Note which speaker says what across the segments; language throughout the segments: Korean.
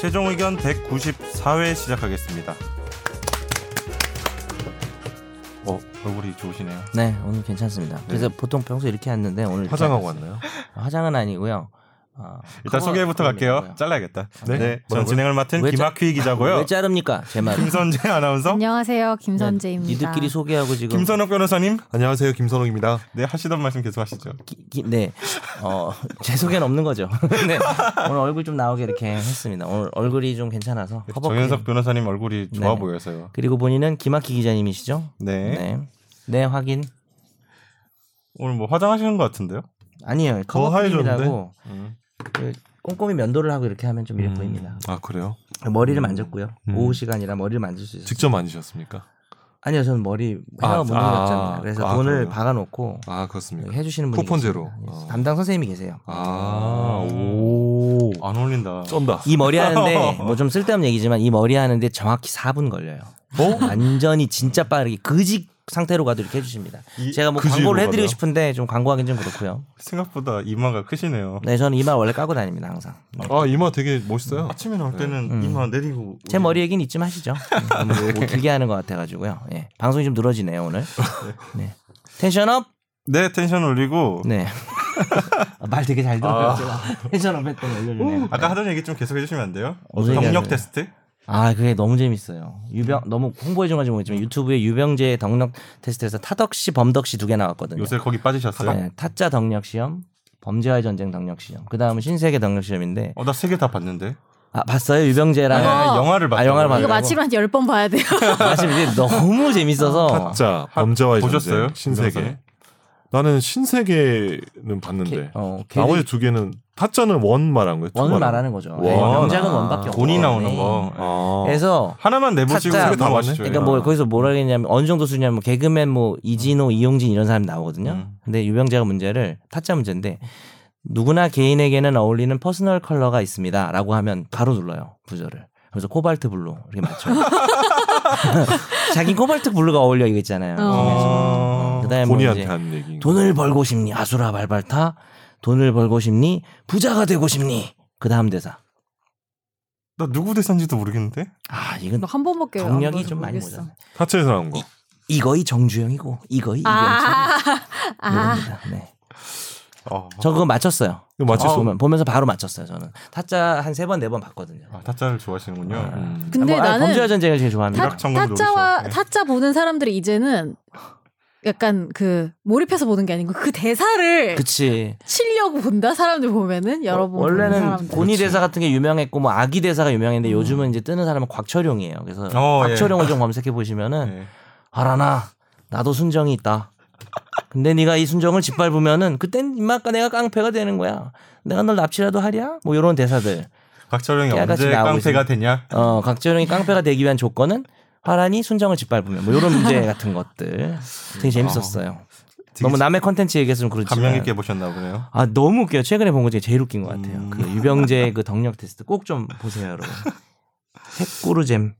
Speaker 1: 최종 의견 194회 시작하겠습니다. 어, 얼굴이 좋으시네요.
Speaker 2: 네, 오늘 괜찮습니다. 그래서 보통 평소 이렇게 하는데 오늘
Speaker 3: 화장하고 왔나요?
Speaker 2: 이렇게- 화장은 아니고요. 어,
Speaker 1: 일단
Speaker 2: 커버-
Speaker 1: 소개부터 갈게요.
Speaker 2: 커버고요.
Speaker 1: 잘라야겠다. 네,
Speaker 3: 네?
Speaker 1: 전
Speaker 3: 뭐라고요?
Speaker 1: 진행을 맡은
Speaker 2: 왜 짜-
Speaker 1: 김학휘 기자고요.
Speaker 2: 왜 자릅니까, 제 말?
Speaker 1: 김선재 아나운서,
Speaker 4: 안녕하세요, 김선재입니다.
Speaker 2: 네, 니들끼리 소개하고 지금
Speaker 1: 김선욱 변호사님,
Speaker 3: 안녕하세요 김선욱입니다.
Speaker 1: 네 하시던 말씀 계속 하시죠.
Speaker 2: 기- 기- 네, 어, 제 소개는 없는 거죠. 네, 오늘 얼굴 좀 나오게 이렇게 했습니다. 오늘 얼굴이 좀 괜찮아서
Speaker 1: 그렇죠.
Speaker 2: 허벅지.
Speaker 1: 정현석 변호사님 얼굴이 좋아
Speaker 2: 네.
Speaker 1: 보여서요.
Speaker 2: 그리고 본인은 김학기 기자님이시죠?
Speaker 1: 네.
Speaker 2: 네, 네 확인.
Speaker 1: 오늘 뭐 화장하시는 것 같은데요?
Speaker 2: 아니에요,
Speaker 1: 뭐
Speaker 3: 더 하얘졌는데?
Speaker 2: 커버핀이라고
Speaker 1: 음.
Speaker 2: 그 꼼꼼히 면도를 하고 이렇게 하면 좀 이래 보입니다.
Speaker 3: 아 그래요?
Speaker 2: 머리를 만졌고요.
Speaker 3: 음.
Speaker 2: 오후 시간이라 머리를 만질 수 있어요.
Speaker 3: 직접 만지셨습니까?
Speaker 2: 아니요, 저는 머리 헤어
Speaker 3: 아,
Speaker 2: 못
Speaker 3: 아,
Speaker 2: 늘렸잖아요. 그래서
Speaker 3: 아,
Speaker 2: 돈을
Speaker 3: 그래요?
Speaker 2: 박아놓고
Speaker 3: 아 그렇습니까?
Speaker 2: 해주시는 분이
Speaker 3: 쿠폰제로.
Speaker 2: 계십니다. 예,
Speaker 3: 어.
Speaker 2: 담당 선생님이 계세요. 아,
Speaker 3: 아. 아오
Speaker 1: 안 어울린다.
Speaker 3: 쩐다.
Speaker 2: 이 머리 하는데 뭐 좀 쓸데없는 얘기지만 이 머리 하는데 정확히 4분 걸려요.
Speaker 3: 어?
Speaker 2: 완전히 진짜 빠르게 그지 상태로 가도 이렇게 해주십니다.
Speaker 1: 이-
Speaker 2: 제가 뭐
Speaker 1: 그지로
Speaker 2: 광고를 해드리고
Speaker 1: 가도요?
Speaker 2: 싶은데 좀 광고하긴 좀 그렇고요.
Speaker 1: 생각보다 이마가 크시네요.
Speaker 2: 네, 저는 이마 원래 까고 다닙니다 항상.
Speaker 3: 아 이마 되게 멋있어요.
Speaker 1: 아침에 나올 때는
Speaker 3: 음.
Speaker 1: 이마 내리고
Speaker 2: 제 머리 얘기는 이쯤 하시죠. 음, 너무 뭐 길게 하는 것 같아가지고요. 예, 방송이 좀 늘어지네요 오늘. 네. 텐션업.
Speaker 1: 네 텐션 올리고
Speaker 2: 네. 아, 말 되게 잘 들어요. 제가 텐션업 했더니 올려주네요.
Speaker 1: 아까 하던 얘기 좀 계속 해주시면 안 돼요?
Speaker 2: 어제
Speaker 1: 경력
Speaker 2: 얘기하세요.
Speaker 1: 테스트?
Speaker 2: 아, 그게 너무 재밌어요. 유병 너무 홍보해 준 건지 모르겠지만 유튜브에 유병재 덕력 테스트에서 타덕 씨, 범덕 씨 두 개 나왔거든요.
Speaker 1: 요새 거기 빠지셨어요?
Speaker 2: 네, 타짜 덕력 시험, 범죄와의 전쟁 덕력 시험. 그다음은 신세계 덕력 시험인데
Speaker 1: 어, 나 세 개 다 봤는데.
Speaker 2: 아, 봤어요. 유병재랑
Speaker 4: 아,
Speaker 1: 네, 영화를 봤어.
Speaker 2: 아, 영화를 봤어요.
Speaker 4: 이거 마치면 한 10번 봐야 돼요.
Speaker 2: 사실 이게 너무
Speaker 1: 아,
Speaker 2: 재밌어서
Speaker 3: 자 범죄와의
Speaker 1: 보셨어요?
Speaker 3: 전쟁, 신세계.
Speaker 1: 김선욱?
Speaker 3: 나는 신세계는
Speaker 2: 개-
Speaker 3: 봤는데
Speaker 2: 어, 걔들
Speaker 3: 나머지 두 개는 타짜는 원 말한 거예요. 투
Speaker 2: 원을
Speaker 3: 말한
Speaker 2: 말하는 거죠.
Speaker 3: 원.
Speaker 2: 네, 명작은
Speaker 3: 아,
Speaker 2: 원밖에 없고.
Speaker 1: 돈이 나오는
Speaker 2: 네.
Speaker 1: 거. 어.
Speaker 3: 거예요. 아.
Speaker 2: 그래서
Speaker 1: 하나만 내보시고
Speaker 2: 타짜.
Speaker 1: 세개 다
Speaker 3: 그러니까
Speaker 1: 봤네.
Speaker 2: 그러니까 뭐 거기서 뭐라 했냐면 어느 정도 수준이냐면 개그맨 뭐 이진호, 이용진 이런 사람이 나오거든요.
Speaker 1: 음.
Speaker 2: 근데 유병재가 문제를 타짜 문제인데 누구나 개인에게는 어울리는 퍼스널 컬러가 있습니다라고 하면 바로 눌러요 부저를. 그래서 코발트 블루 이렇게 맞춰. 자기 코발트 블루가 어울려 이거 있잖아요.
Speaker 1: 어.
Speaker 2: 그다음에 뭐
Speaker 3: 본인한테
Speaker 2: 이제
Speaker 3: 한 얘기.
Speaker 2: 돈을 벌고 싶니 아수라 발발타 돈을 벌고 싶니 부자가 되고 싶니 그 다음 대사.
Speaker 1: 나 누구 대사인지도 모르겠는데.
Speaker 2: 아 이건
Speaker 4: 나 한 번밖에 안
Speaker 2: 경력이
Speaker 4: 봐서
Speaker 2: 좀 많이
Speaker 4: 모르겠어.
Speaker 2: 모자라.
Speaker 3: 타짜에서 나온 거.
Speaker 2: 이거이 정주영이고 이거이 이병철.
Speaker 4: 아, 아,
Speaker 2: 모릅니다. 네.
Speaker 1: 어.
Speaker 2: 저 그거 맞췄어요.
Speaker 3: 이거 맞힐 수
Speaker 2: 보면, 보면서 바로 맞췄어요. 저는 타짜 한 세 번 네 번 봤거든요.
Speaker 1: 아, 타짜를 좋아하시는군요.
Speaker 2: 아.
Speaker 1: 음.
Speaker 4: 근데
Speaker 2: 뭐, 아니, 범죄와
Speaker 4: 나는
Speaker 2: 전쟁을 제일 좋아합니다.
Speaker 4: 타,
Speaker 1: 타- 청금
Speaker 4: 타짜와
Speaker 1: 노리죠. 네.
Speaker 4: 타짜 보는 사람들이 이제는 약간 그 몰입해서 보는 게 아니고 그 대사를
Speaker 2: 그치.
Speaker 4: 치려고 본다 사람들 보면은 여러분 보는
Speaker 2: 원래는
Speaker 4: 사람들. 음.
Speaker 2: 고니 대사 같은 게 유명했고 뭐 아기 대사가 유명했는데 요즘은 이제 뜨는 사람은 곽철용이에요. 그래서
Speaker 1: 어, 예.
Speaker 2: 곽철용을 좀 검색해 보시면은
Speaker 1: 네.
Speaker 2: 알아나 나도 순정이 있다. 근데 네가 이 순정을 짓밟으면은 그땐 이마까 내가 깡패가 되는 거야. 내가 널 납치라도 하랴? 뭐 이런 대사들.
Speaker 1: 박철영이
Speaker 2: 깨알같이
Speaker 1: 언제
Speaker 2: 나오고
Speaker 1: 깡패가
Speaker 2: 있습니다.
Speaker 1: 되냐?
Speaker 2: 어, 곽재룡이 깡패가 되기 위한 조건은 파란이 순정을 짓밟으면 뭐 이런 문제 같은 것들 되게 재밌었어요.
Speaker 1: 아, 되게
Speaker 2: 너무 남의 컨텐츠 얘기해서 좀 그렇지만
Speaker 1: 감명 있게 보셨나 보네요.
Speaker 2: 아 너무 웃겨요. 최근에 본 것 중에 제일 웃긴 것 같아요.
Speaker 1: 음.
Speaker 2: 그 유병재 그 덕력 테스트 꼭 좀 보세요, 여러분. 핵구르잼.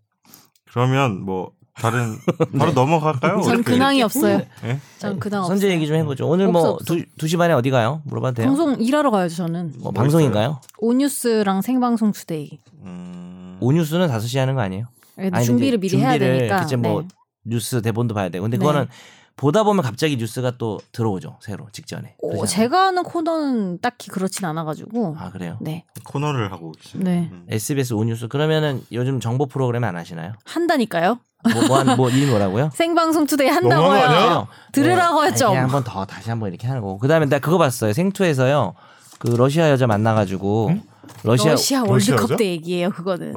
Speaker 1: 그러면 뭐 다른
Speaker 2: 네.
Speaker 1: 바로 넘어갈까요?
Speaker 4: 전
Speaker 1: 어떻게?
Speaker 4: 근황이 없어요.
Speaker 1: 예?
Speaker 4: 전 근황 네, 없어요.
Speaker 2: 선재 얘기 좀 해보죠. 오늘
Speaker 4: 없어,
Speaker 2: 뭐
Speaker 4: 없어.
Speaker 2: 두, 두시 반에 어디 가요? 물어봐도 돼요?
Speaker 4: 방송 일하러 가야죠 저는.
Speaker 2: 뭐 방송인가요?
Speaker 4: 오뉴스랑 생방송 투데이.
Speaker 1: 음.
Speaker 2: 오뉴스는 5시 하는 거 아니에요?
Speaker 4: 그래도
Speaker 2: 아니,
Speaker 4: 준비를
Speaker 2: 근데
Speaker 4: 미리 해야
Speaker 2: 준비를
Speaker 4: 되니까.
Speaker 2: 그치 뭐
Speaker 4: 네.
Speaker 2: 뉴스 대본도 봐야 되고. 근데
Speaker 4: 네.
Speaker 2: 그거는 보다 보면 갑자기 뉴스가 또 들어오죠. 새로 직전에.
Speaker 4: 오,
Speaker 2: 그러지 않아요?
Speaker 4: 제가 하는 코너는 딱히 그렇진 않아가지고.
Speaker 2: 아 그래요?
Speaker 4: 네.
Speaker 1: 코너를 하고 계시네.
Speaker 4: 네.
Speaker 1: 음.
Speaker 2: SBS 오뉴스 그러면은 요즘 정보 프로그램 안 하시나요?
Speaker 4: 한다니까요.
Speaker 2: 뭐뭐한뭐일 뭐라고요?
Speaker 4: 생방송 투데이
Speaker 3: 너무한 거
Speaker 4: 한다고요.
Speaker 3: 아니야?
Speaker 2: 그래요. 뭐,
Speaker 4: 들으라고 했죠.
Speaker 2: 아니, 그냥 한번 더 다시 한번 이렇게 하는 거고. 그다음에 나 그거 봤어요. 생투에서요. 그 러시아 여자 만나가지고 러시아,
Speaker 4: 러시아
Speaker 3: 러시아죠?
Speaker 4: 월드컵 때 얘기예요. 그거는.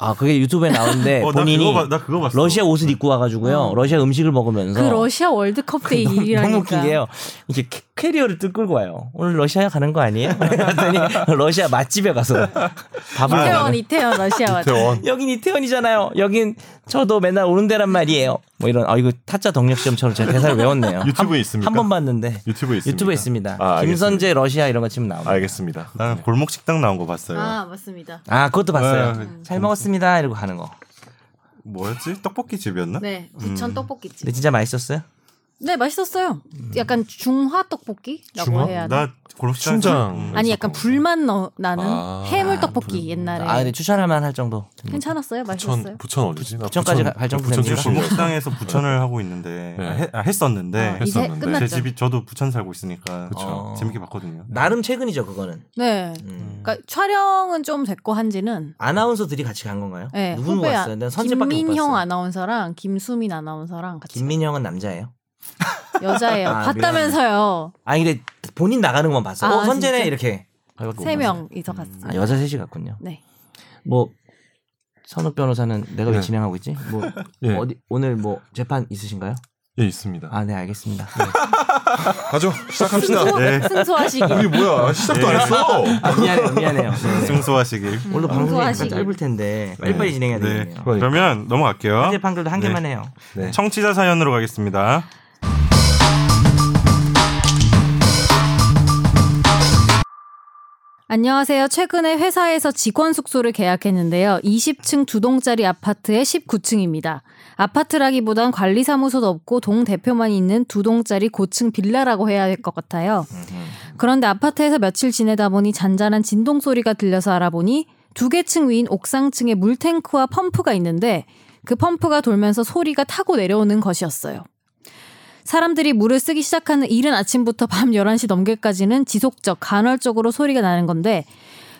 Speaker 2: 아 그게 유튜브에 나오는데
Speaker 1: 어, 나
Speaker 2: 네, 본인이
Speaker 1: 그거 봐- 나 그거 봤어.
Speaker 2: 러시아 옷을 입고 와가지고요. 러시아 음식을 먹으면서
Speaker 4: 어. 그 러시아 월드컵 때 일이라니까.
Speaker 2: 어. 너무 웃긴 게요. 이게 캐- 캐리어를 뚫고 와요. 오늘 러시아 가는 거 아니에요? 그랬더니 러시아 맛집에 가서 밥을
Speaker 1: 아,
Speaker 4: 이태원,
Speaker 2: 먹는
Speaker 4: 이태원, 러시아 왔죠.
Speaker 3: 대원.
Speaker 2: 여긴 이태원이잖아요. 여긴 저도 맨날 오는 데란 말이에요. 뭐 이런 아 이거 타짜 덕력 시험처럼 제가 대사를 외웠네요.
Speaker 3: 유튜브에 있습니까?
Speaker 2: 한 번 봤는데
Speaker 3: 유튜브에 있습니다.
Speaker 2: 유튜브에 있습니다.
Speaker 3: 아,
Speaker 2: 김선재 러시아 이런 거 치면 나옵니다.
Speaker 3: 알겠습니다.
Speaker 1: 나는 골목 식당 나온 거 봤어요.
Speaker 4: 아 맞습니다.
Speaker 2: 아 그것도 봤어요.
Speaker 1: 네,
Speaker 2: 잘 먹었습니다 이러고 가는 거.
Speaker 1: 뭐였지? 떡볶이 집이었나?
Speaker 3: 음.
Speaker 4: 네, 부천 떡볶이집.
Speaker 2: 근데 진짜 맛있었어요?
Speaker 4: 네, 맛있었어요. 약간 중화 떡볶이라고
Speaker 3: 중화?
Speaker 4: 해야 하나?
Speaker 1: 나 고로시장
Speaker 3: 춘장.
Speaker 4: 아니 약간 불만 넣, 나는
Speaker 3: 아,
Speaker 4: 해물 떡볶이
Speaker 3: 불-
Speaker 4: 옛날에
Speaker 2: 아, 근데 추천할만 할 정도.
Speaker 4: 괜찮았어요, 맛있었어요.
Speaker 3: 부천 부천 어디지? 나
Speaker 2: 부천까지 갈 정도
Speaker 3: 부천
Speaker 2: 됩니다.
Speaker 3: 출신이어서.
Speaker 1: 골목상에서 부천을 하고 있는데
Speaker 3: 네.
Speaker 1: 아, 해- 아, 했었는데
Speaker 4: 아, 이제
Speaker 3: 했었는데.
Speaker 1: 제
Speaker 4: 끝났죠.
Speaker 1: 집이 저도 부천 살고 있으니까
Speaker 3: 그쵸.
Speaker 1: 어, 재밌게 봤거든요.
Speaker 2: 나름 최근이죠, 그거는.
Speaker 4: 네,
Speaker 2: 음.
Speaker 4: 그러니까 촬영은 좀 됐고 한지는
Speaker 2: 아나운서들이 같이 간 건가요?
Speaker 4: 네,
Speaker 2: 누군
Speaker 4: 후배 아-
Speaker 2: 봤어요? 난 선재밖에 못 봤어요.
Speaker 4: 김민형 아나운서랑 김수민 아나운서랑 같이
Speaker 2: 김민형은 남자예요?
Speaker 4: 여자예요.
Speaker 2: 아,
Speaker 4: 봤다면서요.
Speaker 2: 아니 근데 본인 나가는 건 봤어.
Speaker 4: 아,
Speaker 2: 어 선재네
Speaker 4: 진짜?
Speaker 2: 이렇게. 그래갖고
Speaker 4: 세
Speaker 2: 못 봤어요.
Speaker 4: 명이서 갔습니다.
Speaker 2: 아 여자 셋이 갔군요.
Speaker 4: 네.
Speaker 2: 뭐 선욱 변호사는 내가 왜
Speaker 3: 네.
Speaker 2: 진행하고 있지? 뭐
Speaker 3: 예,
Speaker 2: 어디 오늘 뭐 재판 있으신가요?
Speaker 3: 예 있습니다.
Speaker 2: 아 네 알겠습니다. 아.
Speaker 3: 가죠. 시작합시다.
Speaker 4: 승소,
Speaker 1: 네.
Speaker 4: 승소하시기.
Speaker 3: 우리 뭐야? 시작도 안 했어.
Speaker 2: 아, 미안해요 미안해요. 네.
Speaker 1: 승소하시길.
Speaker 2: 오늘 방송이 약간
Speaker 4: 음, 방송하시길.
Speaker 2: 짧을 텐데 빨리빨리 진행해야
Speaker 1: 네.
Speaker 2: 되겠네요.
Speaker 3: 그러니까.
Speaker 1: 그러면 넘어갈게요.
Speaker 2: 현재 판결도 한
Speaker 1: 네.
Speaker 2: 개만 해요.
Speaker 3: 네.
Speaker 1: 청취자 사연으로 가겠습니다.
Speaker 4: 안녕하세요. 최근에 회사에서 직원 숙소를 계약했는데요. 20층 두 동짜리 아파트의 19층입니다. 아파트라기보단 관리사무소도 없고 동 대표만 있는 두 동짜리 고층 빌라라고 해야 할 것 같아요. 그런데 아파트에서 며칠 지내다 보니 잔잔한 진동 소리가 들려서 알아보니 두 개 층 위인 옥상층에 물탱크와 펌프가 있는데 그 펌프가 돌면서 소리가 타고 내려오는 것이었어요. 사람들이 물을 쓰기 시작하는 이른 아침부터 밤 11시 넘게까지는 지속적, 간헐적으로 소리가 나는 건데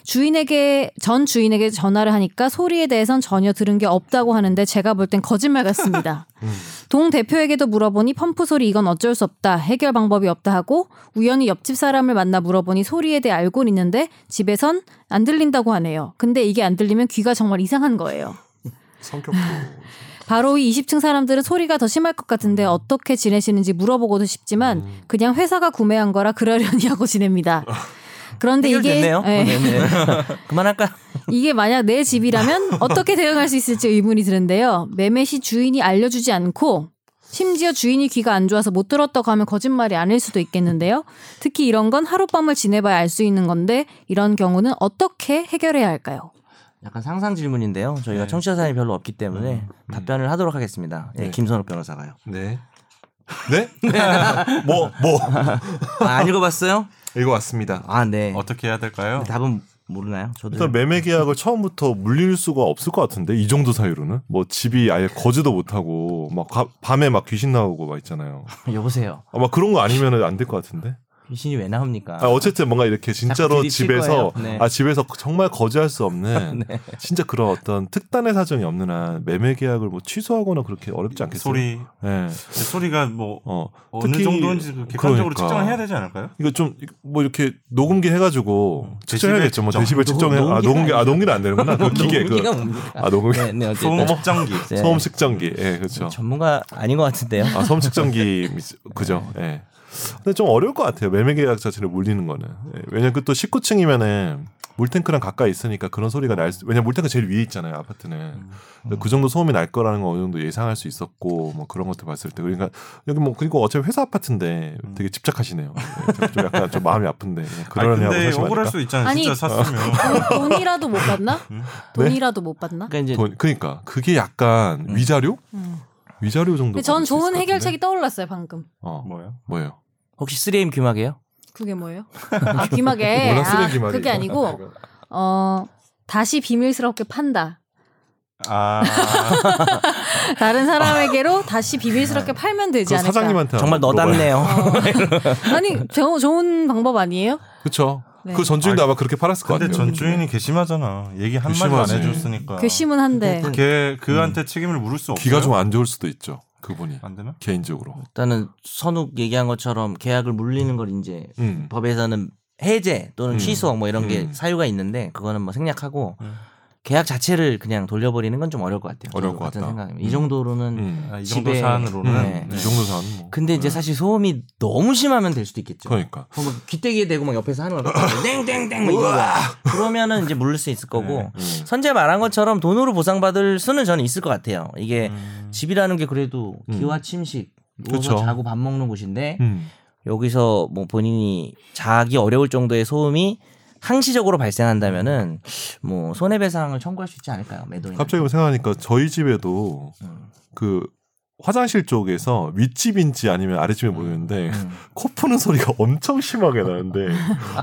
Speaker 4: 주인에게 전 주인에게 전화를 하니까 소리에 대해선 전혀 들은 게 없다고 하는데 제가 볼 땐 거짓말 같습니다.
Speaker 2: 음.
Speaker 4: 동 대표에게도 물어보니 펌프 소리 이건 어쩔 수 없다. 해결 방법이 없다 하고 우연히 옆집 사람을 만나 물어보니 소리에 대해 알고 있는데 집에선 안 들린다고 하네요. 근데 이게 안 들리면 귀가 정말 이상한 거예요.
Speaker 3: 성격도
Speaker 4: 바로 이 20층 사람들은 소리가 더 심할 것 같은데 어떻게 지내시는지 물어보고도 싶지만
Speaker 2: 음.
Speaker 4: 그냥 회사가 구매한 거라 그러려니 하고 지냅니다. 그런데 이게
Speaker 2: 해결됐네요.
Speaker 4: 예.
Speaker 2: 네, 네. 그만할까?
Speaker 4: 이게 만약 내 집이라면 어떻게 대응할 수 있을지 의문이 드는데요. 매매 시 주인이 알려주지 않고 심지어 주인이 귀가 안 좋아서 못 들었다고 하면 거짓말이 아닐 수도 있겠는데요. 특히 이런 건 하룻밤을 지내봐야 알 수 있는 건데 이런 경우는 어떻게 해결해야 할까요?
Speaker 2: 약간 상상 질문인데요. 저희가
Speaker 1: 네.
Speaker 2: 청취자 사연이 별로 없기 때문에 답변을 하도록 하겠습니다. 예,
Speaker 3: 음, 네.
Speaker 2: 김선욱 변호사가요.
Speaker 3: 네. 네? 뭐 뭐.
Speaker 2: 아, 안 읽어봤어요?
Speaker 3: 이거 왔습니다.
Speaker 2: 아 네.
Speaker 1: 어떻게 해야 될까요?
Speaker 2: 답은 모르나요? 저도
Speaker 3: 일단 매매 계약을 처음부터 물릴 수가 없을 것 같은데 이 정도 사유로는 뭐 집이 아예 거지도 못하고 막 가- 밤에 막 귀신 나오고 막 있잖아요.
Speaker 2: 여보세요.
Speaker 3: 아마 그런 거 아니면은 안 될 것 같은데.
Speaker 2: 귀신이 왜 나옵니까?
Speaker 3: 아, 어쨌든 뭔가 이렇게 진짜로
Speaker 2: 들이칠 거예요?
Speaker 3: 집에서
Speaker 2: 네.
Speaker 3: 아 집에서 정말 거지할 수 없는
Speaker 1: 네.
Speaker 3: 진짜 그런 어떤 특단의 사정이 없는 한 매매 계약을 뭐 취소하거나 그렇게 어렵지 않겠어요.
Speaker 1: 소리
Speaker 3: 예.
Speaker 1: 소리가 뭐
Speaker 3: 어.
Speaker 1: 어느
Speaker 3: 특히-
Speaker 1: 정도인지 그 객관적으로
Speaker 3: 그러니까.
Speaker 1: 측정을 해야 되지 않을까요?
Speaker 3: 이거 좀 뭐 이렇게 녹음기 해가지고
Speaker 1: 음,
Speaker 3: 측정해야겠죠. 뭐
Speaker 1: 데시벨
Speaker 3: 데시벨
Speaker 2: 측정.
Speaker 3: 측정해. 아
Speaker 2: 녹- 녹음기가
Speaker 3: 녹음기
Speaker 2: 아니죠.
Speaker 3: 아 녹음기는 안 되는구나. 그 기계 그.
Speaker 2: 기가 뭡니까?
Speaker 3: 아 녹음기.
Speaker 2: 네, 네,
Speaker 1: 소음
Speaker 2: 어쨌든
Speaker 1: 측정기.
Speaker 2: 네.
Speaker 3: 소음 측정기. 예, 그렇죠.
Speaker 2: 전문가 아닌 것 같은데요.
Speaker 3: 아, 소음 측정기 그죠. 예. 근데 좀 어려울 것 같아요. 매매 계약 자체를 물리는 거는. 예, 왜냐면 그 또 19층이면은 물탱크랑 가까이 있으니까 그런 소리가 날 수, 왜냐면 물탱크 제일 위에 있잖아요, 아파트는. 근데 그 정도 소음이 날 거라는 거 어느 정도 예상할 수 있었고, 뭐 그런 것들 봤을 때. 그러니까, 여기 뭐, 그리고 어차피 회사 아파트인데 되게 집착하시네요. 예, 좀 약간 좀 마음이 아픈데. 예,
Speaker 1: 아니,
Speaker 3: 그러냐고
Speaker 1: 근데
Speaker 3: 사실
Speaker 1: 억울할
Speaker 3: 말까
Speaker 1: 수 있잖아요.
Speaker 4: 아니,
Speaker 1: 진짜 샀으면.
Speaker 4: 돈, 돈이라도 못 받나?
Speaker 3: 네.
Speaker 1: 음?
Speaker 4: 돈이라도 못 받나?
Speaker 2: 그러니까 이제
Speaker 3: 돈, 그러니까. 그게 약간 위자료?
Speaker 4: 예. 음.
Speaker 3: 위자료 정도.
Speaker 4: 근데 전
Speaker 3: 받을 수 있을
Speaker 4: 좋은
Speaker 3: 것 같은데?
Speaker 4: 해결책이 떠올랐어요 방금.
Speaker 3: 어,
Speaker 1: 뭐요?
Speaker 3: 뭐예요?
Speaker 2: 혹시 3M 귀마개요?
Speaker 4: 그게 뭐예요? 아 귀마개.
Speaker 3: 뭐 몰라, 쓰레기
Speaker 4: 아,
Speaker 3: 말이에요.
Speaker 4: 그게 아니고 어 다시 비밀스럽게 판다.
Speaker 1: 아
Speaker 4: 다른 사람에게로 다시 비밀스럽게 팔면 되지
Speaker 3: 그
Speaker 4: 않을까?
Speaker 3: 사장님한테
Speaker 2: 정말
Speaker 3: 한번 물어봐요.
Speaker 2: 너답네요.
Speaker 4: 아니 저, 좋은 방법 아니에요?
Speaker 3: 그렇죠.
Speaker 4: 네.
Speaker 3: 그 전주인도 아마 그렇게 팔았을 것
Speaker 1: 근데
Speaker 3: 같아요.
Speaker 1: 전 주인이 괘씸하잖아. 얘기 한 마디 안
Speaker 3: 괘씸하지.
Speaker 1: 해줬으니까.
Speaker 3: 아,
Speaker 4: 괘씸은 한데
Speaker 2: 일단
Speaker 1: 걔 그한테 책임을 물을 수 없어요.
Speaker 3: 귀가 좀 안 좋을 수도 있죠. 그분이
Speaker 1: 안 되나?
Speaker 3: 개인적으로.
Speaker 2: 일단은 선욱 얘기한 것처럼 계약을 물리는 걸 이제
Speaker 3: 음.
Speaker 2: 법에서는 해제 또는
Speaker 3: 음.
Speaker 2: 취소 뭐 이런 게
Speaker 3: 음.
Speaker 2: 사유가 있는데 그거는 뭐 생략하고
Speaker 1: 음.
Speaker 2: 계약 자체를 그냥 돌려버리는 건 좀 어려울 것 같아요.
Speaker 3: 어려울
Speaker 2: 저도
Speaker 3: 것
Speaker 2: 같은
Speaker 3: 같다.
Speaker 2: 생각입니다. 이 정도로는
Speaker 3: 음.
Speaker 1: 아, 이 정도
Speaker 2: 집에-
Speaker 1: 사안으로는
Speaker 2: 네.
Speaker 3: 이 정도 사는 뭐.
Speaker 2: 근데 이제 사실 소음이 너무 심하면 될 수도 있겠죠.
Speaker 3: 그러니까.
Speaker 2: 그럼 뭐 귀때기에 대고 막 옆에서 하는 거 땡땡땡 뭐 이런 거 그러면은 이제 물을 수 있을 거고
Speaker 3: 음.
Speaker 2: 선제 말한 것처럼 돈으로 보상받을 수는 저는 있을 것 같아요. 이게
Speaker 1: 음.
Speaker 2: 집이라는 게 그래도
Speaker 3: 음.
Speaker 2: 기와 침식 누워서
Speaker 3: 그쵸.
Speaker 2: 자고 밥 먹는 곳인데
Speaker 3: 음.
Speaker 2: 여기서 뭐 본인이 자기 어려울 정도의 소음이 항시적으로 발생한다면은 뭐 손해배상을 청구할 수 있지 않을까요? 매도인
Speaker 3: 갑자기 생각하니까 저희 집에도
Speaker 2: 음.
Speaker 3: 그 화장실 쪽에서 윗집인지 아니면 아랫집인지 모르겠는데
Speaker 2: 음.
Speaker 3: 코 푸는 소리가 엄청 심하게 나는데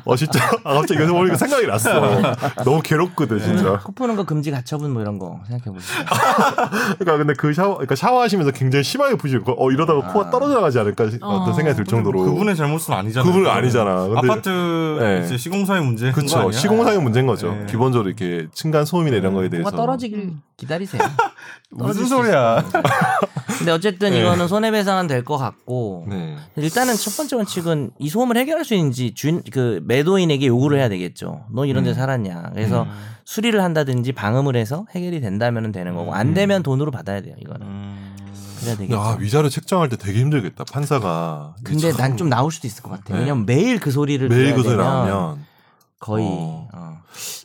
Speaker 3: 어 진짜 아, 갑자기 이거 보니까 생각이 났어. 너무 괴롭거든 진짜.
Speaker 2: 코 푸는 거 금지 가처분 뭐 이런 거 생각해 보세요.
Speaker 1: 아,
Speaker 3: 그러니까 근데 그 샤워 그러니까 샤워하시면서 굉장히 심하게 푸시고 어 이러다가 코가 떨어져 나가지 않을까 어.
Speaker 4: 어.
Speaker 3: 떤 생각이 들 정도로
Speaker 1: 아. 뭐 그분의 잘못은 아니잖아요.
Speaker 3: 그분은 아니잖아. 근데
Speaker 1: 아파트
Speaker 3: 네.
Speaker 1: 이제 시공사의 문제.
Speaker 3: 그렇죠. 시공사의 문제인 거죠.
Speaker 1: 예.
Speaker 3: 기본적으로 이렇게 층간 소음이나
Speaker 1: 네.
Speaker 3: 이런 거에 대해서
Speaker 2: 뭐가 떨어지길 기다리세요. 떨어질
Speaker 1: 무슨
Speaker 2: 수
Speaker 1: 소리야? 네.
Speaker 2: 근데 어쨌든 이거는 손해배상은 될 것 같고
Speaker 3: 네.
Speaker 2: 일단은 첫 번째 원칙은 이 소음을 해결할 수 있는지 주인 그 매도인에게 요구를 해야 되겠죠. 너 이런 데 살았냐.
Speaker 1: 음.
Speaker 2: 그래서 수리를 한다든지 방음을 해서 해결이 된다면 되는 거고 안 되면 돈으로 받아야 돼요. 이거는
Speaker 1: 음.
Speaker 2: 그래야 되겠죠.
Speaker 3: 근데 아 위자료 책정할 때 되게 힘들겠다 판사가.
Speaker 2: 근데
Speaker 3: 참
Speaker 2: 난 좀 나올 수도 있을 것 같아.
Speaker 3: 네.
Speaker 2: 왜냐면 매일 그 소리를
Speaker 3: 매일
Speaker 2: 들어야
Speaker 3: 그 소리
Speaker 2: 되면
Speaker 3: 나오면
Speaker 2: 거의
Speaker 3: 어.
Speaker 2: 어.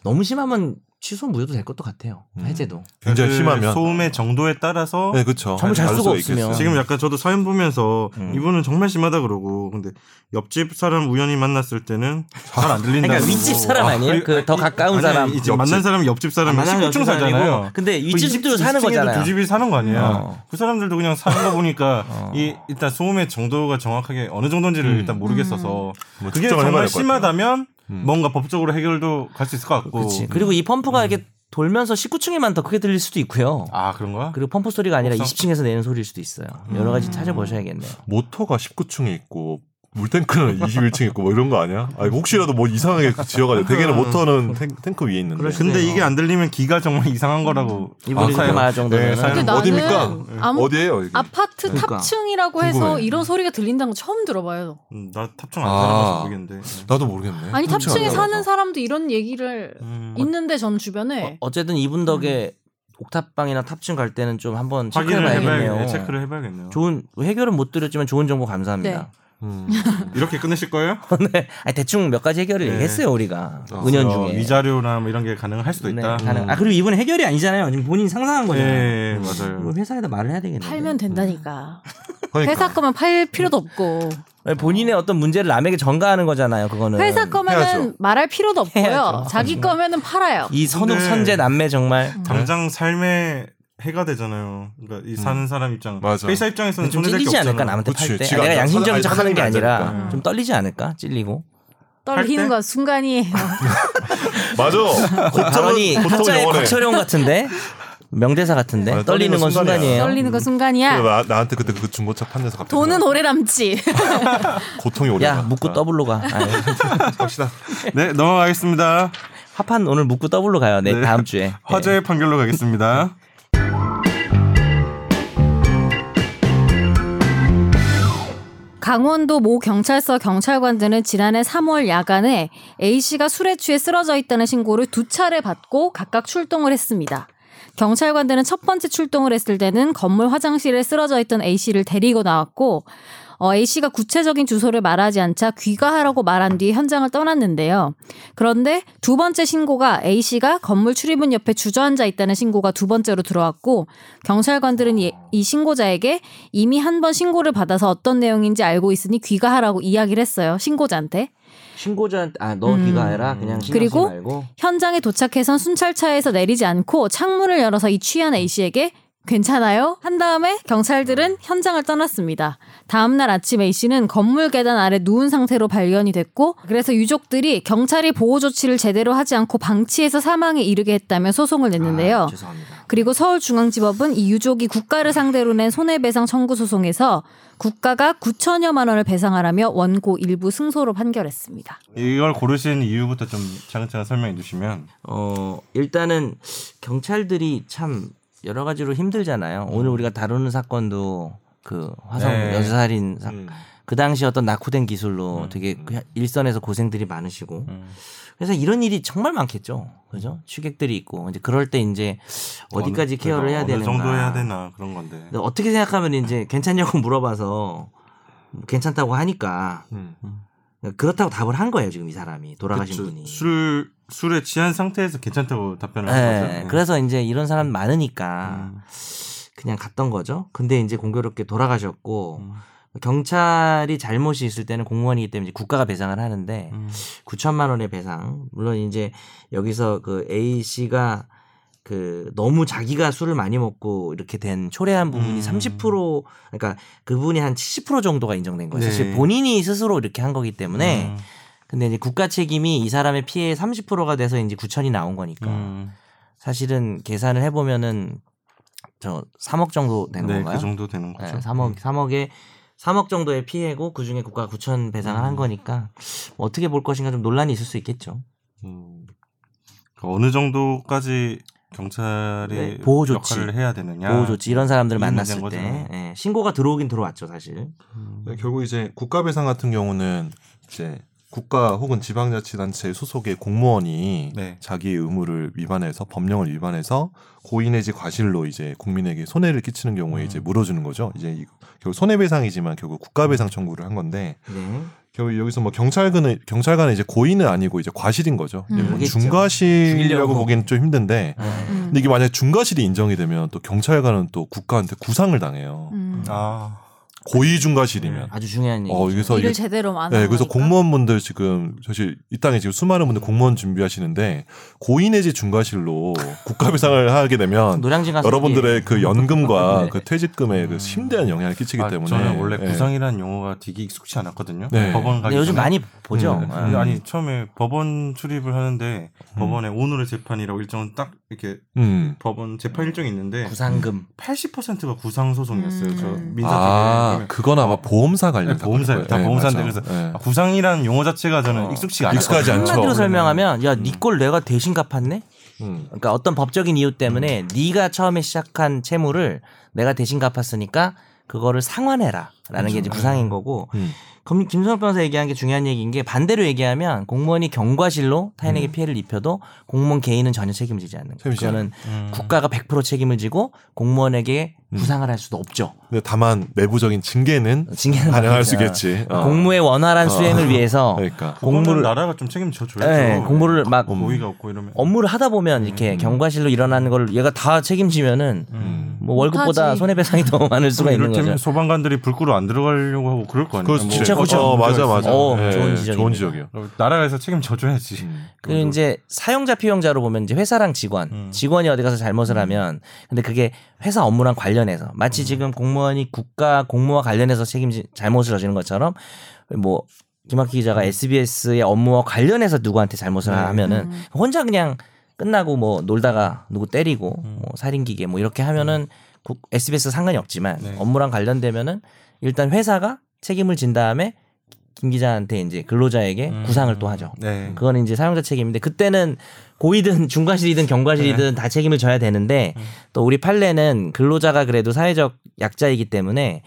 Speaker 2: 너무 심하면 취소 무효도 될 것도 같아요.
Speaker 3: 음.
Speaker 2: 해제도.
Speaker 3: 굉장히
Speaker 1: 그
Speaker 3: 심하면
Speaker 1: 소음의 정도에 따라서
Speaker 3: 네 그렇죠.
Speaker 2: 정말 잘 수가 없으면.
Speaker 1: 지금 약간 저도 사연 보면서
Speaker 2: 음.
Speaker 1: 이분은 정말 심하다 그러고 근데 옆집 사람 우연히 만났을 때는
Speaker 3: 아.
Speaker 1: 잘 안 들린다.
Speaker 2: 그러니까 윗집 사람 아니에요? 그 더 가까운
Speaker 1: 아니,
Speaker 2: 사람.
Speaker 1: 이제
Speaker 2: 옆집.
Speaker 1: 만난 사람이 옆집 사람이
Speaker 2: 만나는
Speaker 1: 19층
Speaker 2: 옆집 사람이고
Speaker 1: 살잖아요.
Speaker 2: 근데
Speaker 1: 그
Speaker 2: 윗집도
Speaker 1: 이집-
Speaker 2: 사는
Speaker 1: 이집층에도
Speaker 2: 거잖아요.
Speaker 1: 두 집이 사는 거 아니야.
Speaker 2: 어.
Speaker 1: 그 사람들도 그냥 사는 거 보니까
Speaker 2: 어.
Speaker 1: 이 일단 소음의 정도가 정확하게 어느 정도인지를
Speaker 3: 음.
Speaker 1: 일단 모르겠어서
Speaker 3: 뭐
Speaker 1: 그게
Speaker 3: 측정을 해봐야
Speaker 1: 정말
Speaker 3: 될것 같아요.
Speaker 1: 심하다면
Speaker 3: 음.
Speaker 1: 뭔가 법적으로 해결도 갈 수 있을 것 같고.
Speaker 2: 그렇지. 그리고 이 펌프가 이렇게 돌면서 19층에만 더 크게 들릴 수도 있고요.
Speaker 1: 아 그런 거야?
Speaker 2: 그리고 펌프 소리가 아니라
Speaker 1: 없어? 음.
Speaker 2: 20층에서 내는 소리일 수도 있어요. 여러 가지 찾아보셔야겠네요.
Speaker 3: 모터가 19층에 있고 물탱크는 21층에 있고 뭐 이런 거 아니야? 아니 혹시라도 뭐 이상하게 지어가지고 대개는 모터는 탱, 탱크 위에 있는데
Speaker 1: 그래, 근데 이게 안 들리면 귀가 정말 이상한 거라고
Speaker 2: 이분이 그렇게
Speaker 1: 사연-
Speaker 2: 말할 정도면
Speaker 1: 네, 사연-
Speaker 4: 근데
Speaker 3: 사장님,
Speaker 4: 나는
Speaker 3: 어딥니까?
Speaker 4: 아무-
Speaker 3: 어디예요? 이게?
Speaker 4: 아파트
Speaker 2: 그러니까.
Speaker 4: 탑층이라고 해서
Speaker 3: 궁금해.
Speaker 4: 이런 소리가 들린다는 거 처음 들어봐요.
Speaker 1: 음, 나 탑중 안
Speaker 3: 아.
Speaker 1: 살아봐서 모르겠는데.
Speaker 3: 나도 모르겠네.
Speaker 4: 아니
Speaker 3: 탑층
Speaker 4: 탑층에
Speaker 3: 아니라서.
Speaker 4: 사는 사람도 이런 얘기를
Speaker 1: 음,
Speaker 4: 있는데 전 주변에
Speaker 2: 어쨌든 이분 덕에 옥탑방이나 탑층 갈 때는 좀 한번 체크해
Speaker 1: 확인을
Speaker 2: 봐야겠네요.
Speaker 1: 해봐야겠네요. 체크를 해봐야겠네요.
Speaker 2: 좋은 해결은 못 드렸지만 좋은 정보 감사합니다.
Speaker 4: 네.
Speaker 3: 음.
Speaker 1: 이렇게 끝내실 거예요?
Speaker 2: 네. 아니, 대충 몇 가지 해결을
Speaker 1: 네.
Speaker 2: 얘기했어요 우리가
Speaker 3: 어,
Speaker 2: 은연
Speaker 1: 어,
Speaker 2: 중에.
Speaker 1: 위자료나 뭐 이런 게 가능할 수도
Speaker 2: 네,
Speaker 1: 있다.
Speaker 2: 가능. 아 그리고 이분은 해결이 아니잖아요. 지금 본인 이 상상한
Speaker 1: 예,
Speaker 2: 거잖아요. 음,
Speaker 1: 예,
Speaker 2: 이거
Speaker 1: 맞아요.
Speaker 2: 회사에다 말을 해야 되겠네.
Speaker 4: 팔면 된다니까.
Speaker 3: 그러니까.
Speaker 4: 회사 거만 팔 필요도 없고
Speaker 2: 네, 본인의 어떤 문제를 남에게 전가하는 거잖아요. 그거는
Speaker 4: 회사 거면은
Speaker 3: 네. 해야죠. 음.
Speaker 4: 말할 필요도 없고요.
Speaker 2: 해야죠.
Speaker 4: 자기 거면은 팔아요.
Speaker 2: 이 선욱
Speaker 1: 근데-
Speaker 2: 선재 남매 정말
Speaker 4: 음.
Speaker 1: 당장 삶에 해가 되잖아요. 그러니까 이 사는 사람 입장,
Speaker 3: 맞아.
Speaker 1: 회사 입장에서는
Speaker 2: 음. 좀
Speaker 1: 손해될 게
Speaker 2: 찔리지
Speaker 1: 없잖아.
Speaker 2: 않을까 남한테
Speaker 3: 그치,
Speaker 2: 팔 때.
Speaker 3: 지가
Speaker 2: 내가
Speaker 3: 안
Speaker 2: 양심적인
Speaker 3: 안
Speaker 2: 척하는 게
Speaker 3: 사는 게
Speaker 2: 아니라
Speaker 3: 아니니까.
Speaker 2: 좀 떨리지 않을까 찔리고.
Speaker 1: 때?
Speaker 4: 떨리는 건 순간이에요.
Speaker 3: 음. 맞아.
Speaker 2: 발언이
Speaker 3: 고통은
Speaker 2: 한자의
Speaker 3: 영원해.
Speaker 2: 곽철용 같은데 명대사 같은데
Speaker 3: 아,
Speaker 2: 떨리는 건 순간이에요.
Speaker 4: 떨리는 건 순간이야.
Speaker 3: 나, 나한테 그때 그 중고차 판에서 갑자기
Speaker 4: 돈은 오래 남지.
Speaker 3: 고통이 오래.
Speaker 2: 야 묵고 더블로 가. 아, 예.
Speaker 3: 갑시다.
Speaker 1: 네, 넘어가겠습니다.
Speaker 2: 합판 오늘 묵고 더블로 가요. 네,
Speaker 1: 네.
Speaker 2: 다음 주에.
Speaker 1: 화제의 판결로 가겠습니다.
Speaker 4: 강원도 모 경찰서 경찰관들은 지난해 3월 야간에 A씨가 술에 취해 쓰러져 있다는 신고를 두 차례 받고 각각 출동을 했습니다. 경찰관들은 첫 번째 출동을 했을 때는 건물 화장실에 쓰러져 있던 A씨를 데리고 나왔고 어, A씨가 구체적인 주소를 말하지 않자 귀가하라고 말한 뒤 현장을 떠났는데요. 그런데 두 번째 신고가 A씨가 건물 출입문 옆에 주저앉아 있다는 신고가 두 번째로 들어왔고 경찰관들은 이, 이 신고자에게 이미 한 번 신고를 받아서 어떤 내용인지 알고 있으니 귀가하라고 이야기를 했어요. 신고자한테.
Speaker 2: 신고자한테 아너
Speaker 4: 음.
Speaker 2: 귀가 해라 그냥 신경 쓰지
Speaker 4: 그리고
Speaker 2: 말고
Speaker 4: 현장에 도착해선 순찰차에서 내리지 않고 창문을 열어서 이 취한 A씨에게 괜찮아요? 한 다음에 경찰들은 현장을 떠났습니다. 다음날 아침 A씨는 건물 계단 아래 누운 상태로 발견이 됐고 그래서 유족들이 경찰이 보호 조치를 제대로 하지 않고 방치해서 사망에 이르게 했다며 소송을 냈는데요.
Speaker 2: 아, 죄송합니다.
Speaker 4: 그리고 서울중앙지법은 이 유족이 국가를 상대로 낸 손해배상 청구 소송에서 국가가 9천여만 원을 배상하라며 원고 일부 승소로 판결했습니다.
Speaker 1: 이걸 고르신 이유부터 좀 차근차근 설명해 주시면.
Speaker 2: 어, 일단은 경찰들이 참 여러 가지로 힘들잖아요. 오늘 우리가 다루는 사건도 그 화성
Speaker 1: 음. 네.
Speaker 2: 여자살인 사, 그 당시 어떤 낙후된 기술로 되게 그 일선에서 고생들이 많으시고
Speaker 1: 음.
Speaker 2: 그래서 이런 일이 정말 많겠죠. 그죠? 취객들이 있고 이제 그럴 때 이제 어디까지
Speaker 1: 어느-
Speaker 2: 케어를 해야
Speaker 1: 어느
Speaker 2: 되는가?
Speaker 1: 정도 해야 되나 그런 건데.
Speaker 2: 근데 어떻게 생각하면 이제 괜찮냐고 물어봐서 괜찮다고 하니까 그러니까
Speaker 3: 음.
Speaker 2: 그렇다고 답을 한 거예요 지금 이 사람이 돌아가신
Speaker 1: 그쵸.
Speaker 2: 분이.
Speaker 1: 술 술에 취한 상태에서 괜찮다고 답변을 한
Speaker 2: 네,
Speaker 1: 거죠. 음.
Speaker 2: 그래서 이제 이런 사람 많으니까 그냥 갔던 거죠. 근데 이제 공교롭게 돌아가셨고
Speaker 1: 음.
Speaker 2: 경찰이 잘못이 있을 때는 공무원이기 때문에 이제 국가가 배상을 하는데
Speaker 1: 음.
Speaker 2: 9천만 원의 배상. 물론 이제 여기서 그 A 씨가 그 너무 자기가 술을 많이 먹고 이렇게 된 초래한
Speaker 1: 음.
Speaker 2: 부분이 30% 그러니까 그분이 한 70% 정도가 인정된 거예요.
Speaker 1: 네.
Speaker 2: 사실 본인이 스스로 이렇게 한 거기 때문에
Speaker 1: 음,
Speaker 2: 근데 이제 국가 책임이 이 사람의 피해의 30%가 돼서 이제 9천이 나온 거니까
Speaker 1: 음.
Speaker 2: 사실은 계산을 해보면은 저 3억 정도 되는
Speaker 1: 네,
Speaker 2: 건가요?
Speaker 1: 그 정도 되는 거죠. 음.
Speaker 2: 네, 3억 3억에 3억 정도의 피해고 그 중에 국가가 9천 배상을 한 거니까 뭐 어떻게 볼 것인가 좀 논란이 있을 수 있겠죠.
Speaker 1: 음. 그러니까 어느 정도까지 경찰이
Speaker 2: 네, 보호 조치.
Speaker 1: 역할을 해야 되느냐?
Speaker 2: 보호 조치 이런 사람들을
Speaker 1: 이게
Speaker 2: 만났을
Speaker 1: 문제인
Speaker 2: 때
Speaker 1: 거잖아요.
Speaker 2: 예, 신고가 들어오긴 들어왔죠 사실.
Speaker 1: 음.
Speaker 3: 네, 결국 이제 국가 배상 같은 경우는 이제 국가 혹은 지방자치단체 소속의 공무원이
Speaker 1: 네.
Speaker 3: 자기의 의무를 위반해서 법령을 위반해서 고의 내지 과실로 이제 국민에게 손해를 끼치는 경우에
Speaker 1: 음.
Speaker 3: 이제 물어주는 거죠. 이제 이- 결국 손해배상이지만 결국 국가 배상 청구를 한 건데
Speaker 2: 네.
Speaker 3: 결국 여기서 뭐 경찰관은 경찰관은 이제 고의는 아니고 이제 과실인 거죠. 이제 뭐
Speaker 2: 그러겠죠.
Speaker 3: 중과실이라고
Speaker 2: 죽이려고.
Speaker 3: 보기는 좀 힘든데
Speaker 2: 네.
Speaker 4: 음.
Speaker 3: 근데 이게 만약 에 중과실이 인정이 되면 또 경찰관은 또 국가한테 구상을 당해요.
Speaker 4: 음.
Speaker 1: 아,
Speaker 3: 고의 중과실이면.
Speaker 2: 아주 중요한 얘기.
Speaker 3: 어, 여기서
Speaker 4: 일을
Speaker 3: 이게
Speaker 4: 제대로 안
Speaker 3: 네,
Speaker 4: 하는
Speaker 3: 그래서
Speaker 4: 거니까.
Speaker 3: 공무원분들 지금 사실 이 땅에 지금 수많은 분들 공무원 준비하시는데 고의 내지 중과실로
Speaker 1: 네.
Speaker 3: 국가배상을 하게 되면
Speaker 2: 노량진 가서
Speaker 3: 여러분들의 그 연금과
Speaker 2: 네.
Speaker 3: 그 퇴직금에 그 심대한 영향을 끼치기
Speaker 1: 아,
Speaker 3: 때문에
Speaker 1: 저는 원래
Speaker 3: 예.
Speaker 1: 구상이라는 용어가 되게 익숙치 않았거든요.
Speaker 3: 네.
Speaker 1: 법원
Speaker 2: 근데
Speaker 1: 가기
Speaker 2: 요즘
Speaker 1: 전에. 네.
Speaker 2: 많이 보죠.
Speaker 3: 음.
Speaker 1: 근데
Speaker 2: 아.
Speaker 1: 아니 처음에 법원 출입을 하는데 법원에 오늘의 재판이라고 일정은 딱 이렇게
Speaker 3: 음.
Speaker 1: 법원 재판 일정이 있는데
Speaker 2: 구상금
Speaker 1: 80%가 구상 소송이었어요. 저
Speaker 4: 음.
Speaker 1: 민사
Speaker 3: 아,
Speaker 1: 쪽에
Speaker 3: 그건 아마 보험사 관련
Speaker 1: 네, 보험사예요. 다 보험사인데 그래서
Speaker 3: 네.
Speaker 1: 아, 구상이라는 용어 자체가 저는
Speaker 2: 어.
Speaker 1: 익숙치가 않아요.
Speaker 3: 익숙하지 않죠.
Speaker 2: 한마디로
Speaker 3: 그러면.
Speaker 2: 설명하면 야니꼴 내가 대신 갚았네.
Speaker 3: 음.
Speaker 2: 그러니까 어떤 법적인 이유 때문에 네가 처음에 시작한 채무를 내가 대신 갚았으니까 그거를 상환해라라는 게
Speaker 3: 그렇죠.
Speaker 2: 이제 구상인 거고
Speaker 3: 음.
Speaker 2: 검- 김준호 변호사 얘기한 게 중요한 얘기인 게 반대로 얘기하면 공무원이 경과실로 타인에게 피해를 입혀도 공무원 개인은 전혀 책임을 지지 않는 거예요.
Speaker 3: 음. 책임지지
Speaker 2: 그거는
Speaker 1: 음.
Speaker 2: 국가가 100% 책임을 지고 공무원에게
Speaker 3: 음.
Speaker 2: 구상을 할 수도 없죠.
Speaker 3: 근데 다만 내부적인 징계는
Speaker 2: 징계는
Speaker 3: 가능할
Speaker 2: 받겠죠.
Speaker 3: 수 있겠지. 어.
Speaker 2: 네. 공무의 원활한
Speaker 3: 어.
Speaker 2: 수행을 위해서
Speaker 3: 그러니까
Speaker 1: 공무를
Speaker 2: 공무를-
Speaker 1: 나라가 좀 책임져 줘야죠.
Speaker 2: 예, 공무를 막
Speaker 1: 고의가 없고 이러면
Speaker 2: 업무를 하다 보면
Speaker 3: 음.
Speaker 2: 이렇게 경과실로 일어나는 걸 얘가 다 책임지면은
Speaker 1: 음.
Speaker 2: 뭐 월급보다
Speaker 4: 못하지.
Speaker 2: 손해배상이 더 많을
Speaker 3: 음,
Speaker 2: 수가 있는
Speaker 1: 이를테면
Speaker 2: 거죠.
Speaker 1: 소방관들이 불구로 안 들어가려고 하고 그럴 거 아니에요.
Speaker 3: 그렇지.
Speaker 1: 뭐
Speaker 2: 진짜
Speaker 1: 어떤
Speaker 2: 그렇죠.
Speaker 3: 어, 맞아
Speaker 1: 문제가
Speaker 3: 맞아.
Speaker 1: 있으면.
Speaker 2: 어,
Speaker 3: 예,
Speaker 2: 좋은 지적입니다.
Speaker 3: 지적이에요.
Speaker 1: 나라에서 책임져 줘야지.
Speaker 2: 그 이제 사용자 피용자로 보면 이제 회사랑 직원,
Speaker 1: 음.
Speaker 2: 직원이 어디 가서 잘못을 하면 근데 그게 회사 업무랑 관련해서
Speaker 1: 음.
Speaker 2: 마치 지금 공무원이 국가 공무와 관련해서 책임지 잘못을 저지른 것처럼 뭐
Speaker 1: 음.
Speaker 2: 김학기 기자가 SBS의 업무와 관련해서 누구한테 잘못을
Speaker 1: 네.
Speaker 2: 하면은
Speaker 1: 음.
Speaker 2: 혼자 그냥 끝나고 뭐 놀다가 누구 때리고
Speaker 1: 음.
Speaker 2: 뭐 살인기계 뭐 이렇게 하면은 국- SBS 상관이 없지만
Speaker 1: 네.
Speaker 2: 업무랑 관련되면은 일단 회사가 책임을 진 다음에 김 기자한테 이제 근로자에게
Speaker 1: 음.
Speaker 2: 구상을 또 하죠.
Speaker 1: 네.
Speaker 2: 그거는 이제 사용자 책임인데 그때는 고의든 중과실이든 경과실이든 다 책임을 져야 되는데 또 우리 판례는 근로자가 그래도 사회적 약자이기 때문에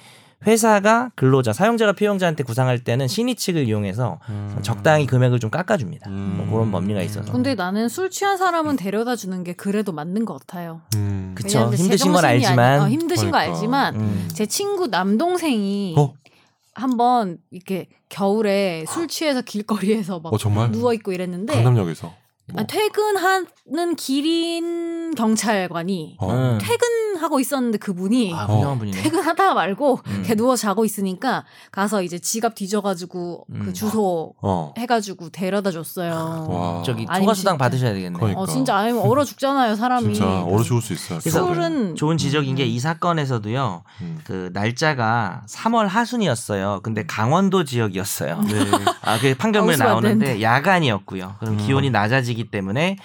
Speaker 2: 회사가 근로자 사용자가 피용자한테 구상할 때는 신의 측을 이용해서 적당히 금액을 좀 깎아줍니다.
Speaker 1: 음.
Speaker 2: 뭐 그런 법리가 있어서.
Speaker 4: 근데 나는 술 취한 사람은 데려다 주는 게 그래도 맞는 것 같아요.
Speaker 3: 음.
Speaker 2: 그쵸.
Speaker 4: 왜냐면 제
Speaker 2: 힘드신 건
Speaker 4: 정신이 아니-
Speaker 2: 알지만.
Speaker 4: 어, 힘드신
Speaker 3: 그러니까.
Speaker 4: 거 알지만
Speaker 2: 음.
Speaker 4: 제 친구 남동생이
Speaker 3: 어?
Speaker 4: 한번 이렇게 겨울에 술 취해서 길거리에서 막
Speaker 3: 어 정말
Speaker 4: 누워 있고 이랬는데
Speaker 3: 강남역에서 뭐.
Speaker 4: 아, 퇴근하는 길인 경찰관이
Speaker 3: 어.
Speaker 2: 음.
Speaker 4: 퇴근하고 있었는데 그분이
Speaker 2: 아,
Speaker 3: 어.
Speaker 2: 훌륭한 분이네.
Speaker 4: 퇴근하다 말고
Speaker 2: 음.
Speaker 4: 걔 누워 자고 있으니까 가서 이제 지갑 뒤져가지고 그
Speaker 2: 음.
Speaker 4: 주소
Speaker 3: 어.
Speaker 4: 해가지고 데려다 줬어요.
Speaker 3: 아, 와.
Speaker 2: 저기
Speaker 4: 아니,
Speaker 2: 초과수당
Speaker 4: 진짜.
Speaker 2: 받으셔야 되겠네.
Speaker 3: 거의-
Speaker 4: 어
Speaker 3: 그러니까.
Speaker 4: 진짜 아니면 얼어 죽잖아요 사람이.
Speaker 3: 진짜 얼어 죽을 수 있어요.
Speaker 2: 그래서
Speaker 3: 겨울에.
Speaker 4: 술은
Speaker 2: 좋은 지적인
Speaker 4: 음.
Speaker 2: 게 이 사건에서도요.
Speaker 3: 음.
Speaker 2: 그 날짜가 3월 하순이었어요. 근데 강원도 지역이었어요. 아, 그 판결문에
Speaker 4: 음. 네. 아, 웃으면 안
Speaker 2: 나오는데
Speaker 4: 되는데.
Speaker 2: 야간이었고요. 그럼
Speaker 1: 음.
Speaker 2: 기온이 낮아지기 때문에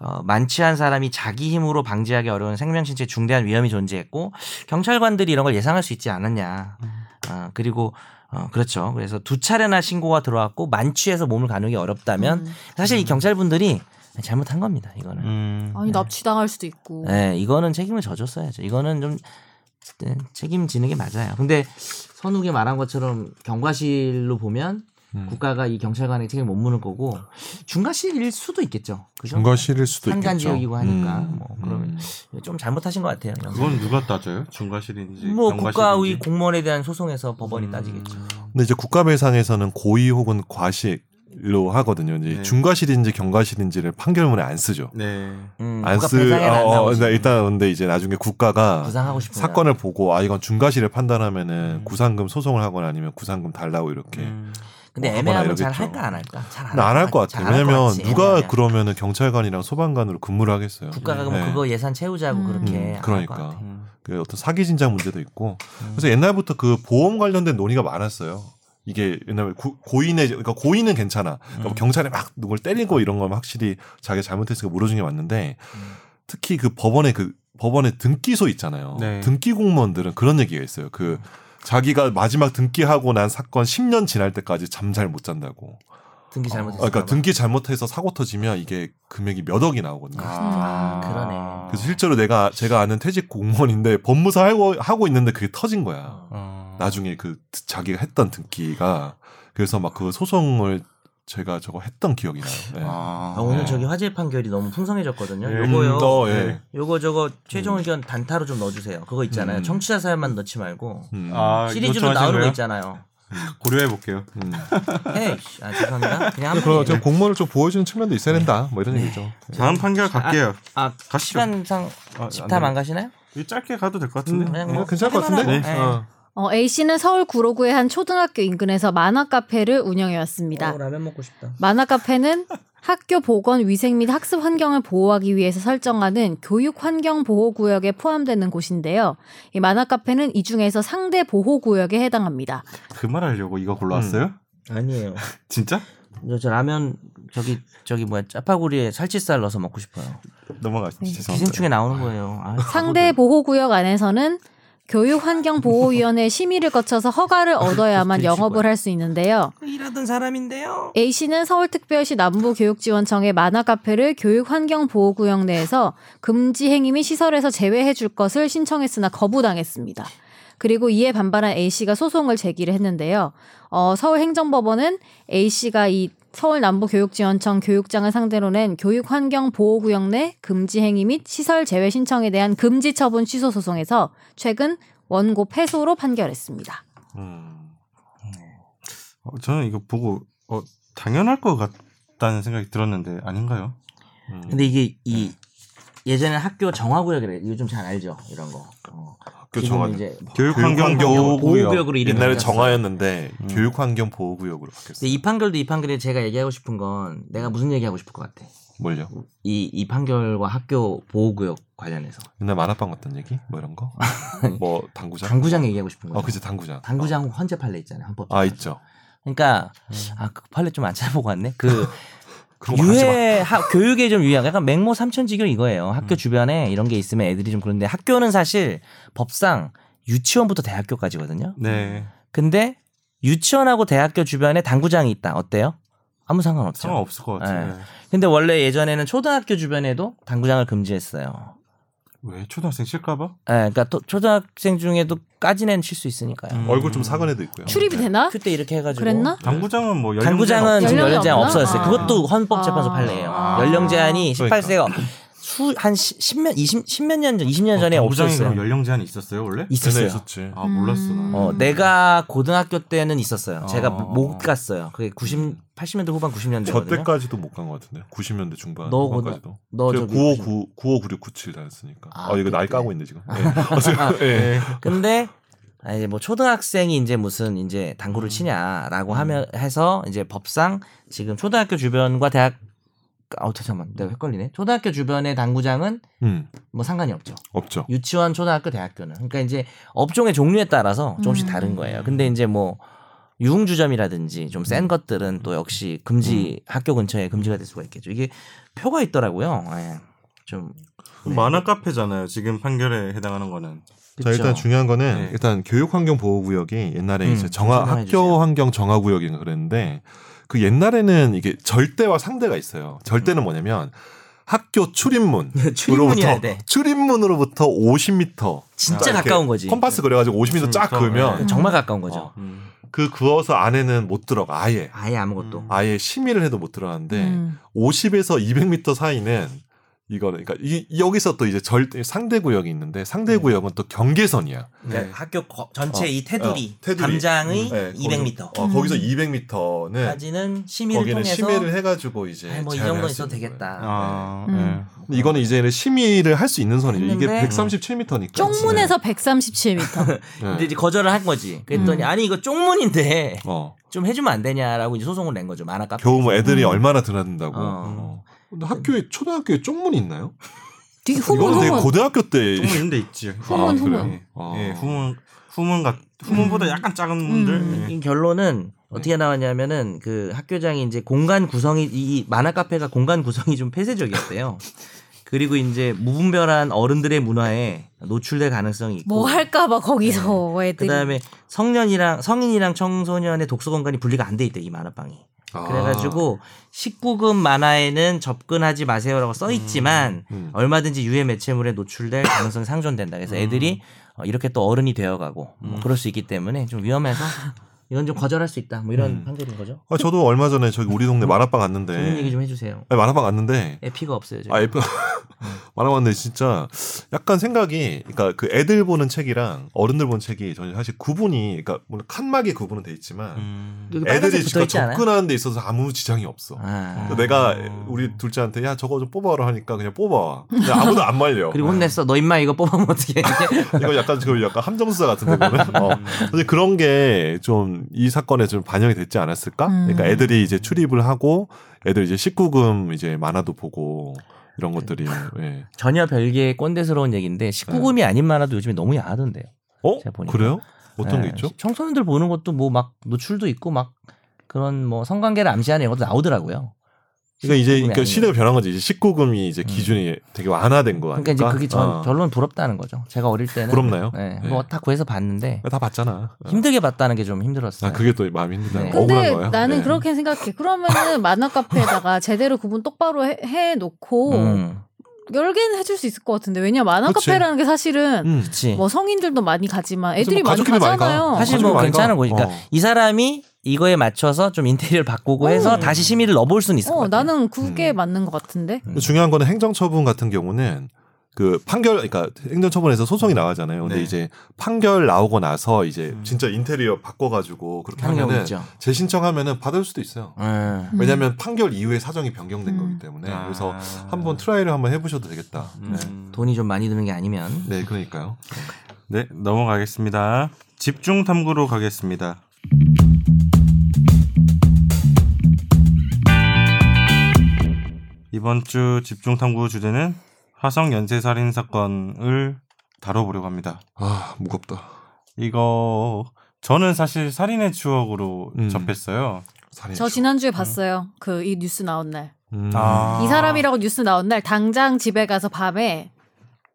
Speaker 2: 어, 만취한 사람이 자기 힘으로 방지하기 어려운 생명신체 중대한 위험이 존재했고 경찰관들이 이런 걸 예상할 수 있지 않았냐.
Speaker 4: 음.
Speaker 2: 아, 그리고 어, 그렇죠. 그래서 두 차례나 신고가 들어왔고 만취해서 몸을 가누기 어렵다면
Speaker 4: 음.
Speaker 2: 사실 이 경찰분들이 잘못한 겁니다. 이거는.
Speaker 1: 음.
Speaker 3: 네.
Speaker 4: 아니 납치 당할 수도 있고.
Speaker 2: 네, 이거는 책임을 져줬어야죠. 이거는 좀 네, 책임지는 게 맞아요. 근데 선욱이 말한 것처럼 경과실로 보면
Speaker 3: 음.
Speaker 2: 국가가 이 경찰관의 책임 을못 무는 거고 중과실일 수도 있겠죠. 그죠?
Speaker 3: 중과실일 수도 있겠죠.
Speaker 2: 산간 지역이고 하니까 뭐
Speaker 3: 음.
Speaker 2: 그러면 좀 잘못하신 것 같아요.
Speaker 1: 그건 누가 따져요? 중과실인지
Speaker 2: 뭐
Speaker 1: 경과실인지? 음.
Speaker 2: 국가의 공무원에 대한 소송에서
Speaker 3: 음.
Speaker 2: 법원이 따지겠죠.
Speaker 3: 근데 이제 국가배상에서는 고의 혹은 과실로 하거든요. 이제
Speaker 1: 네.
Speaker 3: 중과실인지 경과실인지를 판결문에 안 쓰죠.
Speaker 1: 네.
Speaker 2: 음,
Speaker 3: 안
Speaker 2: 국가
Speaker 3: 쓰.
Speaker 2: 배상에 안
Speaker 3: 어,
Speaker 2: 나오지.
Speaker 3: 근데 일단 근데 이제 나중에 국가가
Speaker 2: 구상하고 싶은
Speaker 3: 사건을 보고 아 이건 중과실을 판단하면은
Speaker 1: 음.
Speaker 2: 네.
Speaker 3: 구상금 소송을 하거나 아니면 구상금 달라고 이렇게
Speaker 1: 음.
Speaker 2: 근데
Speaker 3: 하거나
Speaker 2: 애매하면
Speaker 3: 이러겠죠.
Speaker 2: 잘 할까 안 할까? 잘 안
Speaker 3: 근데 안할 것 같아요. 왜냐면 누가 그러면은 경찰관이랑 소방관으로 근무를 하겠어요.
Speaker 2: 네. 국가가
Speaker 3: 네.
Speaker 2: 그럼 그거 예산 채우자고
Speaker 4: 음.
Speaker 2: 그렇게
Speaker 3: 음,
Speaker 2: 안할것
Speaker 3: 그러니까.
Speaker 2: 같아.
Speaker 3: 그 어떤 사기 진작 문제도 있고 그래서 옛날부터 그 보험 관련된 논의가 많았어요. 이게 옛날에 고- 고인의 그러니까 고인은 괜찮아. 그러니까
Speaker 1: 음.
Speaker 3: 뭐 경찰에 막 누굴 때리고 이런 건 확실히 자기 가 잘못했으니까 물어준 게 맞는데 특히 그 법원의 그 법원의 등기소 있잖아요.
Speaker 1: 네.
Speaker 3: 등기 공무원들은 그런 얘기가 있어요. 그 자기가 마지막 등기하고 난 사건 10년 지날 때까지 잠 잘 못 잔다고.
Speaker 2: 등기
Speaker 3: 아,
Speaker 2: 잘못했어.
Speaker 3: 그러니까 등기 잘못해서 사고 터지면 이게 금액이 몇 억이 나오거든요.
Speaker 2: 아, 그러네.
Speaker 3: 그래서 실제로 내가 제가 아는 퇴직 공무원인데 법무사 하고 하고 있는데 그게 터진 거야.
Speaker 1: 어.
Speaker 3: 나중에 그 드- 자기가 했던 등기가 그래서 막 그 소송을 제가 저거 했던 기억이 나요. 네.
Speaker 1: 아,
Speaker 2: 아, 오늘
Speaker 3: 네.
Speaker 2: 저기 화재 판결이 너무 풍성해졌거든요.
Speaker 1: 음,
Speaker 2: 요거요. 네.
Speaker 3: 어, 예.
Speaker 2: 요거 저거 최종 의견 단타로 좀 넣어주세요. 그거 있잖아요.
Speaker 3: 음.
Speaker 2: 청취자 사연만 넣지 말고
Speaker 3: 음.
Speaker 1: 아,
Speaker 2: 시리즈로
Speaker 1: 요청하신
Speaker 2: 나오는 거
Speaker 1: 거예요?
Speaker 2: 있잖아요.
Speaker 1: 고려해 볼게요.
Speaker 3: 음.
Speaker 2: 헤이, 씨. 아 죄송합니다. 그냥 한
Speaker 3: 그럼
Speaker 2: 번이에요.
Speaker 3: 저 공무원을 좀 보여주는 측면도 있어야 된다. 뭐 이런 얘기죠.
Speaker 1: 다음 판결 갈게요.
Speaker 2: 아
Speaker 1: 가시죠.
Speaker 2: 시간상
Speaker 1: 아,
Speaker 2: 집탐 안
Speaker 1: 가.
Speaker 2: 가시나요?
Speaker 1: 짧게 가도 될 것 같은데. 아.
Speaker 2: 그냥
Speaker 3: 네,
Speaker 2: 뭐
Speaker 3: 괜찮을 것 같은데.
Speaker 2: 할만하고. 예.
Speaker 3: 어.
Speaker 4: 어, A 씨는 서울 구로구의 한 초등학교 인근에서 만화 카페를 운영해
Speaker 2: 어,
Speaker 4: 왔습니다.
Speaker 2: 라면 먹고 싶다.
Speaker 4: 만화 카페는 학교 보건 위생 및 학습 환경을 보호하기 위해서 설정하는 교육 환경 보호 구역에 포함되는 곳인데요. 이 만화 카페는 이 중에서 상대 보호 구역에 해당합니다.
Speaker 2: 아,
Speaker 1: 그 말 하려고 이거 골라왔어요?
Speaker 2: 음. 아니에요.
Speaker 1: 진짜?
Speaker 2: 저, 저 라면 저기 저기 뭐야 짜파구리에 살치살 넣어서 먹고 싶어요.
Speaker 1: 넘어가시죠. 죄송합니다.
Speaker 2: 기생충에 나오는 거예요. 아,
Speaker 4: 상대 보호 구역 안에서는 교육환경보호위원회 심의를 거쳐서 허가를
Speaker 2: 아,
Speaker 4: 얻어야만
Speaker 2: 그렇게
Speaker 4: 영업을
Speaker 2: 해주고요.
Speaker 4: 할 수 있는데요.
Speaker 2: 바보들. 일하던 사람인데요.
Speaker 4: A 씨는 서울특별시 남부교육지원청의 만화 카페를 교육환경보호구역 내에서 금지 행위 및 시설에서 제외해 줄 것을 신청했으나 거부당했습니다. 그리고 이에 반발한 A 씨가 소송을 제기를 했는데요. 어, 서울행정법원은 A 씨가 이 서울 남부교육지원청 교육장을 상대로 낸 교육환경보호구역 내 금지 행위 및 시설 제외 신청에 대한 금지 처분 취소 소송에서 최근 원고 패소로 판결했습니다.
Speaker 3: 음.
Speaker 1: 어, 저는 이거 보고 어, 당연할 것 같다는 생각이 들었는데 아닌가요?
Speaker 3: 음.
Speaker 2: 근데 이게 이 예전에 학교 정화구역 이래 이거 좀 잘 알죠 이런 거. 어.
Speaker 3: 학교
Speaker 2: 지금
Speaker 3: 정화-
Speaker 2: 이제
Speaker 1: 교육환경 보호
Speaker 2: 보호구역으로 이름이
Speaker 3: 옛날에
Speaker 2: 바뀌었어요. 네.
Speaker 3: 정화였는데 교육환경 보호구역으로 바뀌었어요.
Speaker 2: 근데 이 판결도 이 판결에 제가 얘기하고 싶은 건 내가 무슨 얘기하고 싶을 것 같아.
Speaker 3: 뭘요?
Speaker 2: 이, 이 판결과 학교 보호구역 관련해서
Speaker 3: 옛날 만화방 같던 얘기? 뭐 이런 거? 뭐 당구장?
Speaker 2: 당구장 얘기하고 싶은
Speaker 3: 아,
Speaker 2: 거예요.
Speaker 3: 그치 당구장.
Speaker 2: 당구장 헌재 판례 있잖아요. 헌법.
Speaker 3: 아 있죠.
Speaker 2: 그러니까 아그 판례 좀 안 찾아보고 왔네. 그
Speaker 3: 그런 거 하지 마.
Speaker 2: 유해 하- 교육에 좀 유해. 약간 맹모 삼천지교 이거예요. 학교 주변에 이런 게 있으면 애들이 좀 그런데 학교는 사실 법상 유치원부터 대학교까지거든요.
Speaker 1: 네.
Speaker 2: 음, 근데 유치원하고 대학교 주변에 당구장이 있다. 어때요? 아무 상관없죠.
Speaker 1: 상관없을 것 같아요.
Speaker 2: 근데 원래 예전에는 초등학교 주변에도 당구장을 금지했어요.
Speaker 1: 왜? 초등학생 실까봐?
Speaker 2: 예, 그러니까 또 초등학생 중에도 까지는 칠 수 있으니까요.
Speaker 1: 음.
Speaker 3: 얼굴 좀 사근 애도 있고요. 네.
Speaker 4: 출입이 되나?
Speaker 2: 그때 이렇게 해가지고
Speaker 4: 그랬나?
Speaker 1: 당구장은 뭐 연령
Speaker 2: 네. 당구장은 지금
Speaker 4: 연령이
Speaker 2: 연령 제한
Speaker 4: 없나?
Speaker 2: 없어졌어요.
Speaker 4: 아.
Speaker 2: 그것도 헌법재판소
Speaker 4: 아.
Speaker 2: 판례예요.
Speaker 4: 아.
Speaker 2: 연령 제한이
Speaker 3: 그러니까.
Speaker 2: 18세가 수한 10몇 20 10몇 년 전, 20년 전에
Speaker 1: 당구장이 그럼
Speaker 2: 없었어요.
Speaker 1: 연령 제한이 있었어요 원래?
Speaker 2: 있었어요.
Speaker 3: 있었지.
Speaker 1: 아 몰랐어. 나.
Speaker 2: 어, 내가 고등학교 때는 있었어요. 제가
Speaker 1: 아.
Speaker 2: 못 갔어요. 그게 90 80년대 후반 90년대거든요.
Speaker 3: 저 때까지도 못 간 것 같은데. 90년대 중반
Speaker 2: 너뭐
Speaker 3: 후반까지도.
Speaker 2: 너
Speaker 3: 제가
Speaker 2: 저기
Speaker 3: 959 9596 97 다녔으니까.
Speaker 2: 아,
Speaker 3: 아, 이거 나이
Speaker 2: 그때.
Speaker 3: 까고 있네 지금. 네. 어쨌든, 예.
Speaker 2: 근데 아, 이제 뭐 초등학생이 이제 무슨 이제 당구를 치냐라고 하면 해서 이제 법상 지금 초등학교 주변과 대학 아 잠깐만 내가 헷갈리네 초등학교 주변의 당구장은
Speaker 3: 음,
Speaker 2: 뭐 상관이 없죠
Speaker 3: 없죠.
Speaker 2: 유치원 초등학교 대학교는 그러니까 이제 업종의 종류에 따라서 조금씩
Speaker 4: 음.
Speaker 2: 다른 거예요 근데 이제 뭐 유흥주점이라든지 좀
Speaker 3: 음.
Speaker 2: 센 것들은 또 역시 금지 학교 근처에 금지가 될 수가 있겠죠 이게 표가 있더라고요 예. 좀 네.
Speaker 1: 만화 카페잖아요. 지금 판결에 해당하는 거는.
Speaker 3: 자 일단
Speaker 2: 그쵸.
Speaker 3: 중요한 거는
Speaker 1: 네.
Speaker 3: 일단 교육환경 보호구역이 옛날에
Speaker 2: 음,
Speaker 3: 이제 정화
Speaker 2: 설명해
Speaker 3: 학교
Speaker 2: 주세요.
Speaker 3: 환경 정화 구역인가 그랬는데 그 옛날에는 이게 절대와 상대가 있어요. 절대는 뭐냐면 학교 출입문
Speaker 2: 음. 네. 출입문이어야 돼
Speaker 3: 출입문으로부터 50m
Speaker 2: 진짜 가까운 거지
Speaker 3: 아,
Speaker 2: 음,
Speaker 3: 컴파스 그려가지고 50m 쫙
Speaker 1: 50m,
Speaker 3: 그으면
Speaker 1: 네.
Speaker 2: 정말 가까운 거죠
Speaker 3: 어. 그 그어서 안에는 못 들어가 아예
Speaker 2: 아예 아무것도.
Speaker 1: 음.
Speaker 3: 아예 심의를 해도 못 들어가는데
Speaker 4: 음.
Speaker 3: 50에서 200m 사이는 이거는 그러니까 이, 여기서 또 이제 절 상대 구역이 있는데 상대 구역은 또 경계선이야.
Speaker 1: 네.
Speaker 2: 그러니까 학교 거- 전체
Speaker 3: 어,
Speaker 2: 이 테두리,
Speaker 3: 어, 테두리.
Speaker 2: 담장의
Speaker 3: 네, 거기서-
Speaker 2: 200m
Speaker 3: 어, 거기서 200m는
Speaker 2: 까지는 심의를
Speaker 3: 거기는
Speaker 2: 통해서
Speaker 3: 심의를 해가지고 이제
Speaker 2: 아, 뭐이
Speaker 3: 제한을
Speaker 2: 정도
Speaker 3: 할수
Speaker 2: 있어도
Speaker 3: 있는 거예요.
Speaker 2: 되겠다.
Speaker 1: 아,
Speaker 4: 음.
Speaker 1: 네.
Speaker 3: 근데 이거는 이제는 심의를 할 수 있는 선이죠. 이게
Speaker 2: 했는데
Speaker 3: 137m니까.
Speaker 4: 쪽문에서 137m.
Speaker 2: 근데 이제 거절을 한 거지. 그랬더니
Speaker 3: 음.
Speaker 2: 아니 이거 쪽문인데
Speaker 3: 어.
Speaker 2: 좀 해주면 안 되냐라고 이제 소송을 낸 거죠 만화 카페.
Speaker 3: 겨우 뭐 애들이 얼마나 드나든다고.
Speaker 2: 어.
Speaker 3: 어. 근데 학교에 초등학교에 쪽문 있나요?
Speaker 4: 뒤
Speaker 3: 이거는 되게
Speaker 4: 후문 후문.
Speaker 3: 고등학교 때
Speaker 1: 조금 있는데 있지.
Speaker 4: 후문, 후문.
Speaker 3: 그래요?
Speaker 1: 예.
Speaker 3: 아.
Speaker 1: 예, 후문 후문 같 후문보다 약간 작은 분들.
Speaker 4: 음.
Speaker 1: 예.
Speaker 2: 이 결론은 어떻게 나왔냐면은 그 학교장이 이제 공간 구성이 이- 이 만화 카페가 공간 구성이 좀 폐쇄적이었대요. 그리고 이제 무분별한 어른들의 문화에 노출될 가능성이 있고
Speaker 4: 뭐
Speaker 3: 네.
Speaker 4: 할까봐 거기서 뭐 애들이.
Speaker 2: 그다음에 성년이랑 성인이랑 청소년의 독서 공간이 분리가 안 돼 있대 이 만화방이.
Speaker 3: 아.
Speaker 2: 그래가지고 19금 만화에는 접근하지 마세요라고 써 있지만
Speaker 3: 음.
Speaker 2: 얼마든지 유해 매체물에 노출될 가능성이 상존된다. 그래서 애들이 어, 이렇게 또 어른이 되어가고 뭐 그럴 수 있기 때문에 좀 위험해서 이건 좀 거절할 수 있다. 뭐 이런 판결인 거죠.
Speaker 3: 아, 저도 얼마 전에 저기 우리 동네 만화방
Speaker 2: 음? 좋은 얘기
Speaker 3: 갔는데
Speaker 2: 좀 해주세요.
Speaker 3: 아니, 만화방 갔는데
Speaker 2: 에피가 없어요. 제가. 음.
Speaker 3: 아 예뻐 만화방 갔는데 진짜 약간 생각이 그러니까 그 애들 보는 책이랑 어른들 보는 책이 저는 사실 구분이 그러니까 물론 칸막이 구분은 돼 있지만
Speaker 1: 음.
Speaker 2: 여기 빨간색
Speaker 3: 애들이
Speaker 2: 붙어
Speaker 3: 진짜
Speaker 2: 있지 않아요?
Speaker 3: 접근하는 데 있어서 아무 지장이 없어.
Speaker 2: 아.
Speaker 3: 그래서 내가 우리 둘째한테 야 저거 좀 뽑아라 하니까 그냥 뽑아. 근데 아무도 안 말려.
Speaker 2: 그리고 혼냈어. 너 임마 이거 뽑으면 어떻게 해?
Speaker 3: 이거 약간 지금 약간 함정수사 같은데 보면. 어. 사실 그런 게 좀 이 사건에 좀 반영이 됐지 않았을까?
Speaker 4: 음.
Speaker 3: 그러니까 애들이 이제 출입을 하고 애들 이제 19금 이제 만화도 보고 이런
Speaker 2: 네.
Speaker 3: 것들이. 예.
Speaker 2: 전혀 별개의 꼰대스러운 얘기인데 19금이 아닌 만화도 요즘에 너무 야하던데요.
Speaker 3: 어?
Speaker 2: 제가 보니까.
Speaker 3: 그래요? 어떤
Speaker 2: 예,
Speaker 3: 게 있죠?
Speaker 2: 청소년들 보는 것도 뭐 막 노출도 있고 막 그런 뭐 성관계를 암시하는 영화도 나오더라고요.
Speaker 3: 그러니까 이제
Speaker 2: 아니에요.
Speaker 3: 그러니까 시대가 변한 거지. 이제 19금이 이제 기준이 되게 완화된 거
Speaker 2: 음. 그러니까
Speaker 3: 아닐까?
Speaker 2: 이제 그게 전
Speaker 3: 어.
Speaker 2: 결론 부럽다는 거죠. 제가 어릴 때는
Speaker 3: 부럽나요?
Speaker 2: 예,
Speaker 3: 네.
Speaker 2: 뭐다 구해서 봤는데
Speaker 3: 다 봤잖아. 어.
Speaker 2: 네. 힘들게 봤다는 게 좀 힘들었어요.
Speaker 3: 아 그게 또 마음이 힘들다.
Speaker 2: 네.
Speaker 3: 억울한
Speaker 4: 근데
Speaker 3: 거예요.
Speaker 4: 나는
Speaker 3: 네.
Speaker 4: 그렇게 생각해. 그러면은 만화 카페에다가 제대로 구분 똑바로 해, 해놓고
Speaker 2: 음,
Speaker 4: 열개는 해줄 수 있을 것 같은데 왜냐 만화
Speaker 3: 그치.
Speaker 4: 카페라는 게 사실은
Speaker 3: 음.
Speaker 2: 그치.
Speaker 4: 뭐 성인들도 많이 가지만
Speaker 3: 그래서
Speaker 4: 애들이
Speaker 3: 뭐
Speaker 4: 많이
Speaker 3: 가족끼리 많이 가.
Speaker 4: 가잖아요.
Speaker 2: 사실
Speaker 3: 가지고
Speaker 2: 뭐
Speaker 3: 많이 가.
Speaker 2: 괜찮은 거니까
Speaker 3: 어.
Speaker 2: 이 사람이 이거에 맞춰서 좀 인테리어를 바꾸고 해서 다시 심의를 넣어볼 수는 있을 것
Speaker 4: 어,
Speaker 2: 같아요.
Speaker 4: 나는 그게
Speaker 3: 음.
Speaker 4: 맞는 것 같은데.
Speaker 2: 음.
Speaker 3: 근데 중요한 거는 행정처분 같은 경우는 그 판결, 그러니까 행정처분에서 소송이 나가잖아요. 근데
Speaker 1: 네.
Speaker 3: 이제 판결 나오고 나서 이제
Speaker 1: 음.
Speaker 3: 진짜 인테리어 바꿔가지고 그렇게
Speaker 2: 하는 경우
Speaker 3: 하면은
Speaker 2: 있죠.
Speaker 3: 재신청하면은 받을 수도 있어요.
Speaker 2: 음.
Speaker 4: 음.
Speaker 3: 왜냐하면 판결 이후에 사정이 변경된
Speaker 4: 음.
Speaker 3: 거기 때문에
Speaker 2: 네,
Speaker 1: 아.
Speaker 3: 그래서 한번 트라이를 한번 해보셔도 되겠다. 네.
Speaker 1: 음.
Speaker 2: 돈이 좀 많이 드는 게 아니면
Speaker 3: 네, 그러니까요.
Speaker 1: 네, 넘어가겠습니다. 집중 탐구로 가겠습니다. 이번 주 집중 탐구 주제는 화성 연쇄 살인 사건을 다뤄보려고 합니다.
Speaker 3: 아 무겁다.
Speaker 1: 이거 저는 사실 살인의 추억으로
Speaker 3: 음.
Speaker 1: 접했어요.
Speaker 3: 살인.
Speaker 4: 음. 저 지난주에 봤어요. 그 이 뉴스 나온 날.
Speaker 3: 음.
Speaker 1: 아.
Speaker 4: 이 사람이라고 뉴스 나온 날 당장 집에 가서 밤에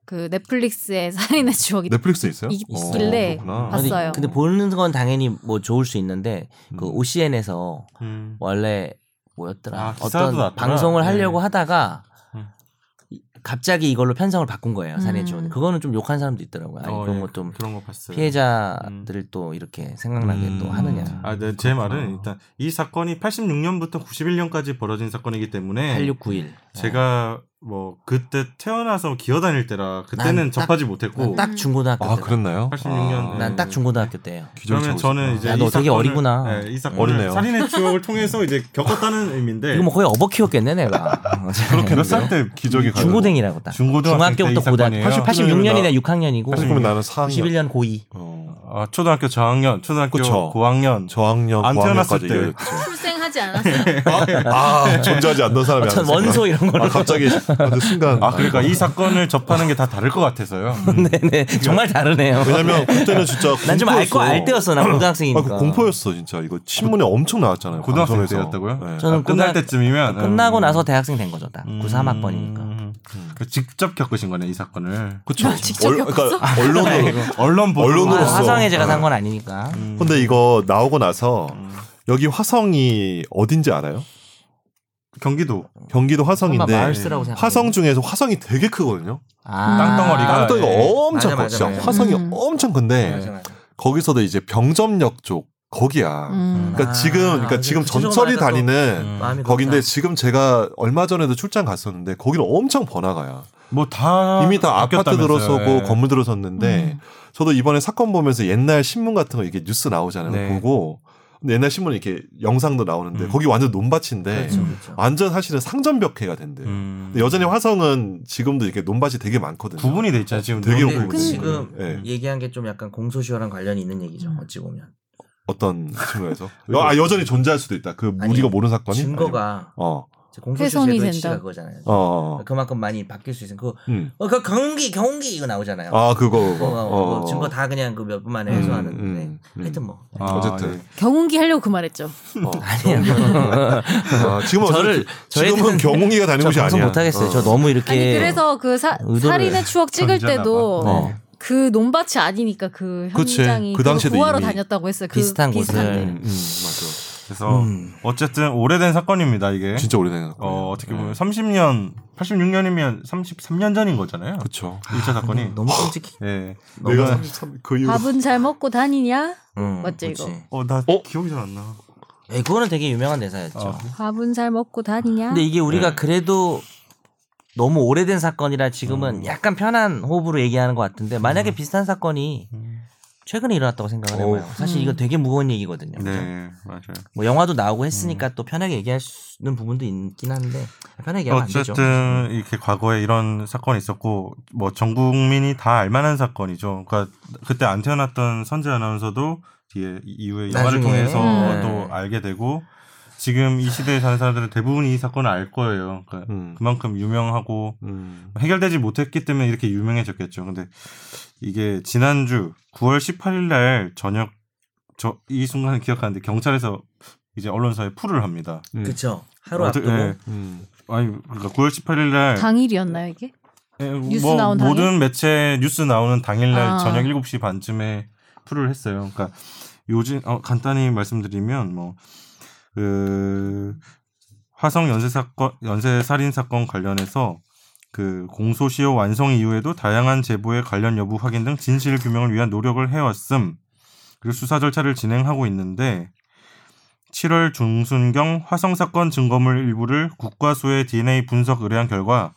Speaker 4: 그 넷플릭스에 살인의 추억이
Speaker 3: 넷플릭스 있어요?
Speaker 4: 있-
Speaker 3: 어,
Speaker 4: 있길래
Speaker 3: 그렇구나.
Speaker 2: 아니,
Speaker 4: 봤어요.
Speaker 2: 근데 보는 건 당연히 뭐 좋을 수 있는데 그
Speaker 3: 음.
Speaker 2: OCN에서
Speaker 1: 음.
Speaker 2: 원래 뭐였더라
Speaker 1: 아, 기사도
Speaker 2: 어떤
Speaker 1: 났더라.
Speaker 2: 방송을 하려고
Speaker 1: 네.
Speaker 2: 하다가
Speaker 1: 음.
Speaker 2: 이- 갑자기 이걸로 편성을 바꾼 거예요 산의
Speaker 4: 음.
Speaker 2: 지원 그거는 좀 욕한 사람도 있더라고요 아니
Speaker 1: 어,
Speaker 2: 그런
Speaker 1: 예,
Speaker 2: 거좀
Speaker 1: 그런 거 봤어요.
Speaker 2: 피해자들을 또 이렇게 생각나게 또
Speaker 3: 음.
Speaker 2: 하느냐
Speaker 1: 아, 네, 제 말은 일단 이 사건이 86년부터 91년까지 벌어진 사건이기
Speaker 3: 네.
Speaker 1: 때문에
Speaker 2: 8691
Speaker 1: 제가 뭐 그때 태어나서 기어다닐 때라 그때는
Speaker 2: 어. 난 딱-
Speaker 1: 접하지 못했고
Speaker 2: 딱 중고등학교
Speaker 3: 아
Speaker 2: 때
Speaker 3: 그랬나요?
Speaker 1: 86년.
Speaker 3: 아.
Speaker 1: 네.
Speaker 2: 난 딱 중고등학교 때예요
Speaker 3: 기절이
Speaker 1: 그러면
Speaker 3: 차고
Speaker 1: 저는
Speaker 3: 있구나.
Speaker 1: 이제
Speaker 2: 야, 너
Speaker 1: 이
Speaker 2: 되게
Speaker 1: 사건을-
Speaker 2: 어리구나.
Speaker 1: 네, 이
Speaker 3: 어리네요.
Speaker 1: 사건을 살인의 추억을 통해서 이제 겪었다는 의미인데
Speaker 2: 이거 뭐 거의 어버 키웠겠네 내가
Speaker 3: 네.
Speaker 2: 네.
Speaker 3: 그렇게
Speaker 1: 몇살때
Speaker 3: 기적이 가는 거.
Speaker 2: 중고등이라고 딱
Speaker 1: 중고등학생 때이
Speaker 2: 중학교부터 고등학교
Speaker 1: 사건이에요?
Speaker 2: 80, 86년이나 6학년이고
Speaker 3: 80이면 나는 4학년.
Speaker 2: 91년 고2
Speaker 3: 어.
Speaker 1: 아, 초등학교 저학년, 초등학교
Speaker 3: 그쵸.
Speaker 1: 고학년
Speaker 3: 저학년,
Speaker 1: 안 태어났을
Speaker 3: 고학년까지
Speaker 1: 때.
Speaker 3: 이어졌죠.
Speaker 4: 출생하지 않았어요.
Speaker 3: 아 존재하지 않는 사람이
Speaker 2: 어떤
Speaker 3: 알았어요.
Speaker 2: 원소 이런 걸로
Speaker 3: 아 갑자기 어느 순간
Speaker 1: 아 그러니까 이 사건을 접하는 게 다 다를 것 같아서요.
Speaker 2: 네네 정말 다르네요
Speaker 3: 왜냐면 그때는 진짜
Speaker 2: 난 좀 알 거
Speaker 3: 공포였어.
Speaker 2: 알 때였어 난
Speaker 3: 아,
Speaker 2: 고등학생이니까
Speaker 3: 그 공포였어 진짜 이거 신문에 엄청
Speaker 1: 음,
Speaker 3: 나왔잖아요
Speaker 1: 고등학생
Speaker 3: 방송에서.
Speaker 1: 때였다고요?
Speaker 3: 네.
Speaker 2: 저는
Speaker 1: 아, 끝날
Speaker 2: 고등학-
Speaker 1: 때쯤이면
Speaker 2: 끝나고
Speaker 1: 음.
Speaker 2: 나서 대학생 된 거죠 딱
Speaker 1: 음.
Speaker 2: 9, 3학번이니까
Speaker 1: 그 직접 겪으신 거네 이 사건을.
Speaker 3: 그쵸
Speaker 4: 직접
Speaker 3: 얼- 그러니까
Speaker 2: 아,
Speaker 3: 언론으로
Speaker 1: 언론 음. 보도.
Speaker 3: 언론으로서.
Speaker 1: 아,
Speaker 2: 화성에 제가 산 건 아니니까
Speaker 3: 근데 이거 나오고 나서
Speaker 1: 음.
Speaker 3: 여기 화성이 어딘지 알아요?
Speaker 1: 경기도
Speaker 3: 경기도
Speaker 2: 설마
Speaker 3: 화성인데
Speaker 2: 마을스라고 생각
Speaker 3: 화성 중에서 화성이 되게 크거든요
Speaker 2: 아.
Speaker 1: 땅덩어리가.
Speaker 2: 맞아, 네.
Speaker 3: 땅덩이가
Speaker 1: 예.
Speaker 2: 맞아,
Speaker 3: 엄청 커
Speaker 2: 맞아,
Speaker 3: 진짜
Speaker 2: 맞아.
Speaker 1: 네.
Speaker 3: 화성이
Speaker 4: 음.
Speaker 3: 엄청 큰데
Speaker 2: 맞아.
Speaker 3: 거기서도 이제 병점역 쪽 거기야.
Speaker 4: 음.
Speaker 3: 그러니까
Speaker 2: 아,
Speaker 3: 지금 그러니까
Speaker 2: 이제
Speaker 3: 지금
Speaker 2: 구체적으로
Speaker 3: 전설이
Speaker 2: 약간 또-
Speaker 3: 다니는
Speaker 2: 음. 마음이
Speaker 3: 거긴데
Speaker 2: 그렇다.
Speaker 3: 지금 제가 얼마 전에도 출장 갔었는데 거기는 엄청 번화가야.
Speaker 1: 뭐다 예.
Speaker 3: 이미 다 아파트
Speaker 2: 네.
Speaker 3: 들어서고 건물 들어섰는데
Speaker 4: 음.
Speaker 3: 저도 이번에 사건 보면서 옛날 신문 같은 거 이렇게 뉴스 나오잖아요.
Speaker 1: 네.
Speaker 3: 보고 근데 옛날 신문 이렇게 영상도 나오는데
Speaker 1: 음.
Speaker 3: 거기 완전 논밭인데
Speaker 2: 그렇죠, 그렇죠.
Speaker 3: 완전 사실은 상점벽해가 된대요.
Speaker 1: 음.
Speaker 3: 근데 여전히 화성은 지금도 이렇게 논밭이 되게 많거든요.
Speaker 1: 구분이 돼 있잖아 지금
Speaker 3: 되게
Speaker 1: 논밭
Speaker 3: 오고
Speaker 2: 근데
Speaker 4: 있어요.
Speaker 2: 지금
Speaker 3: 예.
Speaker 2: 얘기한 게 좀 약간 공소시효랑 관련이 있는 얘기죠.
Speaker 4: 음.
Speaker 2: 어찌 보면
Speaker 3: 어떤 측면에서 여- 아 여전히 존재할 수도 있다. 그
Speaker 2: 아니,
Speaker 3: 우리가 모르는 사건이
Speaker 2: 증거가
Speaker 3: 어어
Speaker 2: 이제
Speaker 4: 훼손이
Speaker 2: 공소시효의
Speaker 4: 된다.
Speaker 2: 취지가 그거잖아요. 그러니까
Speaker 3: 어. 어. 어.
Speaker 2: 그만큼 많이 바뀔 수 있는 그,
Speaker 3: 음.
Speaker 2: 어, 그 경기 경기 이거 나오잖아요.
Speaker 3: 아 그거 그거.
Speaker 2: 그거,
Speaker 3: 어.
Speaker 2: 그거 증거 다 그냥 그 몇 분 만에
Speaker 3: 음,
Speaker 2: 해소하는데
Speaker 3: 음, 음.
Speaker 2: 하여튼 뭐
Speaker 1: 아,
Speaker 3: 어쨌든.
Speaker 1: 예.
Speaker 4: 경운기 하려고 그 말했죠.
Speaker 3: 어.
Speaker 2: 아니에요.
Speaker 3: 아, 지금은
Speaker 2: 저를- 저에 대해서는
Speaker 3: 지금은 경홍이가 다니는
Speaker 2: 저
Speaker 3: 곳이
Speaker 2: 방송
Speaker 3: 아니야.
Speaker 2: 못 하겠어요.
Speaker 3: 어.
Speaker 2: 저 너무 이렇게
Speaker 4: 아니 그래서 그 사,
Speaker 2: 예. 의도를- 네.
Speaker 4: 살인의 추억 찍을
Speaker 1: 전자나
Speaker 4: 때도
Speaker 3: 봐. 어.
Speaker 4: 그 논밭이 아니니까 그
Speaker 3: 그치.
Speaker 4: 현장이
Speaker 3: 그
Speaker 4: 그거
Speaker 3: 당시에도
Speaker 4: 구하러
Speaker 3: 이미
Speaker 4: 다녔다고 했어요. 그
Speaker 2: 비슷한 곳을.
Speaker 4: 비슷한데.
Speaker 3: 음, 어. 음, 맞아.
Speaker 1: 그래서
Speaker 2: 음.
Speaker 1: 어쨌든 오래된 사건입니다 이게.
Speaker 3: 진짜 네. 오래된 거.
Speaker 1: 네? 어 어떻게 보면 30년 86년이면 33년 전인 거잖아요.
Speaker 3: 그렇죠.
Speaker 1: 1차 사건이.
Speaker 2: 너무 끔찍해.
Speaker 1: 예.
Speaker 3: 내가 33,
Speaker 1: 네.
Speaker 3: 그 이후
Speaker 4: 밥은 잘 먹고 다니냐?
Speaker 2: 음,
Speaker 4: 맞죠,
Speaker 2: 그치.
Speaker 4: 이거?
Speaker 1: 어나
Speaker 3: 어?
Speaker 1: 기억이 잘 안 나.
Speaker 2: 예, 그거는 되게 유명한 대사였죠.
Speaker 1: 아,
Speaker 4: 밥은 잘 먹고 다니냐?
Speaker 2: 근데 이게 우리가
Speaker 3: 네.
Speaker 2: 그래도 너무 오래된 사건이라
Speaker 1: 음.
Speaker 2: 지금은 약간 편한 호흡으로 얘기하는 것 같은데 만약에 비슷한 사건이
Speaker 1: 음.
Speaker 2: 최근에 일어났다고 생각을 해봐요.
Speaker 3: 어우.
Speaker 2: 사실 이거 되게 무거운 얘기거든요. 그죠?
Speaker 1: 네 음. 맞아요.
Speaker 2: 뭐 영화도 나오고 했으니까 또 편하게 얘기할 수 있는 부분도 있긴 한데 편하게 얘기하면 안 되죠.
Speaker 1: 어쨌든 이렇게 과거에 이런 사건이 있었고 뭐 전 국민이 다 알만한 사건이죠. 그러니까 그때 안 태어났던 선재 아나운서도 뒤에 이- 이후에 영화를
Speaker 2: 나중에. 네.
Speaker 1: 통해서
Speaker 4: 음.
Speaker 1: 또 알게 되고 지금 이 시대에 사는 사람들은 대부분 이 사건을 알 거예요. 그러니까
Speaker 3: 음.
Speaker 1: 그만큼 유명하고
Speaker 3: 음.
Speaker 1: 해결되지 못했기 때문에 이렇게 유명해졌겠죠. 근데 이게 지난주 9월 18일 날 저녁 저 이 순간을 기억하는데 경찰에서 이제 언론사에 풀을 합니다.
Speaker 3: 음.
Speaker 2: 그쵸. 하루
Speaker 1: 어제-
Speaker 2: 앞두고
Speaker 1: 예.
Speaker 3: 음.
Speaker 1: 아니 그러니까 9월 18일 날
Speaker 2: 네.
Speaker 4: 당일이었나요 이게?
Speaker 1: 예,
Speaker 4: 뉴스
Speaker 1: 뭐
Speaker 4: 나온 당일?
Speaker 1: 모든 매체 뉴스 나오는 당일날
Speaker 4: 아.
Speaker 1: 저녁 7시 반쯤에 풀을 했어요. 그러니까 요즘 어, 간단히 말씀드리면 뭐 뭐그 화성 연쇄 사건 연쇄 살인 사건 관련해서 그 공소시효 완성 이후에도 다양한 제보의 관련 여부 확인 등 진실 규명을 위한 노력을 해왔음 그리고 수사 절차를 진행하고 있는데 7월 중순경 화성 사건 증거물 일부를 국과수의 DNA 분석 의뢰한 결과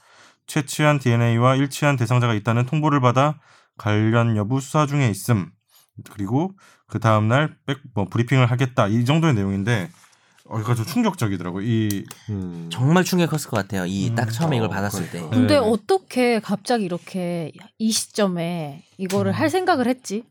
Speaker 1: 채취한 DNA와 일치한 대상자가 있다는 통보를 받아 관련 여부 수사 중에 있음. 그리고 그 다음 날 백- 뭐 브리핑을 하겠다 이 정도의 내용인데 어, 그러니까 좀 충격적이더라고 이
Speaker 3: 음.
Speaker 2: 정말 충격 컸을 것 같아요. 이
Speaker 1: 음.
Speaker 2: 딱 처음에 이걸
Speaker 3: 어,
Speaker 2: 받았을 때.
Speaker 1: 그러니까.
Speaker 4: 근데
Speaker 1: 네.
Speaker 4: 어떻게 갑자기 이렇게 이 시점에
Speaker 1: 음.
Speaker 4: 이거를 할 생각을 했지?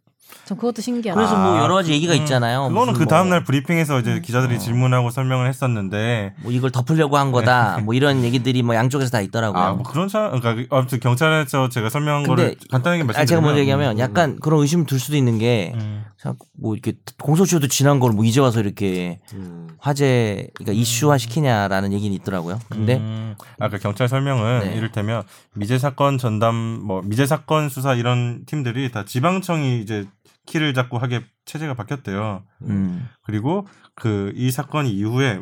Speaker 4: 전 그것도 신기하다.
Speaker 2: 그래서 뭐
Speaker 1: 아,
Speaker 2: 여러 가지 얘기가
Speaker 1: 음,
Speaker 2: 있잖아요.
Speaker 1: 그거는
Speaker 2: 무슨
Speaker 1: 그
Speaker 2: 뭐-
Speaker 1: 다음 날 브리핑에서 이제 기자들이
Speaker 2: 어.
Speaker 1: 질문하고 설명을 했었는데
Speaker 2: 뭐 이걸 덮으려고 한 거다. 뭐 이런 얘기들이 뭐 양쪽에서 다 있더라고요.
Speaker 1: 네. 아 뭐 그런 차 그러니까 아무튼 경찰에서 제가 설명한
Speaker 2: 근데
Speaker 1: 거를 간단하게 말씀드리면
Speaker 2: 아, 제가 먼저 얘기하면 약간 그런 의심 들 수도 있는 게,
Speaker 1: 음.
Speaker 2: 자, 뭐 이렇게 공소시효도 지난 걸 뭐 이제 와서 이렇게
Speaker 3: 음.
Speaker 2: 화제, 그러니까 이슈화 시키냐라는 얘기는 있더라고요. 근데
Speaker 1: 음, 아까 경찰 설명은
Speaker 2: 네.
Speaker 1: 이를테면 미제 사건 전담 뭐 미제 사건 수사 이런 팀들이 다 지방청이 이제 키를 잡고 하게 체제가 바뀌었대요.
Speaker 2: 음,
Speaker 1: 그리고 그 이 사건 이후에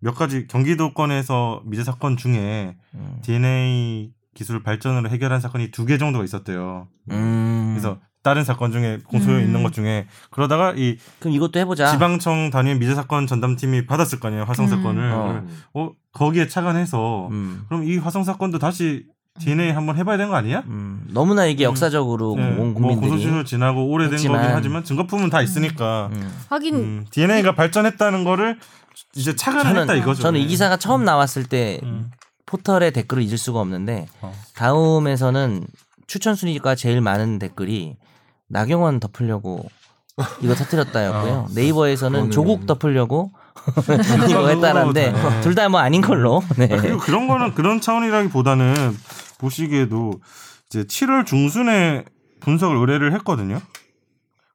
Speaker 1: 몇 가지 경기도권에서 미제 사건 중에
Speaker 2: 음.
Speaker 1: DNA 기술 발전으로 해결한 사건이 두 개 정도가 있었대요.
Speaker 2: 음.
Speaker 1: 그래서 다른 사건 중에 공소에
Speaker 4: 음.
Speaker 1: 있는 것 중에 그러다가 이
Speaker 2: 그럼 이것도 해보자.
Speaker 1: 지방청 단위 미제 사건 전담팀이 받았을 거 아니에요 화성
Speaker 4: 음.
Speaker 1: 사건을
Speaker 2: 어.
Speaker 1: 어 거기에 착안해서
Speaker 2: 음.
Speaker 1: 그럼 이 화성 사건도 다시 DNA 한번 해봐야 되는 거 아니야?
Speaker 2: 음. 너무나 이게 역사적으로
Speaker 1: 네, 뭐
Speaker 2: 온 국민들이
Speaker 1: 고소시효 지나고 오래된
Speaker 2: 했지만.
Speaker 1: 거긴 하지만 증거품은 다 있으니까
Speaker 2: 음.
Speaker 4: 하긴
Speaker 1: DNA가 발전했다는 거를 이제 착안을 했다
Speaker 2: 저는,
Speaker 1: 이거죠. 네.
Speaker 2: 저는 이 기사가 처음 나왔을 때
Speaker 1: 음.
Speaker 2: 포털의 댓글을 잊을 수가 없는데
Speaker 1: 어.
Speaker 2: 다음에서는 추천 순위가 제일 많은 댓글이 나경원 덮으려고 이거 터뜨렸다였고요.
Speaker 1: 아.
Speaker 2: 네이버에서는
Speaker 3: 그거는-
Speaker 2: 조국 덮으려고 이거
Speaker 1: 그거
Speaker 2: 했다는데
Speaker 1: 그거다.
Speaker 2: 둘 다 뭐 아닌 걸로. 네.
Speaker 1: 아, 네. 그리고 그런 거는 그런 차원이라기보다는 보시기에도 이제 7월 중순에 분석을 의뢰를 했거든요.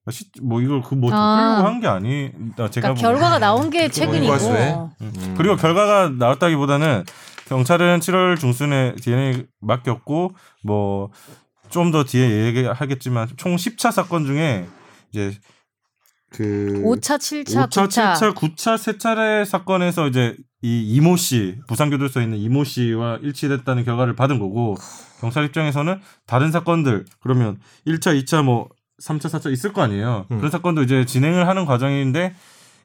Speaker 1: 아, 시- 뭐 이걸 그뭐
Speaker 4: 아.
Speaker 1: 덮으려고 한 게 아니. 나 제가 뭐
Speaker 4: 그러니까
Speaker 1: 보기엔.
Speaker 4: 결과가 나온 게 최근이고
Speaker 3: 과수에?
Speaker 1: 음. 그리고 결과가 나왔다기보다는 경찰은 7월 중순에 DNA 맡겼고 뭐 좀 더 뒤에 얘기하겠지만 총 10차 사건 중에 이제 그
Speaker 4: 5차, 7차,
Speaker 1: 5차,
Speaker 4: 9차.
Speaker 1: 7차, 9차 세 차례 사건에서 이제 이 이모 씨 부산교도소에 있는 이모 씨와 일치됐다는 결과를 받은 거고 경찰 입장에서는 다른 사건들 그러면 1차, 2차 뭐 3차, 4차 있을 거 아니에요. 그런 사건도 이제 진행을 하는 과정인데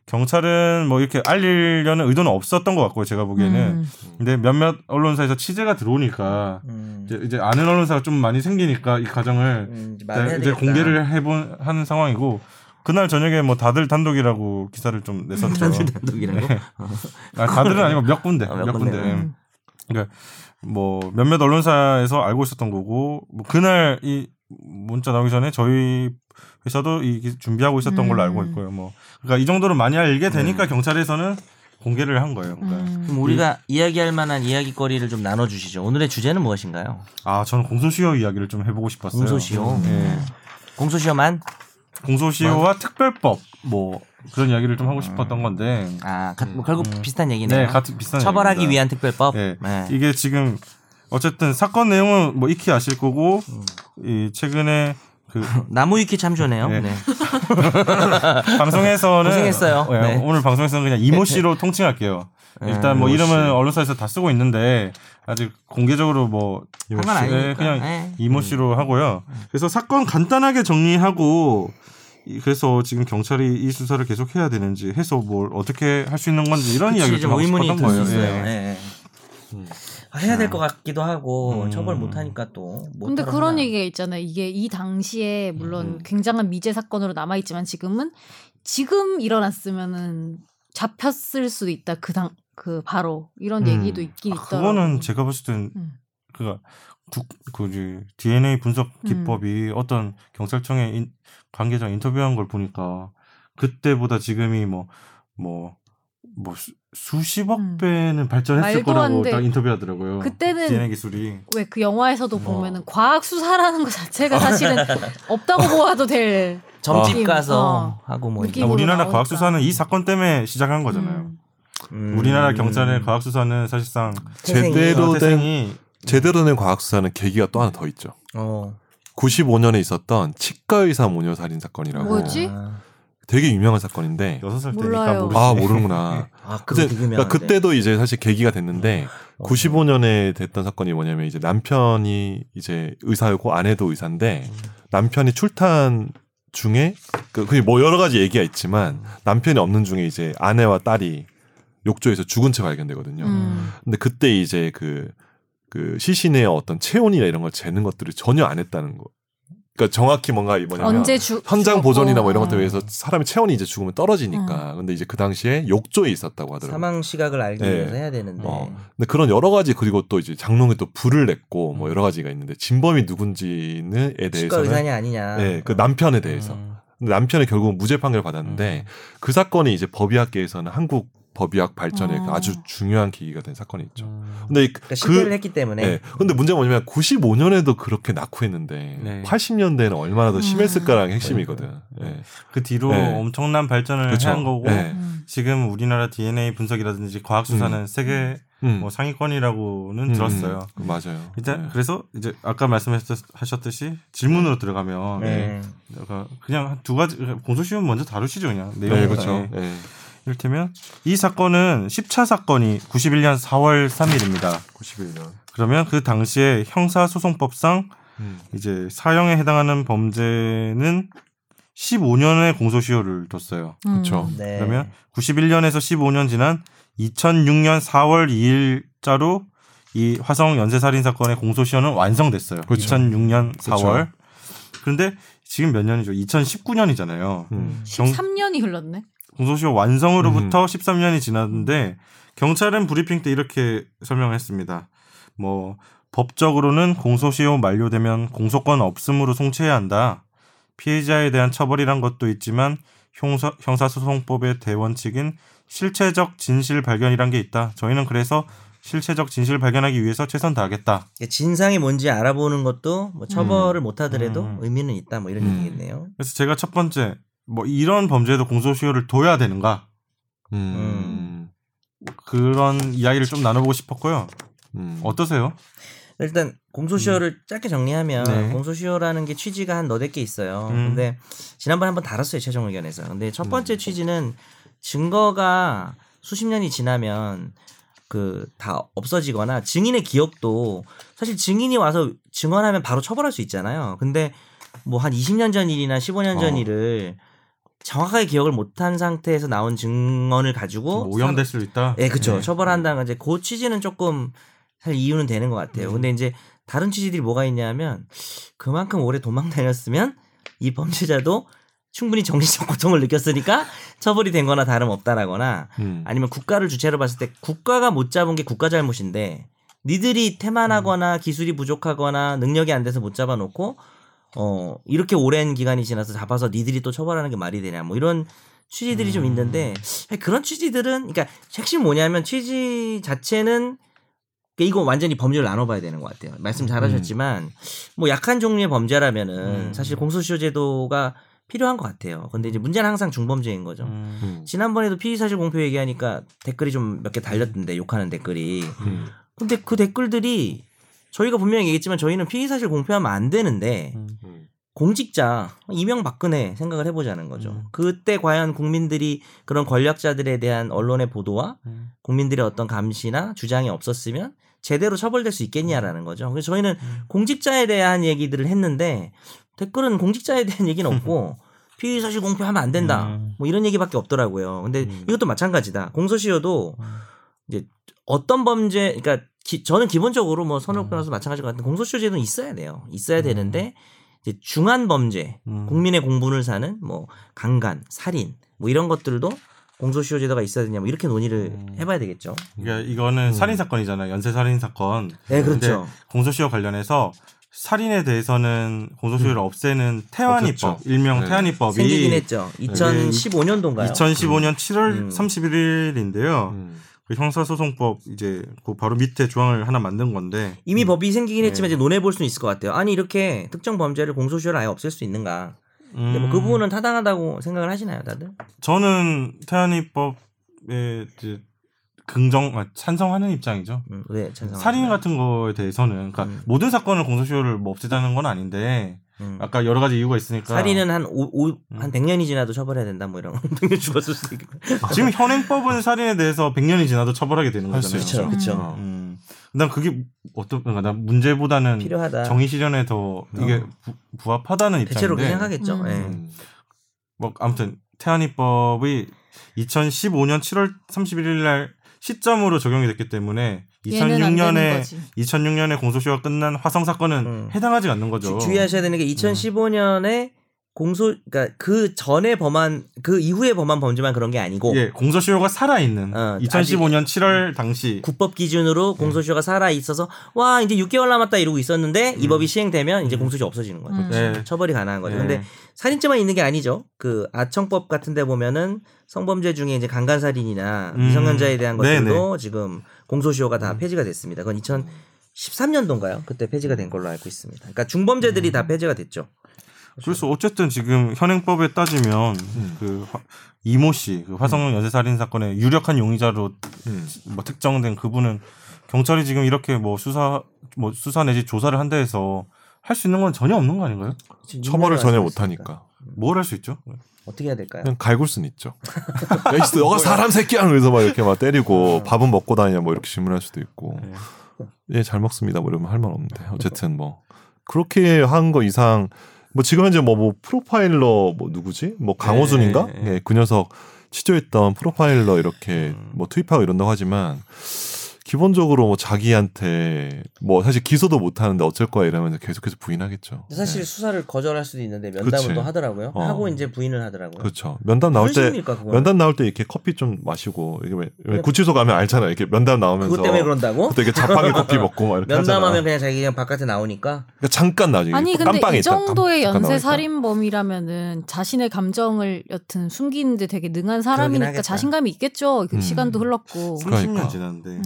Speaker 1: 경찰은 뭐 이렇게 알리려는 의도는 없었던 것 같고요. 제가 보기에는.
Speaker 4: 음.
Speaker 1: 근데 몇몇 언론사에서 취재가 들어오니까
Speaker 2: 음.
Speaker 1: 이제, 이제 아는 언론사가 좀 많이 생기니까 이 과정을
Speaker 2: 음, 이제
Speaker 1: 이제,
Speaker 2: 말해야
Speaker 1: 네, 이제
Speaker 2: 되겠다.
Speaker 1: 공개를 해본 하는 상황이고 그날 저녁에 뭐 다들 단독이라고 기사를 좀 냈었죠.
Speaker 2: 사실 단독이라고.
Speaker 1: 아, 다들은 아니고 몇 군데,
Speaker 2: 아,
Speaker 1: 몇,
Speaker 2: 몇
Speaker 1: 군데.
Speaker 2: 군데.
Speaker 1: 음. 그러니까 뭐 몇몇 언론사에서 알고 있었던 거고 뭐 그날 이 문자 나오기 전에 저희 회사도 이 기- 준비하고 있었던 걸로
Speaker 4: 음.
Speaker 1: 알고 있고요. 뭐 그러니까 이 정도로 많이 알게
Speaker 2: 네.
Speaker 1: 되니까 경찰에서는 공개를 한 거예요. 그러니까
Speaker 4: 음.
Speaker 2: 그럼 우리가 이야기할 만한 이야기거리를 좀 나눠주시죠. 오늘의 주제는 무엇인가요?
Speaker 1: 아 저는 공소시효 이야기를 좀 해보고 싶었어요.
Speaker 2: 공소시효. 음.
Speaker 1: 예.
Speaker 2: 공소시효만?
Speaker 1: 공소시효와 특별법 뭐 그런 이야기를 좀 하고 싶었던 건데
Speaker 2: 아, 가- 뭐 결국 비슷한 얘기네요.
Speaker 1: 음. 네 같은 비슷한
Speaker 2: 처벌하기
Speaker 1: 얘기입니다.
Speaker 2: 위한 특별법.
Speaker 1: 예.
Speaker 2: 네.
Speaker 1: 이게 지금 어쨌든 사건 내용은 뭐 익히 아실 거고 이 최근에 그
Speaker 2: 나무위키 참조네요.
Speaker 1: 예.
Speaker 2: 네.
Speaker 1: 방송에서는
Speaker 2: 고생했어요.
Speaker 1: 예,
Speaker 2: 네. 예,
Speaker 1: 오늘 방송에서는 그냥 이모 씨로 통칭할게요. 일단 뭐
Speaker 2: 이모 씨.
Speaker 1: 이름은 언론사에서 다 쓰고 있는데 아직 공개적으로 뭐
Speaker 2: 한건
Speaker 1: 예,
Speaker 2: 아니니까.
Speaker 1: 그냥
Speaker 2: 예.
Speaker 1: 이모 씨로 하고요. 그래서 사건 간단하게 정리하고 이- 그래서 지금 경찰이 이 수사를 계속 해야 되는지 해서 뭘 어떻게 할 수 있는 건지 이런
Speaker 2: 그치,
Speaker 1: 이야기를 좀
Speaker 2: 좀
Speaker 1: 하고
Speaker 2: 의문이
Speaker 1: 싶었던
Speaker 2: 들 수
Speaker 1: 거예요.
Speaker 2: 있어요.
Speaker 1: 예.
Speaker 2: 예, 예. 아, 해야 될 것 같기도 하고
Speaker 1: 음.
Speaker 2: 처벌 못 하니까 또. 못
Speaker 4: 근데
Speaker 2: 하러
Speaker 4: 그런
Speaker 2: 하나.
Speaker 4: 얘기가 있잖아요. 이게 이 당시에 물론
Speaker 1: 음.
Speaker 4: 굉장한 미제 사건으로 남아 있지만 지금은 지금 일어났으면은 잡혔을 수도 있다. 그 당 그 바로 이런
Speaker 1: 음.
Speaker 4: 얘기도 있긴
Speaker 1: 아,
Speaker 4: 있더라고요.
Speaker 1: 그거는 제가 봤을 땐
Speaker 4: 음.
Speaker 1: 그가 두- 그러니까 그 이제 DNA 분석
Speaker 4: 음.
Speaker 1: 기법이 어떤 경찰청에 인- 관계자 인터뷰한 걸 보니까 그때보다 지금이 뭐 뭐 뭐 수십억
Speaker 4: 음.
Speaker 1: 배는 발전했을
Speaker 4: 말도 안
Speaker 1: 거라고
Speaker 4: 돼.
Speaker 1: 딱 인터뷰하더라고요.
Speaker 4: 그때는
Speaker 1: DNA 기술이
Speaker 4: 왜 그 영화에서도
Speaker 1: 뭐.
Speaker 4: 보면은 과학 수사라는 것 자체가 사실은 없다고 보아도 될
Speaker 2: 점집
Speaker 4: 어.
Speaker 2: 가서 하고 뭐.
Speaker 4: 느낌-
Speaker 1: 그러니까 우리나라
Speaker 4: 나오니까.
Speaker 1: 과학 수사는 이 사건 때문에 시작한 거잖아요.
Speaker 4: 음.
Speaker 2: 음.
Speaker 1: 우리나라 경찰의 과학 수사는 사실상
Speaker 2: 태생이.
Speaker 3: 제대로-
Speaker 1: 어,
Speaker 3: 된-
Speaker 1: 태생이
Speaker 3: 제대로 된 과학 수사는 계기가 또 하나 더 있죠.
Speaker 2: 어.
Speaker 3: 95년에 있었던 치과 의사 모녀 살인 사건이라고
Speaker 4: 뭐지?
Speaker 2: 아,
Speaker 3: 되게 유명한 사건인데
Speaker 1: 여섯 살
Speaker 4: 몰라요.
Speaker 1: 때니까 모르지.
Speaker 3: 아 모르는구나.
Speaker 2: 아 그거
Speaker 3: 그때
Speaker 2: 되게
Speaker 3: 그러니까
Speaker 2: 유명한데.
Speaker 3: 그때도 이제 사실 계기가 됐는데
Speaker 2: 어.
Speaker 3: 95년에 됐던 사건이 뭐냐면 이제 남편이 이제 의사였고 아내도 의사인데
Speaker 4: 음.
Speaker 3: 남편이 출탄 중에 그 그게 뭐 여러 가지 얘기가 있지만 남편이 없는 중에 이제 아내와 딸이 욕조에서 죽은 채 발견되거든요.
Speaker 4: 음.
Speaker 3: 근데 그때 이제 그, 그 시신의 어떤 체온이나 이런 걸 재는 것들을 전혀 안 했다는 거. 그러니까 정확히 뭔가 뭐냐면
Speaker 4: 언제 주
Speaker 3: 현장
Speaker 4: 죽었고.
Speaker 3: 보존이나 뭐 이런
Speaker 4: 어.
Speaker 3: 것들 위해서 사람의 체온이 이제 죽으면 떨어지니까. 근데 이제 그 당시에 욕조에 있었다고 하더라고요.
Speaker 2: 사망 시각을 알기
Speaker 3: 네.
Speaker 2: 위해서 해야 되는데.
Speaker 3: 어. 근데 그런 여러 가지 그리고 또 이제 장롱에 또 불을 냈고 뭐 여러 가지가 있는데 진범이 누군지는에
Speaker 2: 치과
Speaker 3: 대해서는
Speaker 2: 의사냐 아니냐.
Speaker 3: 네, 그 남편에 대해서
Speaker 2: 음.
Speaker 3: 근데 남편이 결국은 무죄 판결을 받았는데 그 사건이 이제 법의학계에서는 한국 법의학 발전에
Speaker 4: 어.
Speaker 3: 아주 중요한 계기가 된 사건이 있죠.
Speaker 2: 음.
Speaker 3: 근데 이-
Speaker 2: 그러니까 실패를
Speaker 3: 그
Speaker 2: 했기 때문에
Speaker 3: 네. 근데 문제가 뭐냐면 95년에도 그렇게 낙후했는데
Speaker 1: 네.
Speaker 3: 80년대에는 얼마나 더
Speaker 4: 음.
Speaker 3: 심했을까라는 게 핵심이거든. 예.
Speaker 1: 그 뒤로
Speaker 3: 네.
Speaker 1: 엄청난 발전을
Speaker 3: 그렇죠.
Speaker 1: 한 거고
Speaker 3: 네.
Speaker 4: 음.
Speaker 1: 지금 우리나라 DNA 분석이라든지 과학 수사는 세계
Speaker 3: 음.
Speaker 1: 뭐 상위권이라고는
Speaker 3: 음.
Speaker 1: 들었어요.
Speaker 3: 음. 맞아요.
Speaker 1: 일단
Speaker 3: 예.
Speaker 1: 그래서 이제 아까 말씀하셨듯이 질문으로 들어가면
Speaker 2: 네.
Speaker 1: 그러니까 그냥 한두 가지 공소시효 먼저 다루시죠 그냥 내용.
Speaker 3: 네, 그렇죠.
Speaker 1: 예.
Speaker 3: 예.
Speaker 1: 이를테면 이 사건은 10차 사건이 91년 4월 3일입니다.
Speaker 3: 91년.
Speaker 1: 그러면 그 당시에 형사소송법상
Speaker 3: 음.
Speaker 1: 이제 사형에 해당하는 범죄는 15년의 공소시효를 뒀어요.
Speaker 4: 음.
Speaker 3: 그렇죠.
Speaker 2: 네.
Speaker 1: 그러면 91년에서 15년 지난 2006년 4월 2일자로 이 화성 연쇄살인 사건의 공소시효는 완성됐어요.
Speaker 3: 그렇죠.
Speaker 1: 2006년 4월.
Speaker 3: 그렇죠.
Speaker 1: 그런데 지금 몇 년이죠? 2019년이잖아요.
Speaker 3: 음.
Speaker 4: 13년이 흘렀네.
Speaker 1: 공소시효 완성으로부터 13년이 지났는데 경찰은 브리핑 때 이렇게 설명했습니다. 뭐 법적으로는 공소시효 만료되면 공소권 없음으로 송치해야 한다. 피해자에 대한 처벌이란 것도 있지만 형사, 형사소송법의 대원칙인 실체적 진실 발견이란 게 있다. 저희는 그래서 실체적 진실 발견하기 위해서 최선 다하겠다.
Speaker 2: 이게 음. 진상이 뭔지 알아보는 것도 뭐 처벌을 못 하더라도
Speaker 1: 음.
Speaker 2: 의미는 있다 뭐 이런
Speaker 3: 음.
Speaker 2: 얘기겠네요.
Speaker 1: 그래서 제가 첫 번째 뭐 이런 범죄에도 공소시효를 둬야 되는가
Speaker 3: 음.
Speaker 1: 그런 이야기를 좀 나눠보고 싶었고요.
Speaker 3: 음.
Speaker 1: 어떠세요?
Speaker 2: 일단 공소시효를 짧게 정리하면
Speaker 1: 음. 네.
Speaker 2: 공소시효라는 게 취지가 한 너댓 개 있어요.
Speaker 1: 음.
Speaker 2: 근데 지난번에 한번 다뤘어요 최종 의견에서. 근데 첫 번째 취지는 증거가 수십 년이 지나면 그 다 없어지거나 증인의 기억도 사실 증인이 와서 증언하면 바로 처벌할 수 있잖아요. 근데 뭐 한 20년 전 일이나 15년 전
Speaker 1: 어.
Speaker 2: 일을 정확하게 기억을 못한 상태에서 나온 증언을 가지고
Speaker 1: 오염될 수도 있다.
Speaker 2: 어? 예, 그렇죠.
Speaker 1: 네.
Speaker 2: 처벌한다는 이제 그 취지는 조금 사실 이유는 되는 것 같아요. 근데 이제 다른 취지들이 뭐가 있냐면 그만큼 오래 도망 다녔으면 이 범죄자도 충분히 정신적 고통을 느꼈으니까 처벌이 된 거나 다름없다라거나
Speaker 3: 음.
Speaker 2: 아니면 국가를 주체로 봤을 때 국가가 못 잡은 게 국가 잘못인데 니들이 태만하거나 기술이 부족하거나 능력이 안 돼서 못 잡아놓고 어 이렇게 오랜 기간이 지나서 잡아서 니들이 또 처벌하는 게 말이 되냐 뭐 이런 취지들이 좀 있는데 사실 그런 취지들은 그러니까 핵심 뭐냐면 취지 자체는 그러니까 이거 완전히 범죄를 나눠봐야 되는 것 같아요. 말씀 잘하셨지만 뭐 약한 종류의 범죄라면은
Speaker 1: 음.
Speaker 2: 사실 공소시효 제도가 필요한 것 같아요. 근데 이제 문제는 항상 중범죄인 거죠.
Speaker 1: 음.
Speaker 3: 음.
Speaker 2: 지난번에도 피의사실 공표 얘기하니까 댓글이 좀 몇 개 달렸던데 욕하는 댓글이
Speaker 3: 음.
Speaker 2: 근데 그 댓글들이 저희가 분명히 얘기했지만 저희는 피의사실 공표하면 안 되는데
Speaker 1: 음.
Speaker 3: 음.
Speaker 2: 공직자 이명박근혜 생각을 해보자는 거죠
Speaker 1: 음.
Speaker 2: 그때 과연 국민들이 그런 권력자들에 대한 언론의 보도와
Speaker 1: 음.
Speaker 2: 국민들의 어떤 감시나 주장이 없었으면 제대로 처벌될 수 있겠냐라는 거죠 그래서 저희는
Speaker 1: 음.
Speaker 2: 공직자에 대한 얘기들을 했는데 댓글은 공직자에 대한 얘기는 없고 피의사실 공표하면 안 된다
Speaker 1: 음.
Speaker 2: 뭐 이런 얘기밖에 없더라고요. 근데
Speaker 3: 음.
Speaker 2: 이것도 마찬가지다. 공소시효도
Speaker 1: 음.
Speaker 2: 이제 어떤 범죄, 그러니까 기- 저는 기본적으로 뭐 선욱 변호사 마찬가지 같은 공소시효 제도는 있어야 돼요. 있어야
Speaker 1: 음.
Speaker 2: 되는데 이제 중한 범죄,
Speaker 1: 음.
Speaker 2: 국민의 공분을 사는 뭐 강간, 살인 뭐 이런 것들도 공소시효 제도가 있어야 되냐 뭐 이렇게 논의를
Speaker 1: 음.
Speaker 2: 해봐야 되겠죠.
Speaker 1: 그러니까 이거는
Speaker 3: 음.
Speaker 1: 살인 사건이잖아요. 연쇄 살인 사건.
Speaker 2: 네,
Speaker 1: 그렇죠. 공소시효 관련해서 살인에 대해서는 공소시효를 없애는 태완이법,
Speaker 3: 없앴죠.
Speaker 1: 일명
Speaker 3: 네.
Speaker 2: 음. 생기긴
Speaker 1: 태완이법이 네,
Speaker 2: 했죠. 2015년도인가요?
Speaker 1: 2015년 7월
Speaker 2: 음.
Speaker 1: 31일인데요.
Speaker 3: 음.
Speaker 1: 그 형사소송법 이제 그 바로 밑에 조항을 하나 만든 건데
Speaker 2: 이미 법이 생기긴
Speaker 1: 네.
Speaker 2: 했지만 이제 논해 볼 수는 있을 것 같아요. 아니 이렇게 특정 범죄를 공소시효를 아예 없앨 수 있는가?
Speaker 1: 음,
Speaker 2: 근데 네, 뭐그 부분은 타당하다고 생각을 하시나요, 다들?
Speaker 1: 저는 태안이법에 이제 긍정 아, 찬성하는 입장이죠.
Speaker 2: 음, 왜 찬성?
Speaker 1: 살인 같은 거에 대해서는 그러니까
Speaker 2: 음.
Speaker 1: 모든 사건을 공소시효를 뭐 없애자는 건 아닌데 아까 여러 가지 이유가 있으니까
Speaker 2: 살인은 한 오, 오,
Speaker 1: 음.
Speaker 2: 한 100년이 지나도 처벌해야 된다 뭐 이런 거. 100년 죽었을 수도 있고.
Speaker 1: 지금 현행법은 살인에 대해서 100년이 지나도 처벌하게 되는
Speaker 3: 할수
Speaker 1: 거잖아요.
Speaker 2: 그렇죠.
Speaker 3: 있죠.
Speaker 4: 그쵸.
Speaker 3: 어.
Speaker 1: 음. 난 그게 어떤 그러니까 난 문제보다는
Speaker 2: 필요하다.
Speaker 1: 정의 실현에 더 이게 부, 합하다는
Speaker 2: 어. 대체로 그렇게
Speaker 1: 입장인데
Speaker 2: 생각했죠.
Speaker 4: 음.
Speaker 2: 예.
Speaker 3: 음.
Speaker 1: 뭐 아무튼 태안이법이 2015년 7월 31일 날 시점으로 적용이 됐기 때문에
Speaker 4: 얘는 안 되는
Speaker 1: 2006년에
Speaker 4: 거지.
Speaker 1: 2006년에 공소시효가 끝난 화성 사건은
Speaker 2: 음.
Speaker 1: 해당하지 않는 거죠. 음.
Speaker 2: 주- 주의하셔야 되는 게 2015년에 공소 그러니까 그 전에 범한 그 이후에 범한 범죄만 그런 게 아니고
Speaker 1: 예, 공소시효가 살아 있는
Speaker 2: 어,
Speaker 1: 2015년 7월 당시
Speaker 2: 국법
Speaker 1: 음.
Speaker 2: 기준으로 공소시효가 살아 있어서 와 이제 6개월 남았다 이러고 있었는데 이
Speaker 1: 음.
Speaker 2: 법이 시행되면 이제 공소시효 없어지는 거죠.
Speaker 4: 음.
Speaker 1: 네.
Speaker 2: 처벌이 가능한 거죠.
Speaker 1: 예.
Speaker 2: 근데 살인죄만 있는 게 아니죠. 그 아청법 같은 데 보면은 성범죄 중에 이제 강간 살인이나
Speaker 1: 음.
Speaker 2: 미성년자에 대한 것들도
Speaker 1: 네네.
Speaker 2: 지금 공소시효가
Speaker 3: 음.
Speaker 2: 다 폐지가 됐습니다. 그건 2013년도인가요? 그때 폐지가 된 걸로 알고 있습니다. 그러니까 중범죄들이
Speaker 3: 음.
Speaker 2: 다 폐지가 됐죠.
Speaker 1: 그래서 어쨌든 지금 현행법에 따지면 그 화- 이모 씨, 그 화성용
Speaker 2: 음.
Speaker 1: 연쇄살인 사건의 유력한 용의자로
Speaker 3: 음.
Speaker 1: 뭐 특정된 그분은 경찰이 지금 이렇게 뭐 수사 뭐 수사 내지 조사를 한다 해서 할 수 있는 건 전혀 없는 거 아닌가요?
Speaker 2: 지금
Speaker 3: 처벌을
Speaker 2: 윤석열
Speaker 3: 전혀
Speaker 2: 말씀하셨으니까.
Speaker 3: 못하니까
Speaker 1: 뭘 할 수 있죠?
Speaker 2: 어떻게 해야 될까요?
Speaker 3: 그냥 갈굴 순 있죠. 뭐 야, 이씨, 너가 사람 새끼야! 그래서 막 이렇게 막 때리고 밥은 먹고 다니냐 뭐 이렇게 질문할 수도 있고
Speaker 1: 네.
Speaker 3: 예 잘 먹습니다 뭐 이러면 할 말 없는데 어쨌든 뭐 그렇게 한 거 이상 뭐 지금 이제 뭐, 뭐 프로파일러 뭐 누구지 뭐 강호준인가
Speaker 1: 네,
Speaker 3: 예,
Speaker 1: 네.
Speaker 3: 그 녀석 취조했던 프로파일러 이렇게
Speaker 1: 음.
Speaker 3: 뭐 투입하고 이런다고 하지만 기본적으로 뭐 자기한테 뭐 사실 기소도 못 하는데 어쩔 거야 이러면 계속해서 부인하겠죠.
Speaker 2: 근데 사실
Speaker 3: 네.
Speaker 2: 수사를 거절할 수도 있는데 면담을
Speaker 3: 그치.
Speaker 2: 또 하더라고요.
Speaker 3: 어.
Speaker 2: 하고 이제 부인을 하더라고요.
Speaker 3: 그렇죠. 면담 나올 때
Speaker 2: 현실입니까, 그거는?
Speaker 3: 면담 나올 때 이렇게 커피 좀 마시고 이게 왜, 왜
Speaker 2: 그래.
Speaker 3: 구치소 가면 알잖아 이렇게 면담 나오면서
Speaker 2: 그것 때문에 그런다고?
Speaker 3: 그때 이렇게 자판기 커피 먹고 막 이렇게 하잖아.
Speaker 2: 면담하면 그냥 자기 그냥 바깥에 나오니까
Speaker 3: 그러니까 잠깐 나중에
Speaker 4: 아니 근데
Speaker 3: 깜빵에
Speaker 4: 이
Speaker 3: 있다. 깜-
Speaker 4: 정도의
Speaker 3: 잠깐
Speaker 4: 연쇄
Speaker 3: 나오니까.
Speaker 4: 살인범이라면은 자신의 감정을 여튼 숨기는데 되게 능한 사람이니까
Speaker 2: 하겠다.
Speaker 4: 자신감이 있겠죠. 그
Speaker 3: 음.
Speaker 4: 시간도 흘렀고.
Speaker 1: 30년
Speaker 3: 그러니까.
Speaker 1: 지났는데
Speaker 4: 음.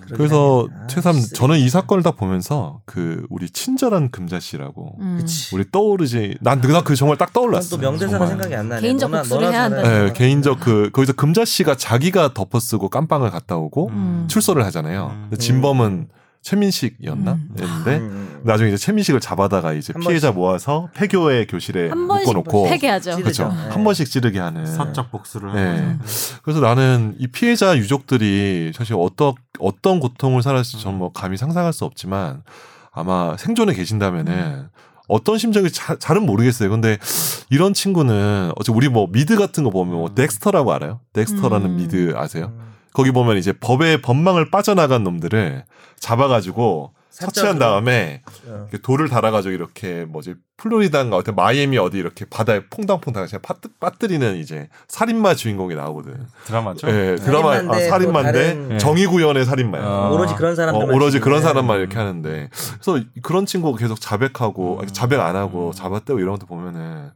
Speaker 2: 그러긴
Speaker 3: 그래서
Speaker 2: 하겠다. 아,
Speaker 3: 새삼
Speaker 2: 쓰레기.
Speaker 3: 저는 이 사건을 다 보면서 그 우리 친절한 금자 씨라고
Speaker 4: 음.
Speaker 2: 그치.
Speaker 3: 우리 떠오르지 난그 정말 딱
Speaker 2: 그건
Speaker 3: 떠올랐어.
Speaker 2: 또 명대사가
Speaker 3: 정말.
Speaker 2: 생각이 안 나네.
Speaker 4: 개인적
Speaker 2: 너나-
Speaker 4: 복수를
Speaker 2: 너나
Speaker 4: 해야 한다.
Speaker 2: 잘하는
Speaker 3: 예,
Speaker 2: 거야.
Speaker 3: 개인적 그 거기서 금자 씨가 자기가 덮어쓰고 깜빵을 갔다 오고
Speaker 4: 음.
Speaker 3: 출소를 하잖아요.
Speaker 1: 음.
Speaker 3: 근데 진범은 최민식이었나?
Speaker 4: 음.
Speaker 3: 했는데
Speaker 2: 음.
Speaker 3: 나중에 이제 최민식을 잡아다가 이제
Speaker 2: 한
Speaker 3: 피해자 모아서 폐교의 교실에
Speaker 4: 한 번씩 뭐
Speaker 3: 묶어놓고
Speaker 4: 폐기하죠.
Speaker 2: 찌르-
Speaker 3: 그렇죠.
Speaker 2: 네.
Speaker 3: 한 번씩 찌르게 하는.
Speaker 1: 사적 복수를
Speaker 3: 네.
Speaker 4: 음.
Speaker 1: 하는 거죠.
Speaker 3: 그래서 나는 이 피해자 유족들이 사실 어떤
Speaker 4: 음.
Speaker 3: 어떤 고통을 살았을지 저는 뭐 감히 상상할 수 없지만 아마 생존에 계신다면은 어떤 심정이 자, 잘은 모르겠어요. 근데 이런 친구는 어째 우리 뭐 미드 같은 거 보면 뭐 덱스터라고 알아요? 덱스터라는
Speaker 4: 음.
Speaker 3: 미드 아세요? 거기 보면 이제 법의 법망을 빠져나간 놈들을 잡아가지고 처치한
Speaker 2: 뭐,
Speaker 3: 다음에 이렇게 돌을 달아가지고 이렇게 뭐지 플로리다인가 어때 마이애미 어디 이렇게 바다에 퐁당퐁당 그냥 빠 빠뜨리는 이제 살인마 주인공이 나오거든.
Speaker 1: 드라마죠. 네.
Speaker 3: 예, 드라마
Speaker 2: 살인마인데
Speaker 3: 아,
Speaker 2: 뭐
Speaker 3: 살인마인데
Speaker 2: 다른-
Speaker 3: 정의 구현의 살인마야.
Speaker 1: 아.
Speaker 2: 오로지 그런 사람
Speaker 3: 어, 오로지 그런 사람만 이렇게 하는데 그래서 그런 친구 계속 자백하고 아니, 자백 안 하고 잡아떼고 이런 것도 보면은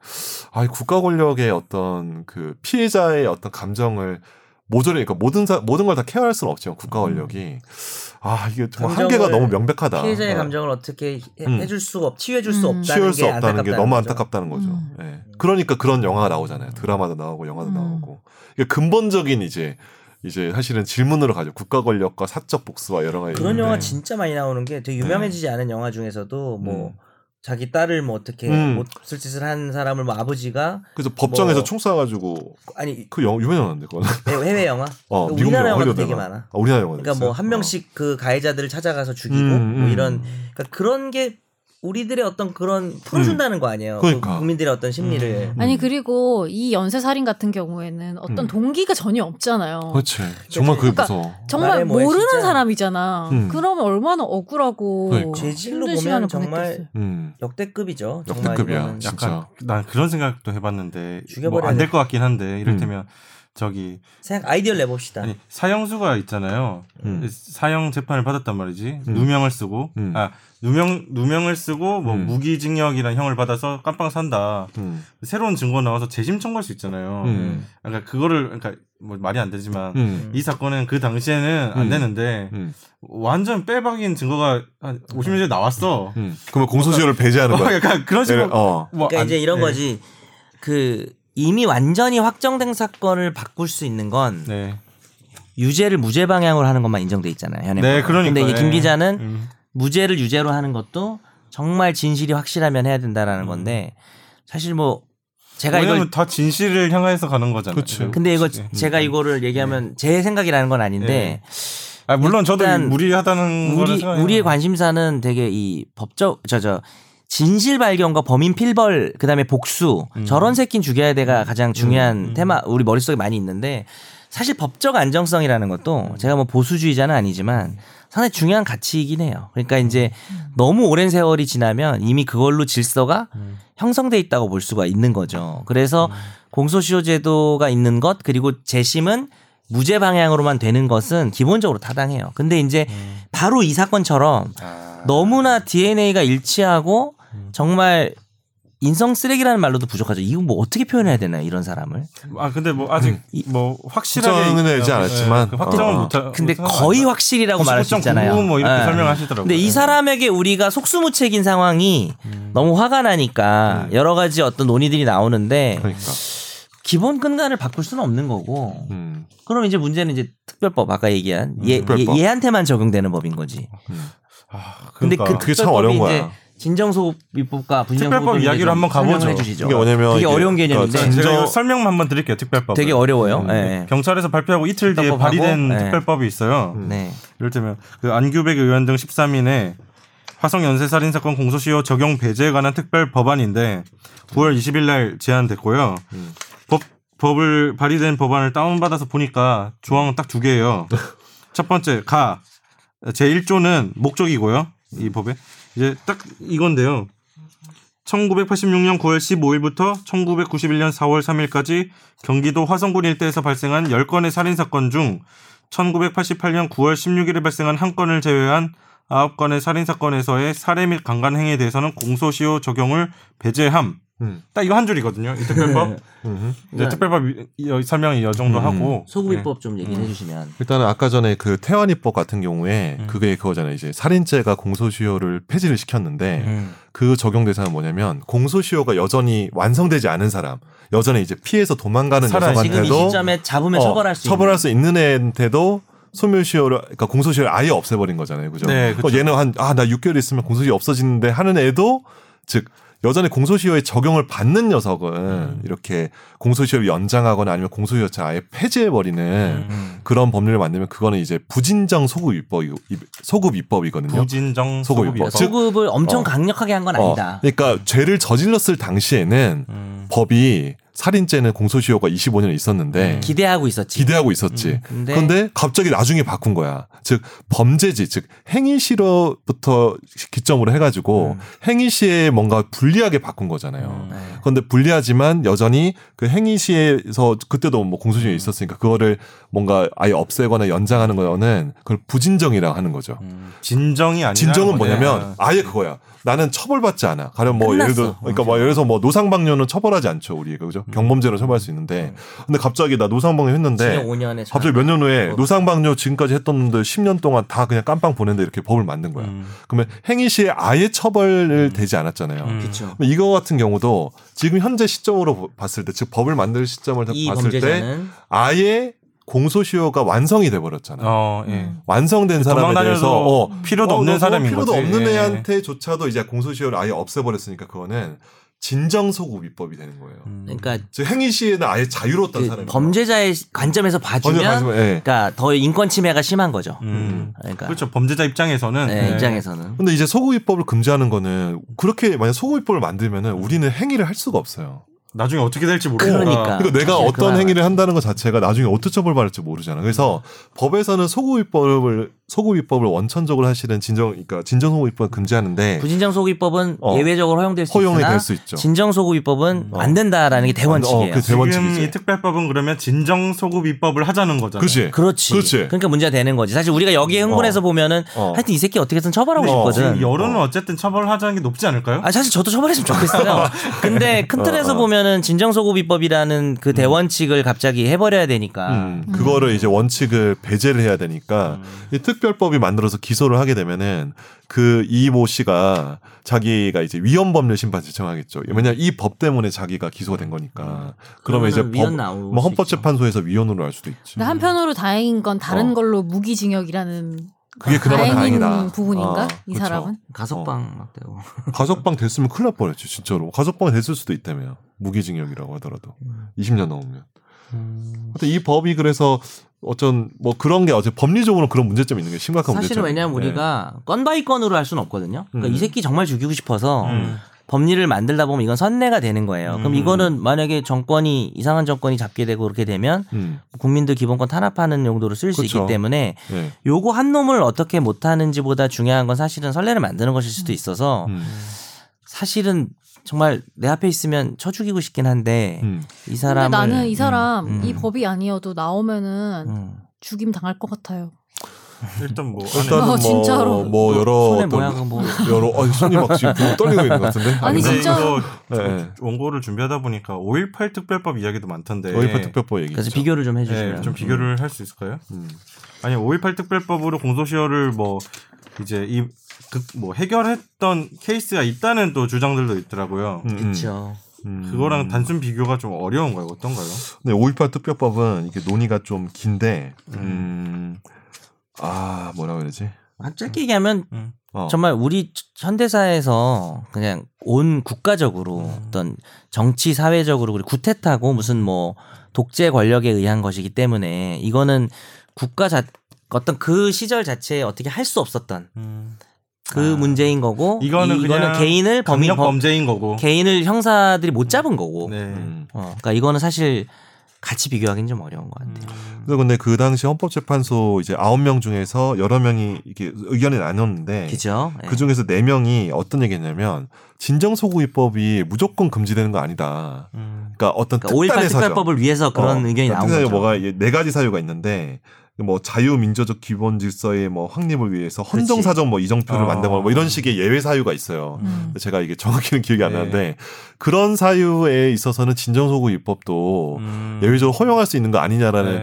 Speaker 3: 아, 이 국가 권력의 어떤 그 피해자의 어떤 감정을 모조리 그러니까 모든 사, 모든 걸 다 케어할 수는 없지만 국가 권력이 아 이게 정말 한계가
Speaker 2: 감정을-
Speaker 3: 너무 명백하다.
Speaker 2: 피해자의
Speaker 3: 어.
Speaker 2: 감정을 어떻게 해,
Speaker 3: 음.
Speaker 2: 해줄 수가 없, 치유해줄 수
Speaker 4: 음.
Speaker 2: 없다는
Speaker 3: 치유할 수
Speaker 2: 게
Speaker 3: 없다는 게 너무
Speaker 2: 거죠.
Speaker 3: 안타깝다는 거죠.
Speaker 4: 음.
Speaker 3: 예. 그러니까 그런 영화가 나오잖아요. 드라마도 나오고 영화도
Speaker 4: 음.
Speaker 3: 나오고. 이게 근본적인 이제 이제 사실은 질문으로 가죠. 국가 권력과 사적 복수와 여러 가지
Speaker 2: 그런
Speaker 3: 있는데. 네.
Speaker 2: 영화 진짜 많이 나오는 게 되게 유명해지지 않은 영화 중에서도 뭐
Speaker 3: 음.
Speaker 2: 자기 딸을 뭐 어떻게
Speaker 3: 음.
Speaker 2: 못쓸 짓을 한 사람을 뭐 아버지가
Speaker 3: 그래서 법정에서
Speaker 2: 뭐-
Speaker 3: 총 쏴가지고
Speaker 2: 아니
Speaker 3: 그 영화 유명 영화인데 그건.
Speaker 2: 해외 해외 영화
Speaker 3: 어,
Speaker 2: 그러니까
Speaker 3: 미국
Speaker 2: 우리나라
Speaker 3: 영화,
Speaker 2: 영화도
Speaker 3: 헐리우드
Speaker 2: 되게
Speaker 3: 영화.
Speaker 2: 많아.
Speaker 3: 아, 우리나라 영화.
Speaker 2: 그러니까 뭐 한 명씩 그 가해자들을 찾아가서 죽이고
Speaker 3: 음,
Speaker 2: 뭐
Speaker 3: 음.
Speaker 2: 이런 그러니까 그런 게 우리들의 어떤 그런
Speaker 1: 음.
Speaker 2: 풀어준다는 거 아니에요?
Speaker 3: 그러니까.
Speaker 2: 그 국민들의 어떤 심리를
Speaker 4: 아니 그리고 이 연쇄 살인 같은 경우에는 어떤
Speaker 3: 음.
Speaker 4: 동기가 전혀 없잖아요.
Speaker 3: 그렇지. 정말 그게
Speaker 4: 그러니까
Speaker 3: 무서워.
Speaker 4: 정말
Speaker 2: 말해 뭐해,
Speaker 4: 모르는
Speaker 2: 진짜.
Speaker 4: 사람이잖아.
Speaker 3: 음.
Speaker 4: 그러면 얼마나 억울하고
Speaker 3: 그러니까.
Speaker 2: 재질로
Speaker 4: 힘든
Speaker 2: 보면
Speaker 4: 시간을
Speaker 2: 정말
Speaker 4: 보냈겠어요.
Speaker 3: 음.
Speaker 2: 역대급이죠. 정말
Speaker 3: 역대급이야.
Speaker 2: 이거는.
Speaker 3: 진짜.
Speaker 1: 약간 난 그런 생각도 해봤는데 뭐
Speaker 2: 죽여버려야
Speaker 1: 안 될
Speaker 2: 돼.
Speaker 1: 것 같긴 한데 이를테면 저기
Speaker 2: 생각 아이디어를 내봅시다.
Speaker 1: 아니 사형수가 있잖아요.
Speaker 3: 네. 음.
Speaker 1: 사형 재판을 받았단 말이지.
Speaker 3: 음.
Speaker 1: 누명을 쓰고
Speaker 3: 음.
Speaker 1: 아 누명 누명을 쓰고 뭐
Speaker 3: 음.
Speaker 1: 무기징역이란 형을 받아서 깜빵 산다.
Speaker 3: 음.
Speaker 1: 새로운 증거 나와서 재심 청구할 수
Speaker 2: 어,
Speaker 1: 있잖아요.
Speaker 3: 음.
Speaker 1: 그러니까 그거를 그러니까 뭐 말이 안 되지만
Speaker 3: 음.
Speaker 1: 이 사건은 그 당시에는 안
Speaker 3: 음.
Speaker 1: 되는데
Speaker 3: 음.
Speaker 1: 완전 빼박인 증거가 한 50년 전에 나왔어.
Speaker 3: 음. 그러면 공소시효를 배제하는
Speaker 1: 어,
Speaker 3: 거야.
Speaker 1: 약간 그런 식으로.
Speaker 3: 예를- 어.
Speaker 1: 뭐
Speaker 2: 그러니까
Speaker 1: 안-
Speaker 2: 이제 이런
Speaker 1: 네.
Speaker 2: 거지. 그 이미 완전히 확정된 사건을 바꿀 수 있는 건
Speaker 1: 네.
Speaker 2: 유죄를 무죄 방향으로 하는 것만 인정돼 있잖아요. 현행.
Speaker 1: 네, 그러니까.
Speaker 2: 근데 이게
Speaker 1: 예.
Speaker 2: 김 기자는
Speaker 1: 음.
Speaker 2: 무죄를 유죄로 하는 것도 정말 진실이 확실하면 해야 된다라는
Speaker 1: 음.
Speaker 2: 건데 사실 뭐 제가
Speaker 1: 왜냐면 네.
Speaker 2: 이걸
Speaker 1: 다 진실을 향해서 가는 거잖아요.
Speaker 3: 그쵸.
Speaker 2: 근데 이거 제가 이거를
Speaker 1: 네.
Speaker 2: 얘기하면 제 생각이라는 건 아닌데
Speaker 1: 아, 물론 저도
Speaker 2: 일단
Speaker 1: 무리하다는 거를
Speaker 2: 우리
Speaker 1: 생각해요.
Speaker 2: 우리의 관심사는 되게 이 법적 저 저 진실 발견과 범인 필벌 그다음에 복수 저런 새끼는 죽여야
Speaker 1: 음.
Speaker 2: 돼가 가장 중요한 테마 우리 머릿속에 많이 있는데 사실 법적 안정성이라는
Speaker 1: 음.
Speaker 2: 것도 제가 뭐 보수주의자는 아니지만 상당히 중요한 가치이긴
Speaker 1: 음.
Speaker 2: 해요. 그러니까 이제 너무 오랜 세월이 지나면 이미 그걸로 질서가 형성돼 있다고 볼 수가 있는 거죠. 그래서
Speaker 1: 음.
Speaker 2: 공소시효 제도가 있는 것 그리고 재심은 무죄 방향으로만 되는 것은 기본적으로 타당해요. 근데 이제
Speaker 1: 음.
Speaker 2: 바로 이 사건처럼
Speaker 1: 아.
Speaker 2: 너무나 DNA가 일치하고
Speaker 1: 음.
Speaker 2: 정말 인성 쓰레기라는 말로도 부족하죠. 이거 뭐 어떻게 표현해야 되나요? 이런 사람을.
Speaker 1: 아 근데 뭐
Speaker 3: 음,
Speaker 1: 아직
Speaker 2: 이-
Speaker 1: 뭐 확실하게
Speaker 3: 확정은
Speaker 1: 있-
Speaker 3: 되지
Speaker 1: 어,
Speaker 3: 않았지만.
Speaker 1: 예, 확정은
Speaker 3: 어.
Speaker 1: 못 하-
Speaker 2: 근데
Speaker 1: 못 하는
Speaker 2: 거의
Speaker 1: 거
Speaker 2: 확실이라고
Speaker 1: 같아요.
Speaker 2: 말할 수
Speaker 1: 99.99
Speaker 2: 있잖아요.
Speaker 1: 뭐 이렇게
Speaker 2: 예.
Speaker 1: 설명하시더라고요.
Speaker 2: 근데 이 사람에게 우리가 속수무책인 상황이
Speaker 1: 음.
Speaker 2: 너무 화가 나니까 여러 가지 어떤 논의들이 나오는데
Speaker 3: 그러니까.
Speaker 2: 기본 근간을 바꿀 수는 없는 거고
Speaker 3: 음.
Speaker 2: 그럼 이제 문제는 이제 특별법 아까 얘기한 얘,
Speaker 3: 특별법.
Speaker 2: 얘, 한테만 적용되는 법인 거지.
Speaker 1: 아,
Speaker 2: 근데
Speaker 1: 그러니까.
Speaker 2: 그
Speaker 3: 그게 참 어려운
Speaker 2: 특별법이
Speaker 3: 거야.
Speaker 2: 이제 진정소급입법과 분쟁소급
Speaker 1: 특별법 이야기로 한번 가보죠.
Speaker 2: 주시죠.
Speaker 3: 이게 뭐냐면
Speaker 2: 그게
Speaker 3: 이게
Speaker 2: 어려운 개념인데
Speaker 3: 그러니까 음,
Speaker 1: 제가
Speaker 3: 진정-
Speaker 1: 이거 설명 한번 드릴게요. 특별법.
Speaker 2: 되게 어려워요. 예.
Speaker 1: 경찰에서 발표하고 이틀 뒤에
Speaker 2: 특별법하고,
Speaker 1: 발의된
Speaker 2: 예.
Speaker 1: 특별법이 있어요.
Speaker 3: 음.
Speaker 2: 네.
Speaker 1: 이를테면 그 안규백 의원 등 13인의 화성 연쇄 살인 사건 공소시효 적용 배제에 관한 특별 법안인데 9월 20일 날 제안됐고요. 법 법을 발의된 법안을 다운받아서 보니까 조항은 딱 두 개예요. 첫 번째 가 제 1조는 목적이고요. 이 법에 이제 딱 이건데요. 1986년 9월 15일부터 1991년 4월 3일까지 경기도 화성군 일대에서 발생한 10건의 살인 사건 중 1988년 9월 16일에 발생한 한 건을 제외한 9건의 살인 사건에서의 살해 및 강간 행위에 대해서는 공소시효 적용을 배제함.
Speaker 3: 음.
Speaker 1: 딱 이거 한 줄이거든요. 이 특별법.
Speaker 3: 음.
Speaker 1: 이제 특별법 이- 이 설명이 이 정도 하고
Speaker 3: 네.
Speaker 2: 소급입법 좀
Speaker 3: 음.
Speaker 2: 얘기해 주시면.
Speaker 3: 일단은 아까 전에 그 태완이법 같은 경우에 그게 그거잖아요. 이제 살인죄가 공소시효를 폐지를
Speaker 1: 네.
Speaker 3: 시켰는데
Speaker 1: 음.
Speaker 3: 그 적용 대상은 뭐냐면 공소시효가 여전히 완성되지 않은 사람, 여전히 이제 피해서 도망가는
Speaker 1: 살아-
Speaker 2: 지금 이
Speaker 3: 여성한테도
Speaker 2: 시점에 잡으면
Speaker 3: 어,
Speaker 2: 처벌할 수
Speaker 3: 처벌할 수 있는 애한테도 소멸시효를 그러니까 공소시효를 아예 없애버린 거잖아요, 그죠?
Speaker 1: 네,
Speaker 3: 어, 얘는 한 아 나 6개월 있으면 공소시효 없어지는데 하는 애도 즉 여전히 공소시효의 적용을 받는 녀석은
Speaker 2: 음.
Speaker 3: 이렇게 공소시효를 연장하거나 아니면 공소시효차 아예 폐지해버리는
Speaker 2: 음.
Speaker 3: 그런 법률을 만들면 그거는 이제 부진정 소급 입법 소급 입법이거든요.
Speaker 1: 부진정
Speaker 3: 음. 소급
Speaker 1: 소급
Speaker 3: 입법.
Speaker 1: 입법.
Speaker 2: 그러니까 소급을 엄청
Speaker 3: 어.
Speaker 2: 강력하게 한 건
Speaker 3: 어,
Speaker 2: 아니다.
Speaker 3: 그러니까 죄를 저질렀을 당시에는
Speaker 1: 음.
Speaker 3: 법이 살인죄는 공소시효가 25년 있었는데
Speaker 2: 음, 기대하고 있었지.
Speaker 3: 네. 기대하고 있었지.
Speaker 2: 근데,
Speaker 3: 그런데 갑자기 나중에 바꾼 거야. 즉 범죄지, 즉 행위 시로부터 기점으로 해가지고
Speaker 2: 음.
Speaker 3: 행위 시에 뭔가 불리하게 바꾼 거잖아요.
Speaker 1: 음.
Speaker 2: 네.
Speaker 3: 그런데 불리하지만 여전히 그 행위 시에서 그때도 뭐 공소시효 있었으니까 그거를 뭔가 아예 없애거나 연장하는 거는 그걸 부진정이라고 하는 거죠.
Speaker 1: 음. 진정이 아니라
Speaker 3: 진정은
Speaker 1: 뭐냐. 네.
Speaker 3: 뭐냐면 아예 그거야. 나는 처벌받지 않아. 가령 뭐 예를 들어
Speaker 2: 끝났어.
Speaker 3: 그러니까 뭐 예를 들어서 뭐 노상방뇨는 처벌하지 않죠 우리 그죠 경범죄로 처벌할 수 있는데 근데 갑자기 나 노상방뇨 했는데
Speaker 2: 징역 5년에
Speaker 3: 네. 갑자기 몇 년
Speaker 1: 어.
Speaker 3: 후에 노상방뇨 지금까지 했던 놈들 10년 동안 다 그냥 깜빵 보낸다 이렇게 법을 만든 거야.
Speaker 1: 음.
Speaker 3: 그러면 행위 시에 아예 처벌을 되지 않았잖아요.
Speaker 1: 음.
Speaker 2: 그렇죠.
Speaker 3: 그럼 이거 같은 경우도 지금 현재 시점으로 보- 봤을 때, 즉 법을 만들 시점을
Speaker 2: 이
Speaker 3: 봤을 때
Speaker 2: 범죄자는
Speaker 3: 아예 공소시효가 완성이 돼버렸잖아. 요
Speaker 1: 어, 예.
Speaker 3: 완성된 음. 사람에 대해서
Speaker 1: 도망다녀서 음.
Speaker 3: 어,
Speaker 1: 필요도
Speaker 3: 어,
Speaker 1: 없는
Speaker 3: 너 그건
Speaker 1: 사람인
Speaker 3: 필요도
Speaker 1: 거지.
Speaker 3: 없는
Speaker 1: 예.
Speaker 3: 애한테조차도 이제 공소시효를 아예 없애버렸으니까 그거는 진정소급 입법이 되는 거예요.
Speaker 1: 음.
Speaker 2: 그러니까
Speaker 3: 즉 행위 시에는 아예 자유로웠던
Speaker 2: 그
Speaker 3: 사람이
Speaker 2: 범죄자의 관점에서 봐주면
Speaker 3: 예.
Speaker 2: 그러니까 더 인권 침해가 심한 거죠.
Speaker 1: 음.
Speaker 2: 그러니까
Speaker 1: 그렇죠. 범죄자 입장에서는
Speaker 2: 네,
Speaker 1: 예.
Speaker 2: 입장에서는
Speaker 3: 근데 이제 소급 입법을 금지하는 거는 그렇게 만약 소급 입법을 만들면은 우리는 행위를 할 수가 없어요.
Speaker 1: 나중에 어떻게 될지 모르니까.
Speaker 2: 그러니까.
Speaker 3: 그러니까 내가
Speaker 2: 사실
Speaker 3: 어떤
Speaker 2: 그건
Speaker 3: 행위를 한다는 것 자체가 나중에 어떻게 처벌받을지 모르잖아. 그래서 법에서는 소급 입법을 소급 입법을 원천적으로 사실은 진정 그러니까 진정 소급 입법을 금지하는데
Speaker 2: 부진정 소급입법은
Speaker 3: 네. 어.
Speaker 2: 예외적으로 허용될 수
Speaker 3: 허용이
Speaker 2: 있으나
Speaker 3: 될 수 있죠. 음,
Speaker 2: 진정 소급입법은 안 된다라는 게 대원칙이에요.
Speaker 3: 어, 그
Speaker 1: 지금 이
Speaker 3: 대원칙이지.
Speaker 1: 특별법은 그러면 진정 소급 입법을 하자는 거잖아요.
Speaker 3: 그지.
Speaker 2: 그렇지.
Speaker 3: 그렇지. 음,
Speaker 2: 그러니까 문제가 되는 거지. 사실 우리가 여기에 흥분해서 보면은
Speaker 3: 어.
Speaker 2: 하여튼 이 새끼 어떻게든 처벌하고
Speaker 3: 어.
Speaker 2: 싶거든.
Speaker 1: 지금 여론은 어쨌든 처벌하자는 게 높지 않을까요?
Speaker 2: 아 사실 저도 처벌했으면 좋겠어요. 근데 큰
Speaker 3: 어,
Speaker 2: 틀에서 보면은 진정소급입법이라는 그 대원칙을 갑자기 해버려야 되니까.
Speaker 3: 음, 그거를 이제 원칙을 배제를 해야
Speaker 2: 음.
Speaker 3: 되니까 이 특별법이 만들어서 기소를 하게 되면은 그 이모 씨가 자기가 이제 위헌법률 심판 신청하겠죠. 왜냐 면 이 법 때문에 자기가 기소가 된 거니까. 그러면 이제
Speaker 2: 그러면은 위헌
Speaker 3: 법,
Speaker 2: 나올
Speaker 3: 뭐
Speaker 2: 수
Speaker 3: 헌법재판소에서 위헌으로 할 수도 있죠.
Speaker 4: 근데 한편으로 다행인 건 다른
Speaker 3: 음. 어.
Speaker 4: 걸로 무기징역이라는
Speaker 3: 그게 그나마
Speaker 4: 다행인
Speaker 3: 다행이다.
Speaker 4: 부분인가?
Speaker 3: 어,
Speaker 4: 이
Speaker 3: 그쵸.
Speaker 4: 사람은
Speaker 2: 가석방
Speaker 3: 어.
Speaker 2: 막 되고.
Speaker 3: 가석방 됐으면 큰일 날 뻔했지 진짜로. 가석방 됐을 수도 있다며 무기징역이라고 하더라도
Speaker 2: 음.
Speaker 3: 20년 넘으면. 하여튼 이 법이 그래서 어쩐 뭐 그런 게 어째 법리적으로 그런 문제점이 있는 게 심각한 문제점.
Speaker 2: 사실은 왜냐면 우리가 건 바이 건으로 할 수는 없거든요. 그러니까
Speaker 3: 그렇죠. 네. 음.
Speaker 2: 이 새끼 정말 죽이고 싶어서
Speaker 1: 음.
Speaker 2: 법리를 만들다 보면 이건 선례가 되는 거예요. 그럼
Speaker 1: 음.
Speaker 2: 이거는 만약에 정권이 이상한 정권이 잡게 되고 그렇게 되면
Speaker 3: 음,
Speaker 2: 국민들 기본권 탄압하는 용도로 쓸 수
Speaker 3: 그쵸.
Speaker 2: 있기 때문에
Speaker 3: 예.
Speaker 2: 요거 한 놈을 어떻게 못 하는지보다 중요한 건 사실은 선례를 만드는 것일 수도 있어서
Speaker 3: 음,
Speaker 2: 사실은 정말 내 앞에 있으면 쳐 죽이고 싶긴 한데
Speaker 3: 음.
Speaker 2: 이
Speaker 4: 근데
Speaker 2: 사람을
Speaker 4: 나는 이 사람
Speaker 2: 음, 음.
Speaker 4: 이 법이 아니어도 나오면은
Speaker 2: 음.
Speaker 4: 죽임 당할 것 같아요.
Speaker 1: 일단 뭐
Speaker 3: 일단은
Speaker 4: 아,
Speaker 3: 뭐,
Speaker 4: 진짜로.
Speaker 3: 뭐 여러
Speaker 2: 손에
Speaker 3: 어떤
Speaker 2: 모양은 뭐
Speaker 3: 여러 아 손이 막 지금 부르고 떨리고 있는 것 같은데 음.
Speaker 4: 아니,
Speaker 1: 근데
Speaker 4: 진짜.
Speaker 1: 이거
Speaker 3: 네.
Speaker 1: 원고를 준비하다 보니까 5.18 특별법 이야기도 많던데.
Speaker 3: 어이파 특별법 얘기
Speaker 2: 그래서 비교를 좀 해주시면
Speaker 1: 네, 좀 비교를 할 수 있을까요? 아니 5.18 특별법으로 공소시효를 뭐 이제 이 뭐 해결했던 케이스가 있다는 또 주장들도 있더라고요.
Speaker 2: 그렇죠.
Speaker 3: 음,
Speaker 1: 그거랑 단순 비교가 좀 어려운 거예요. 어떤가요?
Speaker 3: 네, 5.18 특별법은 이게 논의가 좀 긴데 음. 아 뭐라 그러지
Speaker 2: 아, 짧게 얘기하면
Speaker 1: 음.
Speaker 3: 어.
Speaker 2: 정말 우리 현대사에서 그냥 온 국가적으로 어떤 정치 사회적으로 그리고 구태타고 무슨 뭐 독재 권력에 의한 것이기 때문에 이거는 국가 자 어떤 그 시절 자체에 어떻게 할 수 없었던 그
Speaker 1: 아.
Speaker 2: 문제인 거고
Speaker 1: 이거는
Speaker 2: 이거는
Speaker 1: 그냥
Speaker 2: 개인을 범인
Speaker 1: 강력
Speaker 2: 범,
Speaker 1: 범죄인 거고.
Speaker 2: 개인을 형사들이 못 잡은 거고
Speaker 1: 네.
Speaker 3: 음.
Speaker 2: 어, 그러니까 이거는 사실 같이 비교하기는 좀 어려운 것
Speaker 1: 음.
Speaker 2: 같아요.
Speaker 3: 그래서 근데 그 당시 헌법재판소 이제 9명 중에서 여러 명이 이렇게 의견이 나눴는데
Speaker 2: 그죠? 예.
Speaker 3: 그 중에서 네명이 어떤 얘기했냐면 진정소구 입법이 무조건 금지되는 거 아니다.
Speaker 1: 음.
Speaker 3: 그러니까 어떤
Speaker 2: 그러니까 5.18
Speaker 3: 특단의 사정.
Speaker 2: 특별법을 위해서 그런
Speaker 3: 어,
Speaker 2: 의견이 나온
Speaker 3: 특단의
Speaker 2: 거죠.
Speaker 3: 뭐가 이게 네 가지 사유가 있는데 뭐 자유 민주적 기본 질서의 뭐 확립을 위해서 헌정
Speaker 2: 그렇지.
Speaker 3: 사정 뭐 이정표를
Speaker 1: 어.
Speaker 3: 만든거나 뭐 이런 식의 예외 사유가 있어요.
Speaker 4: 음.
Speaker 3: 제가 이게 정확히는 기억이 안
Speaker 1: 네.
Speaker 3: 나는데 그런 사유에 있어서는 진정소구 입법도
Speaker 1: 음.
Speaker 3: 예외적으로 허용할 수 있는 거 아니냐라는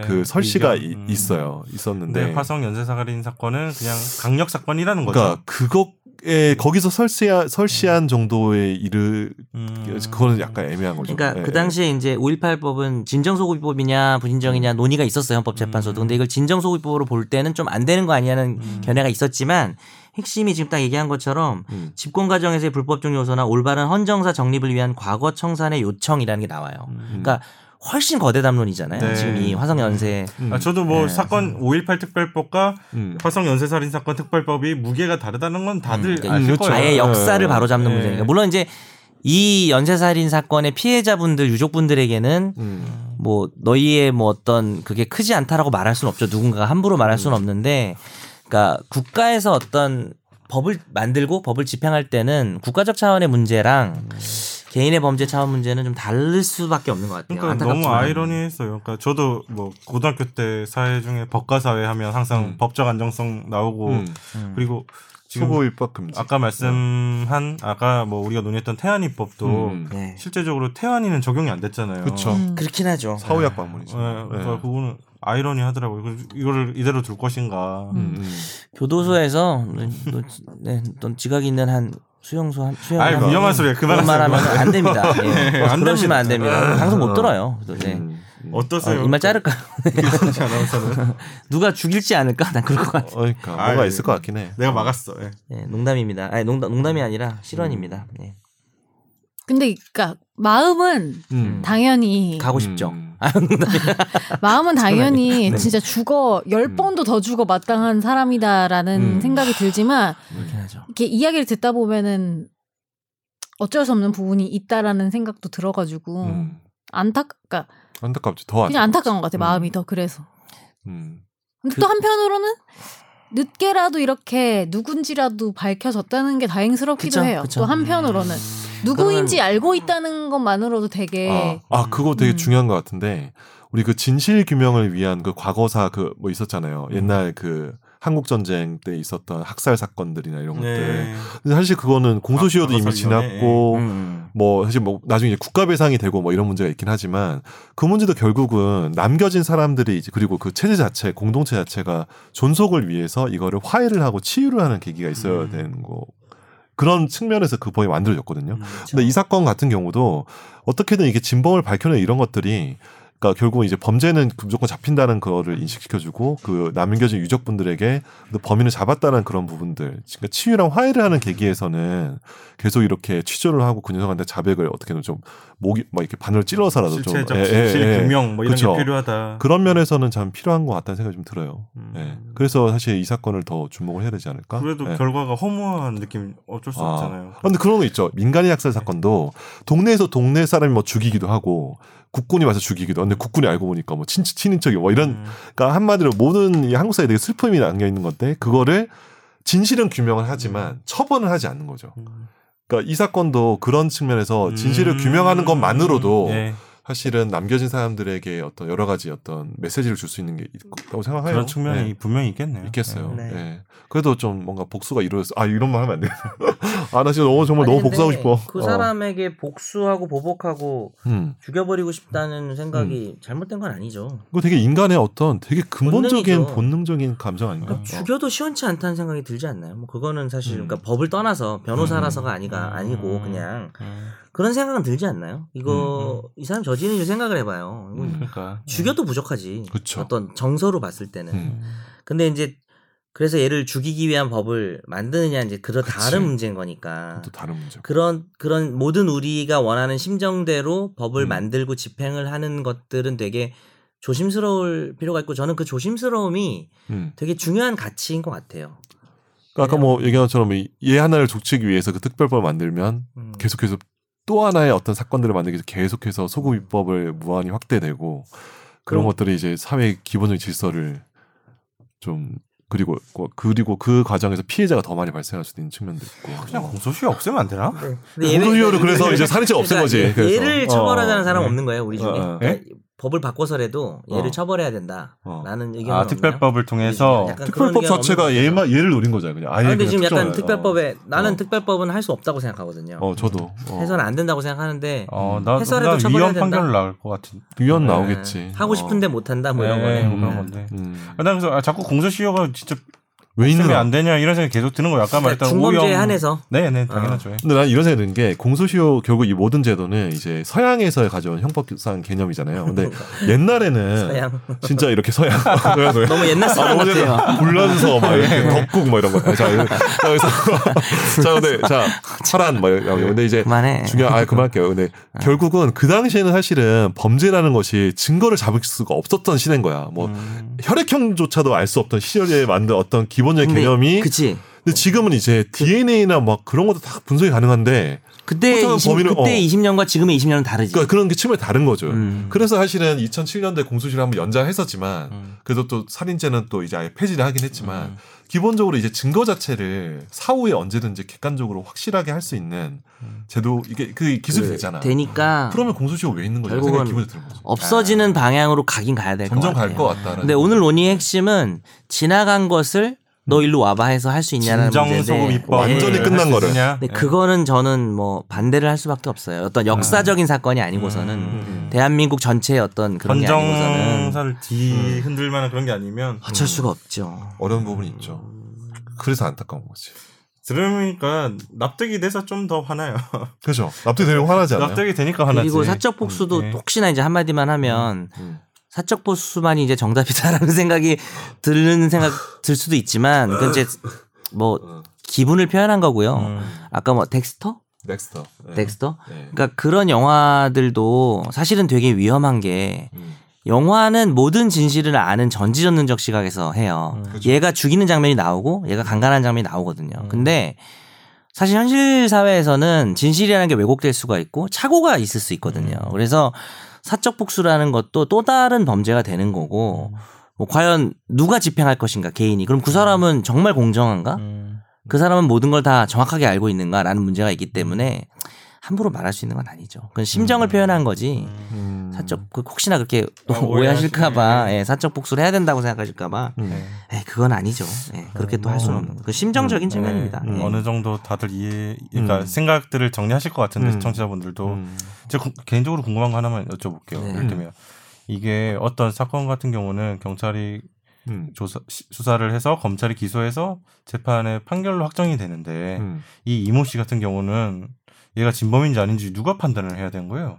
Speaker 1: 네,
Speaker 3: 그 설시가
Speaker 1: 의견.
Speaker 3: 이-
Speaker 1: 음.
Speaker 3: 있어요.
Speaker 1: 근데
Speaker 3: 있었는데
Speaker 1: 화성 연쇄 살인 사건은 그냥 강력 사건이라는 거죠.
Speaker 3: 네. 그러니까 그것에 거기서 설시한 설시한 정도의 이르
Speaker 1: 음.
Speaker 3: 그거는 약간 애매한 거죠.
Speaker 2: 그러니까
Speaker 3: 예,
Speaker 2: 그
Speaker 3: 예.
Speaker 2: 당시에 이제 5.18법은 진정소급법이냐 부진정이냐 논의가
Speaker 1: 음.
Speaker 2: 있었어요 헌법재판소도. 근데 이걸 진정소급법으로 볼 때는 좀 안 되는 거 아니냐는 견해가 있었지만 핵심이 지금 딱 얘기한 것처럼
Speaker 3: 음.
Speaker 2: 집권 과정에서의 불법적 요소나 올바른 헌정사 정립을 위한 과거 청산의 요청이라는 게 나와요. 그러니까 훨씬 거대 담론이잖아요.
Speaker 1: 음. 네.
Speaker 2: 지금 이 화성 연쇄
Speaker 1: 아, 저도 뭐
Speaker 2: 네.
Speaker 1: 사건 5.18 특별법과
Speaker 3: 음.
Speaker 1: 화성 연쇄살인 사건 특별법이 무게가 다르다는 건 다들
Speaker 2: 그러니까
Speaker 1: 아실
Speaker 3: 음, 그렇죠.
Speaker 1: 거예요.
Speaker 2: 아예 역사를
Speaker 3: 네.
Speaker 2: 바로 잡는
Speaker 1: 네.
Speaker 2: 문제니까 물론 이제 이 연쇄살인 사건의 피해자분들 유족분들에게는
Speaker 3: 음.
Speaker 2: 뭐 너희의 뭐 어떤 그게 크지 않다라고 말할 수는 없죠. 누군가가 함부로 말할
Speaker 1: 음.
Speaker 2: 수는 없는데, 그러니까 국가에서 어떤 법을 만들고 법을 집행할 때는 국가적 차원의
Speaker 1: 음.
Speaker 2: 문제랑 개인의 범죄 차원 문제는 좀 다를 수밖에 없는 것 같아요.
Speaker 1: 그러니까 너무
Speaker 2: 네, 안타깝지만.
Speaker 1: 아이러니했어요. 그러니까 저도 뭐 고등학교 때 사회 중에 법과 사회 하면 항상
Speaker 3: 음.
Speaker 1: 법적 안정성 나오고
Speaker 3: 음.
Speaker 1: 그리고 뭐 지금
Speaker 3: 초보 입법 금지.
Speaker 1: 아까 말씀한 아까 뭐 우리가 논의했던 태안 입법도
Speaker 3: 음.
Speaker 2: 네.
Speaker 1: 실제적으로 태안이는 적용이 안 됐잖아요.
Speaker 3: 그렇죠.
Speaker 4: 음.
Speaker 2: 그렇긴 하죠.
Speaker 3: 사후약
Speaker 1: 예,
Speaker 3: 방문이죠.
Speaker 1: 그러니까 그거는 아이러니하더라고요. 그래서 이거를 이대로 둘 것인가.
Speaker 3: 음, 음.
Speaker 2: 교도소에서 너, 네, 넌 지각 있는 한 수용소 한 수용.
Speaker 1: 아이
Speaker 3: 그러니까.
Speaker 1: 위험한 소리야.
Speaker 2: 그런
Speaker 1: 그만하세요.
Speaker 2: 음. 말하면 안 됩니다. 예.
Speaker 1: 예, 안 아.
Speaker 2: 그러시면 안 됩니다. 방송 못 들어요. 그래서 이제
Speaker 3: 음.
Speaker 1: 어떠세요?
Speaker 2: 아, 이말 자를까?
Speaker 1: 이현지 아나운서는
Speaker 2: 누가 죽일지 않을까? 난 그럴 것 같아.
Speaker 3: 그러니까
Speaker 1: 아이.
Speaker 3: 뭐가 있을 것 같긴 해.
Speaker 1: 내가 막았어. 예.
Speaker 2: 네, 농담입니다. 아니, 농담, 농담이 아니라 실언입니다. 네.
Speaker 4: 근데 그니까 마음은
Speaker 3: 음.
Speaker 4: 당연히
Speaker 2: 가고 싶죠.
Speaker 3: 음.
Speaker 2: 아, 농담이야.
Speaker 4: 마음은 당연히 네. 음. 진짜 죽어 열 번도 더 죽어 마땅한 사람이다라는
Speaker 3: 음.
Speaker 4: 생각이 들지만
Speaker 2: 그렇긴 하죠.
Speaker 4: 이렇게 이야기를 듣다 보면은 어쩔 수 없는 부분이 있다라는 생각도 들어가지고
Speaker 3: 음.
Speaker 4: 안타 그러니까
Speaker 3: 안타깝지. 더 안타깝지.
Speaker 4: 그냥 안타까운 것 같아
Speaker 3: 음.
Speaker 4: 마음이 더 그래서
Speaker 3: 음.
Speaker 4: 근데
Speaker 2: 그-
Speaker 4: 또 한편으로는 늦게라도 이렇게 누군지라도 밝혀졌다는 게 다행스럽기도
Speaker 2: 그쵸,
Speaker 4: 해요
Speaker 2: 그쵸. 음.
Speaker 4: 또 한편으로는 누구인지 알고 있다는 것만으로도
Speaker 1: 예.
Speaker 4: 되게
Speaker 3: 아, 아, 그거 되게
Speaker 4: 음.
Speaker 3: 중요한 것 같은데 우리 그 진실 규명을 위한 그 과거사 그 뭐 있었잖아요.
Speaker 1: 음.
Speaker 3: 옛날 그 한국 전쟁 때 있었던 학살 사건들이나 이런
Speaker 1: 네.
Speaker 3: 것들. 근데 사실 그거는 공소시효도
Speaker 1: 아, 과거사 예.
Speaker 3: 이미
Speaker 1: 위원회,
Speaker 3: 지났고
Speaker 2: 음.
Speaker 3: 뭐 사실 뭐 나중에 이제 국가 배상이 되고 뭐 이런 문제가 있긴 하지만 그 문제도 결국은 남겨진 사람들이 이제 그리고 그 체제 자체 공동체 자체가 존속을 위해서 이거를 화해를 하고 치유를 하는 계기가 있어야
Speaker 1: 음.
Speaker 3: 되는 거 그런 측면에서 그 법이 만들어졌거든요.
Speaker 2: 그렇죠.
Speaker 3: 근데 이 사건 같은 경우도 어떻게든 이게 진범을 밝혀낸 이런 것들이 그러니까 결국 이제 범죄는 그 무조건 잡힌다는 거를 인식시켜주고 그 남겨진 유족분들에게 또 범인을 잡았다는 그런 부분들 그러니까 치유랑 화해를 하는 계기에서는 계속 이렇게 취조를 하고 그 녀석한테 자백을 어떻게든 좀 목이 막 이렇게 바늘 찔러서라도 좀
Speaker 1: 실체적
Speaker 3: 예, 예,
Speaker 1: 진실
Speaker 3: 예.
Speaker 1: 규명 뭐 이런
Speaker 3: 그쵸.
Speaker 1: 게 필요하다.
Speaker 3: 그런 면에서는 참 필요한 것 같다는 생각이 좀 들어요.
Speaker 1: 음.
Speaker 3: 예. 그래서 사실 이 사건을 더 주목을 해야 되지 않을까?
Speaker 1: 그래도
Speaker 3: 예.
Speaker 1: 결과가 허무한 느낌 어쩔 수
Speaker 3: 아.
Speaker 1: 없잖아요.
Speaker 3: 아, 근데 그런 거 있죠. 민간인 학살 사건도 동네에서 동네 사람이 뭐 죽이기도 하고 국군이 와서 죽이기도. 하고. 근데 국군이 알고 보니까 뭐 친, 친인척이 뭐 이런.
Speaker 1: 음.
Speaker 3: 그러니까 한마디로 모든 이 한국 사회에 되게 슬픔이 남겨 있는 건데 그거를 진실은 규명을 하지만 처벌을 하지 않는 거죠.
Speaker 1: 음.
Speaker 3: 그러니까 이 사건도 그런 측면에서 어, 진실을
Speaker 1: 음.
Speaker 3: 규명하는 것만으로도
Speaker 1: 예.
Speaker 3: 사실은 남겨진 사람들에게 어떤 여러 가지 어떤 메시지를 줄 수 있는 게 있다고 생각해요.
Speaker 1: 그런 측면이
Speaker 3: 예.
Speaker 1: 분명히 있겠네요.
Speaker 3: 있겠어요.
Speaker 2: 네.
Speaker 3: 예. 그래도 좀 뭔가 복수가 이루어졌어. 아 이런 말 하면 안 돼. 아나 지금 너무 정말 너무 복수하고 싶어.
Speaker 2: 그
Speaker 3: 어.
Speaker 2: 사람에게 복수하고 보복하고
Speaker 3: 음.
Speaker 2: 죽여버리고 싶다는 생각이 잘못된 건 아니죠.
Speaker 3: 그거 되게 인간의 어떤 되게 근본적인
Speaker 2: 본능이죠.
Speaker 3: 본능적인 감정 아닌가?
Speaker 2: 그러니까 죽여도 시원치 않다는 생각이 들지 않나요? 뭐 그거는 사실
Speaker 3: 음.
Speaker 2: 그러니까 법을 떠나서 변호사라서가 아니가 아니고 그냥
Speaker 1: 음.
Speaker 2: 그런 생각은 들지 않나요? 이거 이 사람 저지른 이유 생각을 해봐요. 이건
Speaker 3: 음.
Speaker 1: 그러니까
Speaker 2: 죽여도 부족하지.
Speaker 3: 그쵸.
Speaker 2: 어떤 정서로 봤을 때는.
Speaker 3: 음.
Speaker 2: 근데 이제 그래서 얘를 죽이기 위한 법을 만드느냐 이제 그런 다른 문제인 거니까.
Speaker 3: 또 다른 문제.
Speaker 2: 그런 그런 모든 우리가 원하는 심정대로 법을
Speaker 3: 음.
Speaker 2: 만들고 집행을 하는 것들은 되게 조심스러울 필요가 있고 저는 그 조심스러움이
Speaker 3: 음.
Speaker 2: 되게 중요한 가치인 것 같아요.
Speaker 3: 그러니까 아까 뭐 얘기한 것처럼 이얘 하나를 족치기 위해서 그 특별법을 만들면
Speaker 2: 음.
Speaker 3: 계속해서 또 하나의 어떤 사건들을 만들기 위해서 계속해서 소급 입법을 무한히 확대되고 그런
Speaker 2: 그럼-
Speaker 3: 것들이 이제 사회의 기본적인 질서를 좀 그리고 그리고 그 과정에서 피해자가 더 많이 발생할 수도 있는 측면도 있고.
Speaker 1: 그냥
Speaker 2: 음.
Speaker 1: 공소시효 없애면 안 되나?
Speaker 2: 네. 근데
Speaker 3: 공소시효를
Speaker 2: 아, 예를-
Speaker 3: 그래서 이제 살인죄 없앤
Speaker 2: 그러니까
Speaker 3: 거지. 그래서.
Speaker 2: 얘를 처벌하자는
Speaker 3: 어.
Speaker 2: 사람 은 없는 거예요 우리 중에.
Speaker 3: 어, 어.
Speaker 2: 그러니까 법을 바꿔서라도 얘를
Speaker 3: 어.
Speaker 2: 처벌해야 된다라는
Speaker 3: 어.
Speaker 2: 의견이
Speaker 1: 아 특별법을 통해서
Speaker 2: 약간 그런
Speaker 3: 특별법
Speaker 2: 의견
Speaker 3: 자체가
Speaker 2: 없는
Speaker 3: 얘만 얘를 노린 거잖아요. 그냥 아예
Speaker 2: 아, 근데
Speaker 3: 그냥
Speaker 2: 지금 약간
Speaker 3: 특정하잖아요.
Speaker 2: 특별법에 나는
Speaker 3: 어.
Speaker 2: 특별법은 할 수 없다고 생각하거든요.
Speaker 3: 어, 어, 저도 어.
Speaker 2: 해서는 안 된다고 생각하는데
Speaker 1: 어, 나,
Speaker 2: 해설에도
Speaker 1: 나
Speaker 2: 처벌해야
Speaker 1: 위헌
Speaker 2: 된다.
Speaker 1: 판결 나올 것 같은.
Speaker 3: 위헌
Speaker 2: 네.
Speaker 3: 나오겠지.
Speaker 2: 하고 싶은데 못 한다 뭐 이런 거네.
Speaker 1: 뭐 그런
Speaker 2: 음.
Speaker 1: 건데.
Speaker 3: 어. 음.
Speaker 1: 아, 나 그래서 아, 자꾸 공소시효가 진짜
Speaker 3: 왜 있는
Speaker 1: 왜
Speaker 3: 거야?
Speaker 1: 안 되냐 이런 생각이 계속 드는 거 약간 말했던
Speaker 2: 그러니까 중범죄에 한해서 어.
Speaker 1: 네네 당연하죠. 예.
Speaker 3: 근데 난 이런 생각이 드는 게 공소시효 결국 이 모든 제도는 이제 서양에서 가져온 형법상 개념이잖아요. 근데 옛날에는
Speaker 2: 서양.
Speaker 3: 진짜 이렇게 서양
Speaker 2: 너무 옛날 사람 같아요. 네.
Speaker 3: 불란서 막 이렇게 덕국 막 이런 거. 자, 이거- 자, 그래서 자, 근데 자 파란 막 이런 거. 근데 이제
Speaker 2: 그만해. 네.
Speaker 3: 중요한 아 그만할게요. 근데 결국은 그 당시에는 사실은 범죄라는 것이 증거를 잡을 수가 없었던 시대인 거야. 뭐 혈액형조차도 알 수 없던 시절에 만든 어떤 기본적인
Speaker 2: 음. 근데
Speaker 3: 개념이
Speaker 2: 그치.
Speaker 3: 근데 지금은 이제 DNA나 막 그런 것도 다 분석이 가능한데
Speaker 2: 그때
Speaker 3: 포털
Speaker 2: 20,
Speaker 3: 범인은-
Speaker 2: 그때
Speaker 3: 어.
Speaker 2: 20년과 지금의 20년은 다르지.
Speaker 3: 그러니까 그런 게 측면이 다른 거죠.
Speaker 2: 음.
Speaker 3: 그래서 사실은 2007년대 공소시를 한번 연장했었지만
Speaker 2: 음.
Speaker 3: 그래도 또 살인죄는 또 이제 아예 폐지를 하긴 했지만 기본적으로 이제 증거 자체를 사후에 언제든지 객관적으로 확실하게 할 수 있는
Speaker 2: 음.
Speaker 3: 제도 이게 그 기술이 되잖아. 음.
Speaker 2: 되니까
Speaker 3: 그러면 공소시효 왜 있는 거죠?
Speaker 2: 결국은
Speaker 3: 생각이 기분이 드는 거죠.
Speaker 2: 없어지는 방향으로 가긴 가야 될 것
Speaker 3: 점점
Speaker 2: 같아요.
Speaker 3: 갈 것 같다라는.
Speaker 2: 근데 오늘 논의의 핵심은 지나간 것을 너 일로 와봐 해서 할 수 있냐는
Speaker 1: 진정 소급
Speaker 2: 문제인데 네.
Speaker 1: 입법 네.
Speaker 3: 완전히 끝난 네. 거를.
Speaker 2: 근데 그거는 저는 뭐 반대를 할 수밖에 없어요. 어떤 역사적인
Speaker 3: 음.
Speaker 2: 사건이 아니고서는 대한민국 전체의 어떤 그런 게 아니고서는
Speaker 1: 헌정사를 뒤 흔들 만한 그런 게 아니면
Speaker 2: 어쩔 수가 없죠.
Speaker 3: 어려운 부분이 있죠.
Speaker 2: 음.
Speaker 3: 그래서 안타까운 거지.
Speaker 1: 들으니까 납득이 돼서 좀 더 화나요.
Speaker 3: 그죠? 납득이 되면 화나지 않아요?
Speaker 1: 납득이 되니까 화나지.
Speaker 2: 그리고 사적 복수도
Speaker 1: 네.
Speaker 2: 혹시나 이제 한마디만 하면
Speaker 3: 음.
Speaker 2: 사적 복수만이 이제 정답이다라는 생각이 드는 생각 들 수도 있지만 그건 이제
Speaker 3: 어.
Speaker 2: 뭐 기분을 표현한
Speaker 1: 음.
Speaker 2: 거고요.
Speaker 1: 어.
Speaker 2: 아까 뭐 덱스터?
Speaker 3: 넥스터. 음. 네.
Speaker 2: 덱스터?
Speaker 3: 네.
Speaker 2: 그러니까 그런 영화들도 사실은 되게 위험한 게
Speaker 3: 음.
Speaker 2: 영화는 모든 진실을 아는 전지전능적 시각에서 해요.
Speaker 3: 음. 그죠. 음.
Speaker 2: 얘가 죽이는 장면이 나오고 얘가 강간하는 장면이 나오거든요. 근데 사실 현실 사회에서는 진실이라는 게 왜곡될 수가 있고 착오가 있을 수 있거든요.
Speaker 3: 음.
Speaker 2: 그래서 사적 복수라는 것도 또 다른 범죄가 되는 거고
Speaker 3: 음.
Speaker 2: 뭐 과연 누가 집행할 것인가 개인이 그럼 그 사람은 정말
Speaker 3: 음.
Speaker 1: 음.
Speaker 2: 공정한가? 그 사람은 모든 걸 다 정확하게 알고 있는가라는 문제가 있기 때문에 함부로 말할 수 있는 건 아니죠. 그건 심정을 표현한 거지.
Speaker 3: 음.
Speaker 2: 사적 그 혹시나 그렇게 또
Speaker 1: 아,
Speaker 2: 오해하실까봐
Speaker 1: 오해하시-
Speaker 2: 예, 사적 복수를 해야 된다고 생각하실까봐
Speaker 3: 음.
Speaker 2: 에 그건 아니죠. 예, 그렇게 또 할 수는 없는 그 심정적인 측면입니다.
Speaker 1: 네.
Speaker 2: 예.
Speaker 1: 어느 정도 다들 이해, 그러니까
Speaker 3: 음.
Speaker 1: 생각들을 정리하실 것 같은데
Speaker 3: 음.
Speaker 1: 시청자분들도
Speaker 3: 음.
Speaker 1: 제가 구- 개인적으로 궁금한 거 하나만 여쭤볼게요.
Speaker 2: 네.
Speaker 1: 예를 들면 이게 어떤 사건 같은 경우는 경찰이
Speaker 3: 음.
Speaker 1: 조사 시- 수사를 해서 검찰이 기소해서 재판에 판결로 확정이
Speaker 2: 네.
Speaker 1: 되는데
Speaker 3: 음.
Speaker 1: 이 이모 씨 같은 경우는 얘가 진범인지 아닌지 누가 판단을 해야 되는 거예요?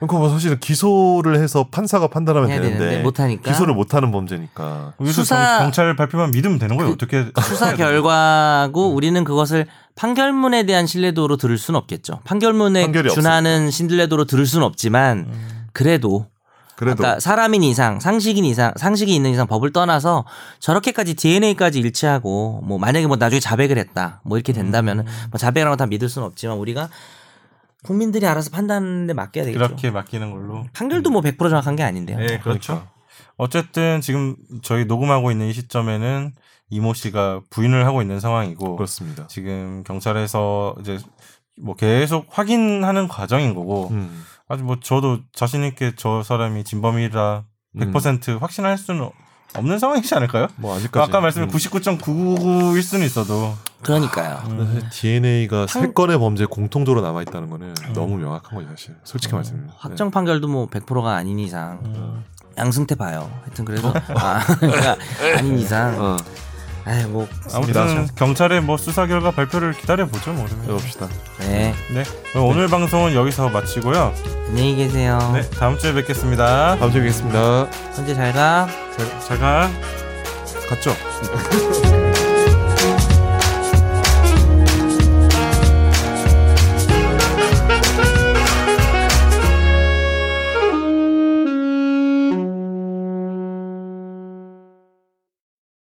Speaker 3: 그뭐 사실은 기소를 해서 판사가 판단하면
Speaker 2: 해야
Speaker 3: 되는데,
Speaker 2: 되는데 못하니까
Speaker 3: 기소를 못하는 범죄니까.
Speaker 1: 여기서
Speaker 2: 수사-
Speaker 1: 경- 경찰 발표만 믿으면 되는 거예요?
Speaker 2: 그-
Speaker 1: 어떻게
Speaker 2: 수사 결과고 우리는 그것을 판결문에 대한 신뢰도로 들을 수는 없겠죠. 판결문에
Speaker 3: 판결이
Speaker 2: 준하는 신뢰도로 들을 수는 없지만 그래도
Speaker 3: 그래도
Speaker 2: 그러니까 사람인 이상, 상식인 이상, 상식이 있는 이상 법을 떠나서 저렇게까지 DNA까지 일치하고 뭐 만약에 뭐 나중에 자백을 했다 뭐 이렇게 된다면은
Speaker 1: 음.
Speaker 2: 뭐 자백이라는 거 다 믿을 수는 없지만 우리가 국민들이 알아서 판단에 맡겨야 되겠죠.
Speaker 1: 그렇게 맡기는 걸로?
Speaker 2: 판결도 뭐 100% 정확한 게 아닌데요.
Speaker 1: 네, 그렇죠.
Speaker 3: 그러니까.
Speaker 1: 어쨌든 지금 저희 녹음하고 있는 이 시점에는 이모 씨가 부인을 하고 있는 상황이고
Speaker 3: 그렇습니다.
Speaker 1: 지금 경찰에서 이제 뭐 계속 확인하는 과정인 거고
Speaker 3: 음.
Speaker 1: 아주 뭐 저도 자신 있게 저 사람이 진범이라 100% 확신할 수는 없는 상황이지 않을까요? 그
Speaker 3: 뭐 아직까지
Speaker 1: 아까 말씀한 99.999일 수는 있어도 아,
Speaker 2: 그러니까요.
Speaker 1: 네.
Speaker 3: 음.
Speaker 2: 판-
Speaker 3: DNA가 세 건의 범죄 에 공통적으로 남아 있다는 거는 너무 명확한 거죠 사실. 솔직히 말씀드리면.
Speaker 2: 어, 확정 판결도 뭐 100%가 아닌 이상
Speaker 1: 음.
Speaker 2: 양승태 봐요. 하여튼
Speaker 1: 어.
Speaker 2: 그래서 아, 그러니까 아닌 이상
Speaker 3: 어,
Speaker 2: 아이 뭐
Speaker 1: 아무튼 경찰의 뭐 수사 결과 발표를 기다려 보죠, 뭐 그러면.
Speaker 3: 해봅시다.
Speaker 2: 네.
Speaker 1: 네, 그럼 오늘 방송은 여기서 마치고요.
Speaker 2: 안녕히 계세요.
Speaker 1: 네, 다음 주에 뵙겠습니다.
Speaker 3: 다음 주에 뵙겠습니다.
Speaker 2: 현재 잘 가.
Speaker 1: 잘, 잘 가.
Speaker 3: 갔죠?